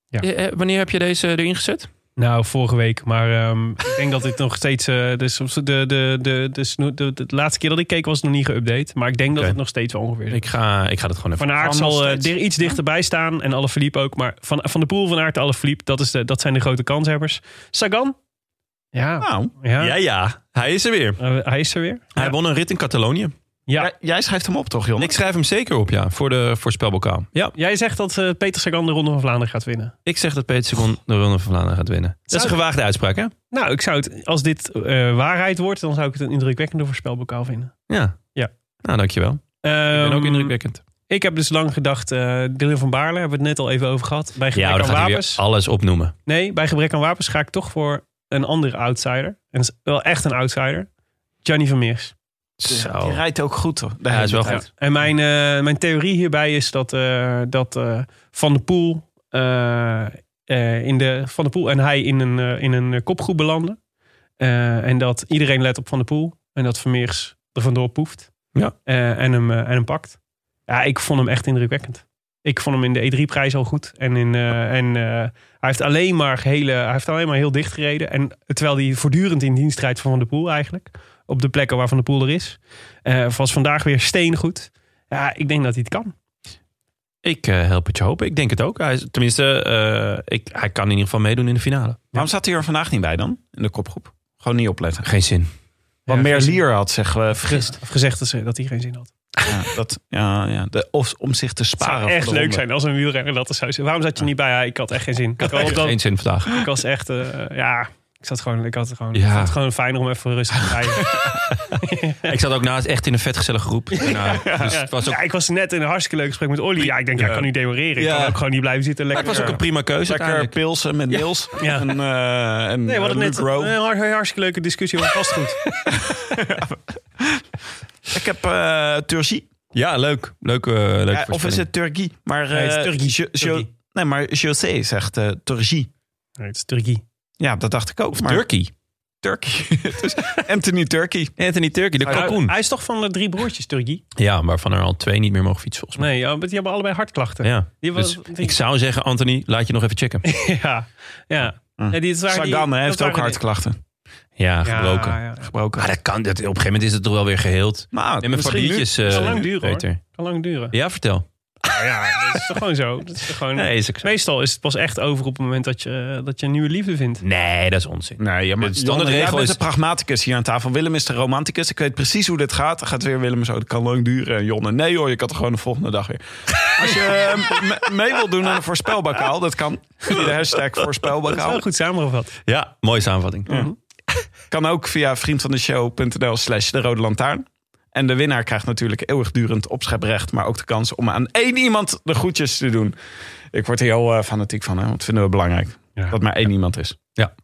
Speaker 3: ja.
Speaker 2: Eh, eh, Wanneer heb je deze erin gezet?
Speaker 3: Nou, vorige week. Maar ehm, ik denk dat dit nog steeds... eh, dus de, de, de, de, de, snoe- de, de, de laatste keer dat ik keek was het nog niet geüpdate. Maar ik denk dat
Speaker 2: Oké.
Speaker 3: het nog steeds wel ongeveer is.
Speaker 2: Ik ga, ik ga dat gewoon even...
Speaker 3: Van Aert
Speaker 1: Van
Speaker 3: zal
Speaker 1: nog
Speaker 3: eh,
Speaker 1: steeds.
Speaker 3: di- iets dichterbij staan. En Alaphilippe ook. Maar van, van de Poel, Van Aert, Alaphilippe. Dat, is de, dat zijn de grote kanshebbers. Sagan? Ja.
Speaker 1: Nou,
Speaker 3: ja.
Speaker 2: Ja, ja. Hij is er weer.
Speaker 3: Eh, hij is er weer.
Speaker 2: Ah, Hij
Speaker 3: Ja.
Speaker 2: won een rit in Catalonië.
Speaker 3: Ja.
Speaker 1: jij- jij schrijft hem op toch, Jon?
Speaker 2: Ik schrijf hem zeker op, ja. Voor de voorspelbokaal. Ja,
Speaker 3: Jij zegt dat eh, Peter Sagan de Ronde van Vlaanderen gaat winnen.
Speaker 2: ik zeg dat Peter Sagan de Ronde van Vlaanderen gaat winnen. Dat is een gewaagde uitspraak, hè?
Speaker 3: Nou, ik zou het, als dit eh, waarheid wordt, dan zou ik het een indrukwekkende voorspelbokaal vinden.
Speaker 2: Ja.
Speaker 3: Ja.
Speaker 2: Nou, dankjewel. Ik ben ook
Speaker 3: Ehm,
Speaker 2: indrukwekkend.
Speaker 3: Ik heb dus lang gedacht, eh Dylan van Baarle, hebben we het net al even over gehad. Bij
Speaker 2: Ja,
Speaker 3: gebrek
Speaker 2: dan
Speaker 3: aan
Speaker 2: gaat hij weer
Speaker 3: wapens.
Speaker 2: alles opnoemen.
Speaker 3: Nee, bij gebrek aan wapens ga ik toch voor een andere outsider. En dat is wel echt een outsider. Johnny Vermeers.
Speaker 2: Zo.
Speaker 1: Die rijdt ook goed, toch?
Speaker 2: Ja, is wel
Speaker 3: Ja.
Speaker 2: goed.
Speaker 3: En mijn, eh, mijn theorie hierbij is dat, eh, dat eh, Van der Poel... eh, eh, in de, van der Poel en hij in een, eh, in een eh, kopgroep belanden. Eh, en dat iedereen let op Van der Poel. En dat Vermeers er vandoor poeft.
Speaker 2: Ja.
Speaker 3: Eh, en, hem, eh, en hem pakt. Ja, ik vond hem echt indrukwekkend. Ik vond hem in de E3-prijs al goed. En, in, eh, en eh, hij, heeft alleen maar hele, hij heeft alleen maar heel dicht gereden. En terwijl hij voortdurend in dienst rijdt van Van der Poel eigenlijk. Op de plekken waar Van der Poel er is. Eh was vandaag weer steengoed. Ja, ik denk dat hij het kan.
Speaker 2: Ik eh, help het je hopen. Ik denk het ook. Hij is, tenminste, eh, ik, hij kan in ieder geval meedoen in de finale.
Speaker 1: Waarom zat hij er vandaag niet bij dan? In de kopgroep? Gewoon niet opletten.
Speaker 2: Geen zin.
Speaker 1: Wat
Speaker 3: Ja,
Speaker 1: meer
Speaker 3: geen zin.
Speaker 1: Lier had, zeggen we, vergist.
Speaker 3: Of gezegd dat, ze, dat hij geen zin had.
Speaker 1: Ja, dat, ja, ja, de, of, om zich te
Speaker 3: Het
Speaker 1: sparen.
Speaker 3: zou
Speaker 1: voor
Speaker 3: echt
Speaker 1: de
Speaker 3: leuk
Speaker 1: ronde.
Speaker 3: zijn als een wielrenner dat is. zou zeggen. Waarom zat je niet bij? Ja, ik had echt geen zin. Ik, had wel
Speaker 2: Geen zin vandaag.
Speaker 3: ik was echt, eh, ja, ik zat gewoon, ik had het gewoon,
Speaker 2: Ja.
Speaker 3: ik vond het gewoon fijn om even rustig te rijden.
Speaker 2: Ik zat ook naast echt in een vetgezellige groep. Nou, dus
Speaker 3: Ja.
Speaker 2: het was ook,
Speaker 3: Ja, ik was net in een hartstikke leuk gesprek met Olly. Ja, ik denk, ja, ik kan niet demoreren. Ik
Speaker 2: Ja.
Speaker 3: kan ook gewoon niet blijven zitten.
Speaker 2: maar het
Speaker 3: Lekker. eh,
Speaker 2: was ook een prima keuze
Speaker 1: Lekker
Speaker 2: uiteindelijk.
Speaker 1: pilsen met Niels.
Speaker 3: Ja.
Speaker 1: En, eh en
Speaker 3: Nee, we
Speaker 1: eh,
Speaker 3: hadden net
Speaker 1: Luke Rowe.
Speaker 3: een har- har- hartstikke leuke discussie over vastgoed.
Speaker 1: Ik heb eh Turgie.
Speaker 2: Ja, leuk. Leuk, eh, leuke
Speaker 1: Ja, of is
Speaker 2: voorspelling.
Speaker 1: het Turgie? Maar,
Speaker 3: Nee, het is
Speaker 1: eh,
Speaker 3: Turgie.
Speaker 1: Jo- Jo-
Speaker 3: Turgie.
Speaker 1: nee, maar José zegt eh Turgie.
Speaker 3: Nee, het is Turkije.
Speaker 1: Ja, dat dacht ik ook. maar-
Speaker 2: Turkey?
Speaker 1: Turkey. dus Anthony Turkey.
Speaker 2: Anthony Turkey, de kalkoen.
Speaker 3: Hij is toch van de drie broertjes, Turkije?
Speaker 2: Ja, waarvan er al twee niet meer mogen fietsen volgens mij.
Speaker 3: Nee, ja, want die hebben allebei hartklachten.
Speaker 2: Ja.
Speaker 3: Die
Speaker 2: Dus
Speaker 3: was- die-
Speaker 2: ik zou zeggen, Anthony, laat je nog even checken.
Speaker 3: ja. ja.
Speaker 1: Hm.
Speaker 3: Ja, die- dat waren die-
Speaker 1: Sagan hè,
Speaker 3: dat
Speaker 1: heeft ook
Speaker 3: waren die-
Speaker 1: hartklachten.
Speaker 2: Ja,
Speaker 3: Ja,
Speaker 2: gebroken.
Speaker 3: ja, ja.
Speaker 1: Gebroken.
Speaker 2: Maar dat kan, dat, op een gegeven moment is het toch wel weer geheeld.
Speaker 1: Maar
Speaker 2: Neem een paar
Speaker 3: misschien nu-
Speaker 2: biertjes,
Speaker 3: het
Speaker 2: eh,
Speaker 3: zal lang duren, hoor.
Speaker 2: Peter.
Speaker 3: Kan lang duren.
Speaker 2: Ja, vertel.
Speaker 3: Nou ja, dat is toch gewoon zo. Dat is toch gewoon...
Speaker 2: Nee, is ook zo.
Speaker 3: Meestal is het pas echt over op het moment dat je, dat je een nieuwe liefde vindt.
Speaker 2: Nee, dat is onzin.
Speaker 1: Nee, ja, maar
Speaker 2: De standaardregel
Speaker 1: Jonne, jij bent
Speaker 2: is-
Speaker 1: de pragmaticus hier aan tafel. Willem is de romanticus. Ik weet precies hoe dit gaat. Dan gaat weer Willem zo. Dat kan lang duren. En Jonne, nee hoor, je kan er gewoon de volgende dag weer. Als je eh, me- mee wilt doen aan een voorspelbakaal, dat kan. Via de hashtag
Speaker 3: Dat is
Speaker 1: voorspelbakaal.
Speaker 3: wel goed samengevat.
Speaker 2: Ja, mooie samenvatting.
Speaker 1: Kan ook via vriendvandeshow.nl slash de rode lantaarn. En de winnaar krijgt natuurlijk eeuwigdurend opscheprecht. Maar ook de kans om aan één iemand de groetjes te doen. Ik word hier heel eh, fanatiek van, hè, want dat vinden we belangrijk. Dat maar één iemand is.
Speaker 2: Ja.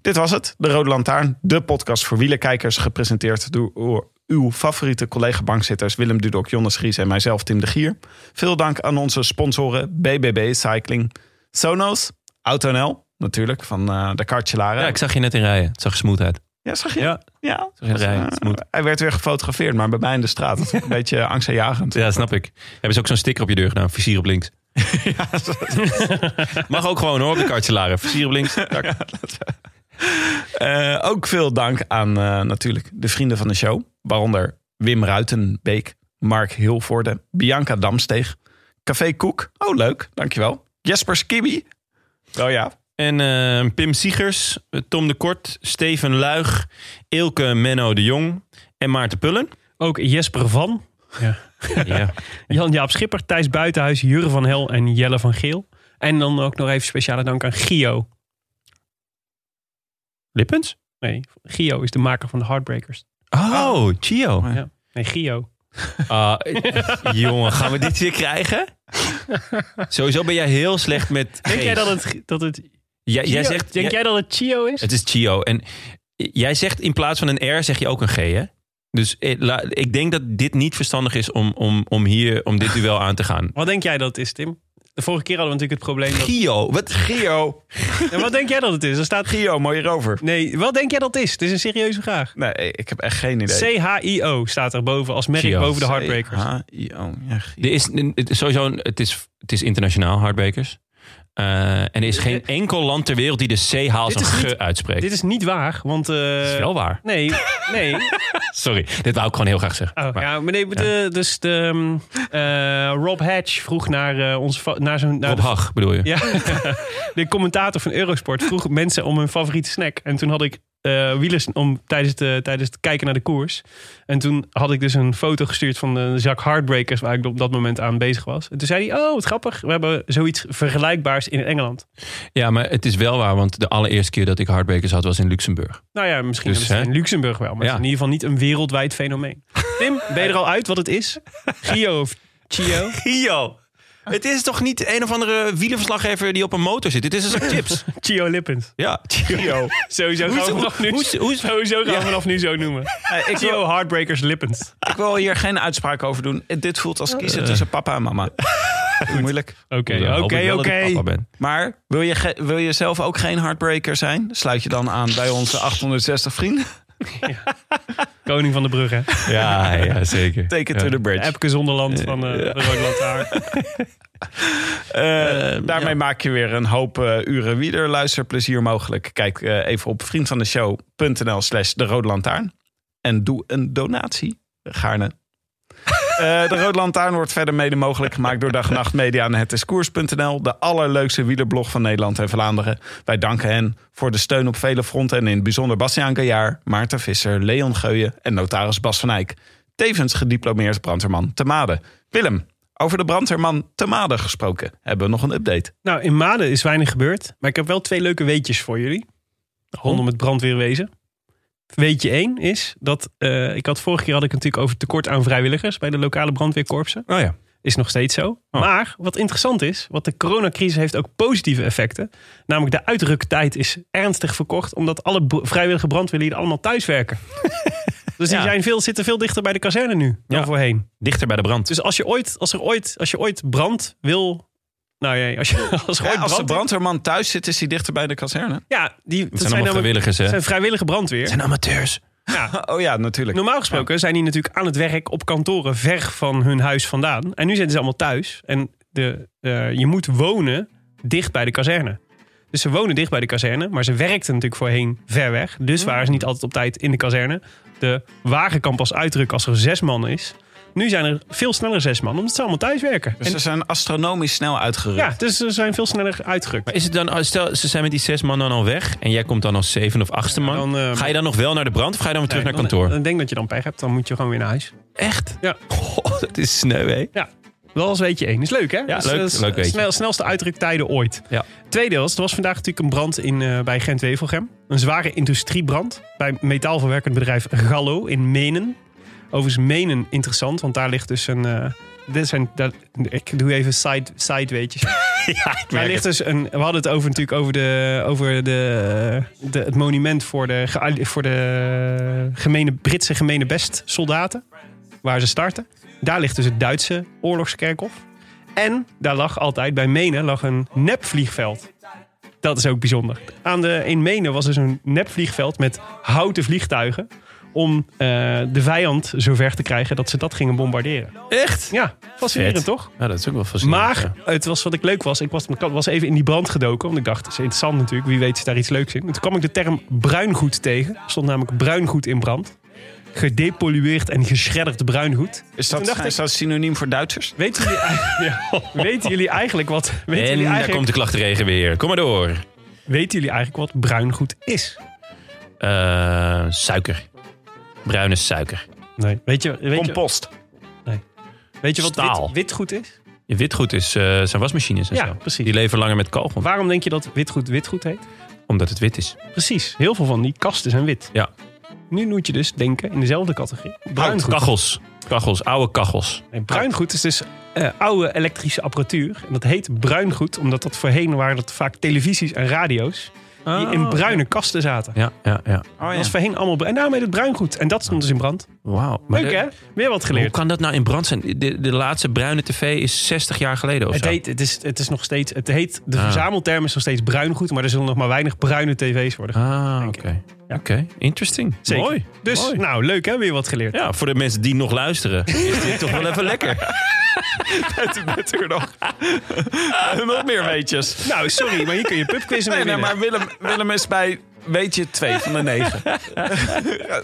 Speaker 1: Dit was het. De Rode Lantaarn. De podcast voor wielerkijkers. Gepresenteerd door uw favoriete collega-bankzitters Willem Dudok, Jonas Gries en mijzelf Tim de Gier. Veel dank aan onze sponsoren BBB Cycling, Sonos, AutoNL natuurlijk van eh, de Kartjelaren.
Speaker 2: Ja, ik zag je net in rijden. Het zag smooth uit.
Speaker 1: Ja, zag je?
Speaker 2: Ja.
Speaker 1: Ja.
Speaker 2: Zag je het rijden.
Speaker 1: Eh,
Speaker 2: Het moet.
Speaker 1: hij werd weer gefotografeerd, maar bij mij in de straat. Dat is een beetje angstaanjagend.
Speaker 2: Ja, snap ik. Hebben ze ook zo'n sticker op je deur gedaan? Vizier op links. Mag ook gewoon hoor, op de kartjelaren. Vizier op links. Tak.
Speaker 1: Eh, ook veel dank aan eh, natuurlijk de vrienden van de show. Waaronder Wim Ruitenbeek, Mark Hilvoorde, Bianca Damsteeg, Café Koek. Oh, leuk. Dankjewel. Jesper Skibby. Oh ja.
Speaker 2: En eh, Pim Siegers, eh, Tom de Kort, Steven Luig, Ilke Menno de Jong en Maarten Pullen.
Speaker 3: Ook Jesper van,
Speaker 2: Ja.
Speaker 3: Jan-Jaap Schipper, Thijs Buitenhuis, Jure van Hel en Jelle van Geel. En dan ook nog even speciale dank aan Gio.
Speaker 2: Lippens?
Speaker 3: Nee, Gio is de maker van de Heartbreakers.
Speaker 2: Oh, Chio.
Speaker 3: Nee, Gio.
Speaker 2: Ah, jongen, gaan we dit weer krijgen? Sowieso ben jij heel slecht met.
Speaker 3: Denk jij
Speaker 2: geest.
Speaker 3: dat het... Dat het
Speaker 2: Jij, jij
Speaker 3: Gio-
Speaker 2: zegt,
Speaker 3: denk
Speaker 2: jij-
Speaker 3: jij dat het Gio is?
Speaker 2: Het is Chio. En eh, jij zegt in plaats van een R zeg je ook een G, hè? Dus eh, la- ik denk dat dit niet verstandig is om, om, om, hier, om dit duel aan te gaan.
Speaker 3: Wat denk jij dat het is, Tim? De vorige keer hadden we natuurlijk het probleem... Dat...
Speaker 2: Chio, wat?
Speaker 1: Gio.
Speaker 3: En wat denk jij dat het is? Er staat...
Speaker 1: Gio, mooie rover.
Speaker 3: Nee, wat denk jij dat het is? Het is een serieuze vraag.
Speaker 1: Nee, ik heb echt geen idee.
Speaker 3: C-H-I-O staat er boven als merk
Speaker 2: Gio.
Speaker 3: boven de Heartbreakers.
Speaker 1: H-I-O. Ja, Gio.
Speaker 2: Er is, een- het, is sowieso, een- het, is, het is internationaal, Hardbakers.
Speaker 1: Eh, en er is geen enkel land ter wereld die de C haalt
Speaker 3: Dit
Speaker 1: als
Speaker 3: is
Speaker 1: een
Speaker 3: niet-
Speaker 1: G uitspreekt.
Speaker 3: Dit is niet waar, want... eh,
Speaker 1: Dat is wel waar.
Speaker 3: Nee, nee.
Speaker 1: Sorry, dit wou ik gewoon heel graag zeggen.
Speaker 3: Oh,
Speaker 1: Maar-
Speaker 3: ja, maar nee, maar de- dus de, ehm, eh, Rob Hatch vroeg naar, eh, onze, fa- naar zijn... Naar
Speaker 1: Rob
Speaker 3: de-
Speaker 1: Hag bedoel je?
Speaker 3: Ja, de commentator van Eurosport vroeg mensen om hun favoriete snack. En toen had ik eh, wielers om tijdens, de, tijdens het kijken naar de koers. En toen had ik dus een foto gestuurd van de zak Heartbreakers, waar ik op dat moment aan bezig was. En toen zei hij: Oh, wat grappig, we hebben zoiets vergelijkbaars in Engeland.
Speaker 1: Ja, maar het is wel waar, want de allereerste keer dat ik hardbreakers had was in Luxemburg.
Speaker 3: Nou ja, misschien
Speaker 1: Dus,
Speaker 3: hebben ze het
Speaker 1: hè?
Speaker 3: in Luxemburg wel, maar het
Speaker 1: Ja.
Speaker 3: is in ieder geval niet een wereldwijd fenomeen. Tim, ben je er al uit wat het is? Gio of Chio?
Speaker 1: Gio, het is toch niet een of andere wielenverslaggever die op een motor zit? Dit is een zak chips.
Speaker 3: Chio Lippens.
Speaker 1: Ja,
Speaker 3: Chio. Sowieso gaan we vanaf nu,
Speaker 1: hoe- Eh, hoe-
Speaker 3: sowieso gaan we vanaf nu zo noemen.
Speaker 2: ik,
Speaker 3: Chio
Speaker 2: wil,
Speaker 3: Heartbreakers Lippens.
Speaker 2: ik wil hier geen uitspraak over doen. Eh, Dit voelt als kiezen tussen papa en mama. Moeilijk.
Speaker 1: Dan
Speaker 3: Oké,
Speaker 1: hoop ik wel
Speaker 3: oké,
Speaker 1: dat ik papa
Speaker 3: oké.
Speaker 1: ben.
Speaker 2: Maar wil je, ge- wil je zelf ook geen heartbreaker zijn? Sluit je dan aan bij onze 860 vrienden?
Speaker 3: Koning van de brug, hè?
Speaker 1: Ja, ja, zeker.
Speaker 2: Take it
Speaker 1: Ja.
Speaker 2: to the bridge.
Speaker 3: Epke Zonderland van eh, de Rode Lantaarn.
Speaker 2: Eh, daarmee maak je weer een hoop eh, uren wieder luisterplezier mogelijk. Kijk eh, even op vriendvandeshow.nl slash de Rode Lantaarn. En doe een donatie. Gaarne. Eh, de Rode Lantaarn wordt verder mede mogelijk gemaakt door Dag en Nacht Media en het is koers.nl, de allerleukste wielerblog van Nederland en Vlaanderen. Wij danken hen voor de steun op vele fronten en in het bijzonder Bastiaan Gaillard, Maarten Visser, Leon Geuyen en notaris Bas van Eyck. Tevens gediplomeerd brandweerman te Made. Willem, over de brandweerman te Made gesproken, hebben we nog een update.
Speaker 3: Nou, in Maden is weinig gebeurd. Maar ik heb wel twee leuke weetjes voor jullie. Rondom het brandweerwezen. Weetje 1 is dat... eh, ik had vorige keer had ik het natuurlijk over tekort aan vrijwilligers... bij de lokale brandweerkorpsen.
Speaker 1: Oh ja.
Speaker 3: Is nog steeds zo.
Speaker 1: Oh.
Speaker 3: Maar wat interessant is... wat de coronacrisis heeft ook positieve effecten. Namelijk de uitruktijd is ernstig verkort... omdat alle br- vrijwillige brandweerlieden allemaal thuiswerken. dus die
Speaker 1: Ja.
Speaker 3: zijn veel, zitten veel dichter bij de kazerne nu dan
Speaker 1: Ja.
Speaker 3: voorheen.
Speaker 1: Dichter bij de brand.
Speaker 3: Dus als je ooit, als er ooit, als je ooit brand wil. Nou ja, als je als er
Speaker 2: Ja,
Speaker 3: ooit
Speaker 2: als de
Speaker 3: brand.
Speaker 2: brandweerman thuis zit, is hij dichter bij de kazerne.
Speaker 3: ja, die dat
Speaker 1: het zijn allemaal
Speaker 3: namelijk-
Speaker 1: vrijwilligers, hè?
Speaker 3: zijn vrijwillige brandweer.
Speaker 1: zijn amateurs.
Speaker 3: Ja.
Speaker 2: Oh ja, natuurlijk.
Speaker 3: Normaal gesproken zijn die natuurlijk aan het werk op kantoren ver van hun huis vandaan. En nu zitten ze allemaal thuis. En de, eh, je moet wonen dicht bij de kazerne. Dus ze wonen dicht bij de kazerne, maar ze werkten natuurlijk voorheen ver weg. Dus
Speaker 1: Hmm.
Speaker 3: waren ze niet altijd op tijd in de kazerne. De wagen kan pas uitdrukken als er zes man is. Nu zijn er veel sneller zes man, omdat ze allemaal thuis werken.
Speaker 2: Dus ze zijn astronomisch snel uitgerukt.
Speaker 3: Ja, dus ze zijn veel sneller uitgerukt.
Speaker 1: Maar is het dan, als- stel, ze zijn met die zes man dan al weg en jij komt dan als zeven of achtste man.
Speaker 3: dan,
Speaker 2: ehm,
Speaker 3: eh,
Speaker 1: ga je dan nog wel naar de brand of ga je dan weer terug naar
Speaker 3: Dan,
Speaker 1: kantoor?
Speaker 3: dan denk dat je dan pech hebt, dan moet je gewoon weer naar huis.
Speaker 2: eh,
Speaker 1: Echt?
Speaker 3: Ja.
Speaker 1: Goh, dat is sneu, hè?
Speaker 3: Ja, wel als weetje één. Is leuk, hè?
Speaker 1: Ja,
Speaker 3: Is,
Speaker 1: leuk,
Speaker 3: is
Speaker 1: leuk weetje.
Speaker 3: snel- snelste uitruktijden ooit.
Speaker 1: Ja.
Speaker 3: Tweedeels, er was vandaag natuurlijk een brand in, eh, bij Gent-Wevelgem. Een zware industriebrand bij metaalverwerkend bedrijf Gallo in Menen. Overigens Menen interessant, want daar ligt dus een... eh, dit zijn, dat, ik doe even side, side weetjes. Daar ligt dus een, we hadden het over, natuurlijk over, de, over de, de, het monument voor de, gealli- voor de eh, gemene, Britse gemene best soldaten. Waar ze starten. Daar ligt dus het Duitse oorlogskerkhof. En daar lag altijd bij Menen lag een nepvliegveld. Dat is ook bijzonder. Aan de, in Menen was dus een nepvliegveld met houten vliegtuigen. Om eh, de vijand zover te krijgen dat ze dat gingen bombarderen.
Speaker 1: Echt?
Speaker 3: Ja, fascinerend
Speaker 1: Vet.
Speaker 3: toch?
Speaker 1: Ja, dat is ook wel fascinerend.
Speaker 3: Maar
Speaker 1: ja.
Speaker 3: het was wat ik leuk was. Ik was, ik was even in die brand gedoken. Want ik dacht, dat is interessant natuurlijk. Wie weet is daar iets leuks in. En toen kwam ik de term bruingoed tegen. Er stond namelijk bruingoed in brand. Gedepolueerd en geschredderd bruingoed.
Speaker 2: Is
Speaker 3: Toen
Speaker 2: dat,
Speaker 3: dacht
Speaker 2: is dat synoniem voor Duitsers?
Speaker 3: Weten jullie, ei- ja, weten jullie eigenlijk wat... Weten
Speaker 1: En
Speaker 3: jullie
Speaker 1: daar
Speaker 3: eigenlijk,
Speaker 1: komt de klachtenregen weer. Kom maar door.
Speaker 3: weten jullie eigenlijk wat bruingoed is?
Speaker 1: Eh, suiker. Bruine suiker.
Speaker 3: Nee. Weet je, weet je,
Speaker 2: Compost.
Speaker 3: weet je wat
Speaker 1: Staal.
Speaker 3: wit, witgoed is?
Speaker 1: Ja, Witgoed is, eh, zijn wasmachines en
Speaker 3: Ja,
Speaker 1: zo.
Speaker 3: precies.
Speaker 1: Die leven langer met kogel,
Speaker 3: Waarom denk je dat witgoed witgoed heet?
Speaker 1: omdat het wit is.
Speaker 3: Precies. Heel veel van die kasten zijn wit.
Speaker 1: Ja.
Speaker 3: Nu moet je dus denken in dezelfde categorie.
Speaker 1: Hout,
Speaker 3: Bruingoed.
Speaker 1: kachels. Kachels, oude kachels.
Speaker 3: Nee, bruingoed is dus eh, oude elektrische apparatuur. En dat heet bruingoed, omdat dat voorheen waren dat vaak televisies en radio's.
Speaker 1: Ah,
Speaker 3: Die in bruine kasten zaten.
Speaker 1: Ja, ja, ja.
Speaker 2: Oh,
Speaker 3: Dat was voorheen allemaal... bru- En daarom heet het bruingoed. En dat stond dus in brand.
Speaker 1: Wauw. Ah. Maar
Speaker 3: Leuk
Speaker 1: de-
Speaker 3: hè? Weer wat
Speaker 1: Hoe
Speaker 3: geleerd.
Speaker 1: kan dat nou in brand zijn? De, de laatste bruine tv is 60 jaar geleden of
Speaker 3: Het,
Speaker 1: zo.
Speaker 3: heet, het, is, het is nog steeds, het heet, de
Speaker 1: Ah.
Speaker 3: verzamelterm is nog steeds bruingoed, maar er zullen nog maar weinig bruine tv's worden.
Speaker 1: Ah,
Speaker 3: denk
Speaker 1: oké.
Speaker 3: ik.
Speaker 1: Oké, interesting.
Speaker 3: Zeker.
Speaker 1: Mooi.
Speaker 3: Dus
Speaker 1: Mooi.
Speaker 3: nou, leuk hè? Weer wat geleerd.
Speaker 1: Ja, voor de mensen die nog luisteren, is dit toch wel even lekker.
Speaker 5: Natuurlijk. nog meer weetjes.
Speaker 3: Nou, sorry, maar hier kun je pubquizzen mee
Speaker 5: Nee, nee,
Speaker 3: winnen.
Speaker 5: maar Willem, Willem is bij weetje 2 van de 9.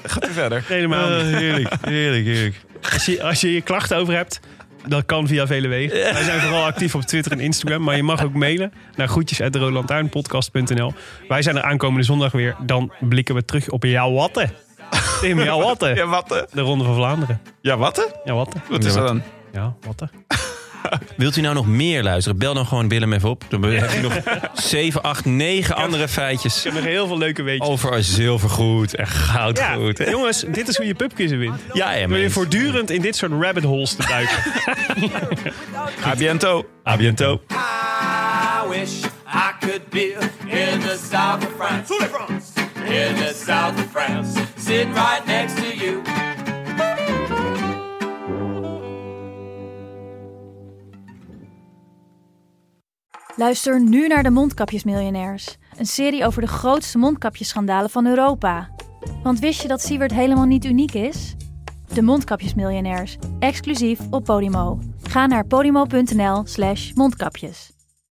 Speaker 5: Gaat u verder.
Speaker 3: Helemaal niet.
Speaker 1: Eh, heerlijk, heerlijk, heerlijk.
Speaker 3: Als je, als je je klachten over hebt, dat kan via vele wegen. Wij zijn vooral actief op Twitter en Instagram, maar je mag ook mailen naar groetjes@rolantuinpodcast.nl. Wij zijn er aankomende zondag weer. Dan blikken we terug op jouw watten. Tim, jouw watten.
Speaker 5: Ja, wat? eh?
Speaker 3: De Ronde van Vlaanderen.
Speaker 5: Ja, wat? eh?
Speaker 3: Ja, watten.
Speaker 5: Wat is dat dan?
Speaker 3: Ja, watten.
Speaker 1: Wilt u nou nog meer luisteren? Bel dan gewoon Willem even op. Dan heb je nog 7, 8, 9 andere feitjes
Speaker 3: Ik heb nog heel veel leuke weetjes.
Speaker 1: over zilvergoed en goudgoed.
Speaker 3: Ja, jongens, dit is hoe je pubquizzen wint.
Speaker 1: Ja, ja,
Speaker 3: Door je
Speaker 1: mens.
Speaker 3: voortdurend in dit soort rabbit holes te duiken.
Speaker 5: A biento.
Speaker 1: A bientôt.
Speaker 2: I wish I could be in the south of France. In the south of France, sitting right next to you.
Speaker 6: Luister nu naar de Mondkapjesmiljonairs. Een serie over de grootste mondkapjesschandalen van Europa. Want wist je dat Siewert helemaal niet uniek is? De Mondkapjesmiljonairs, exclusief op Podimo. Ga naar podimo.nl slash mondkapjes.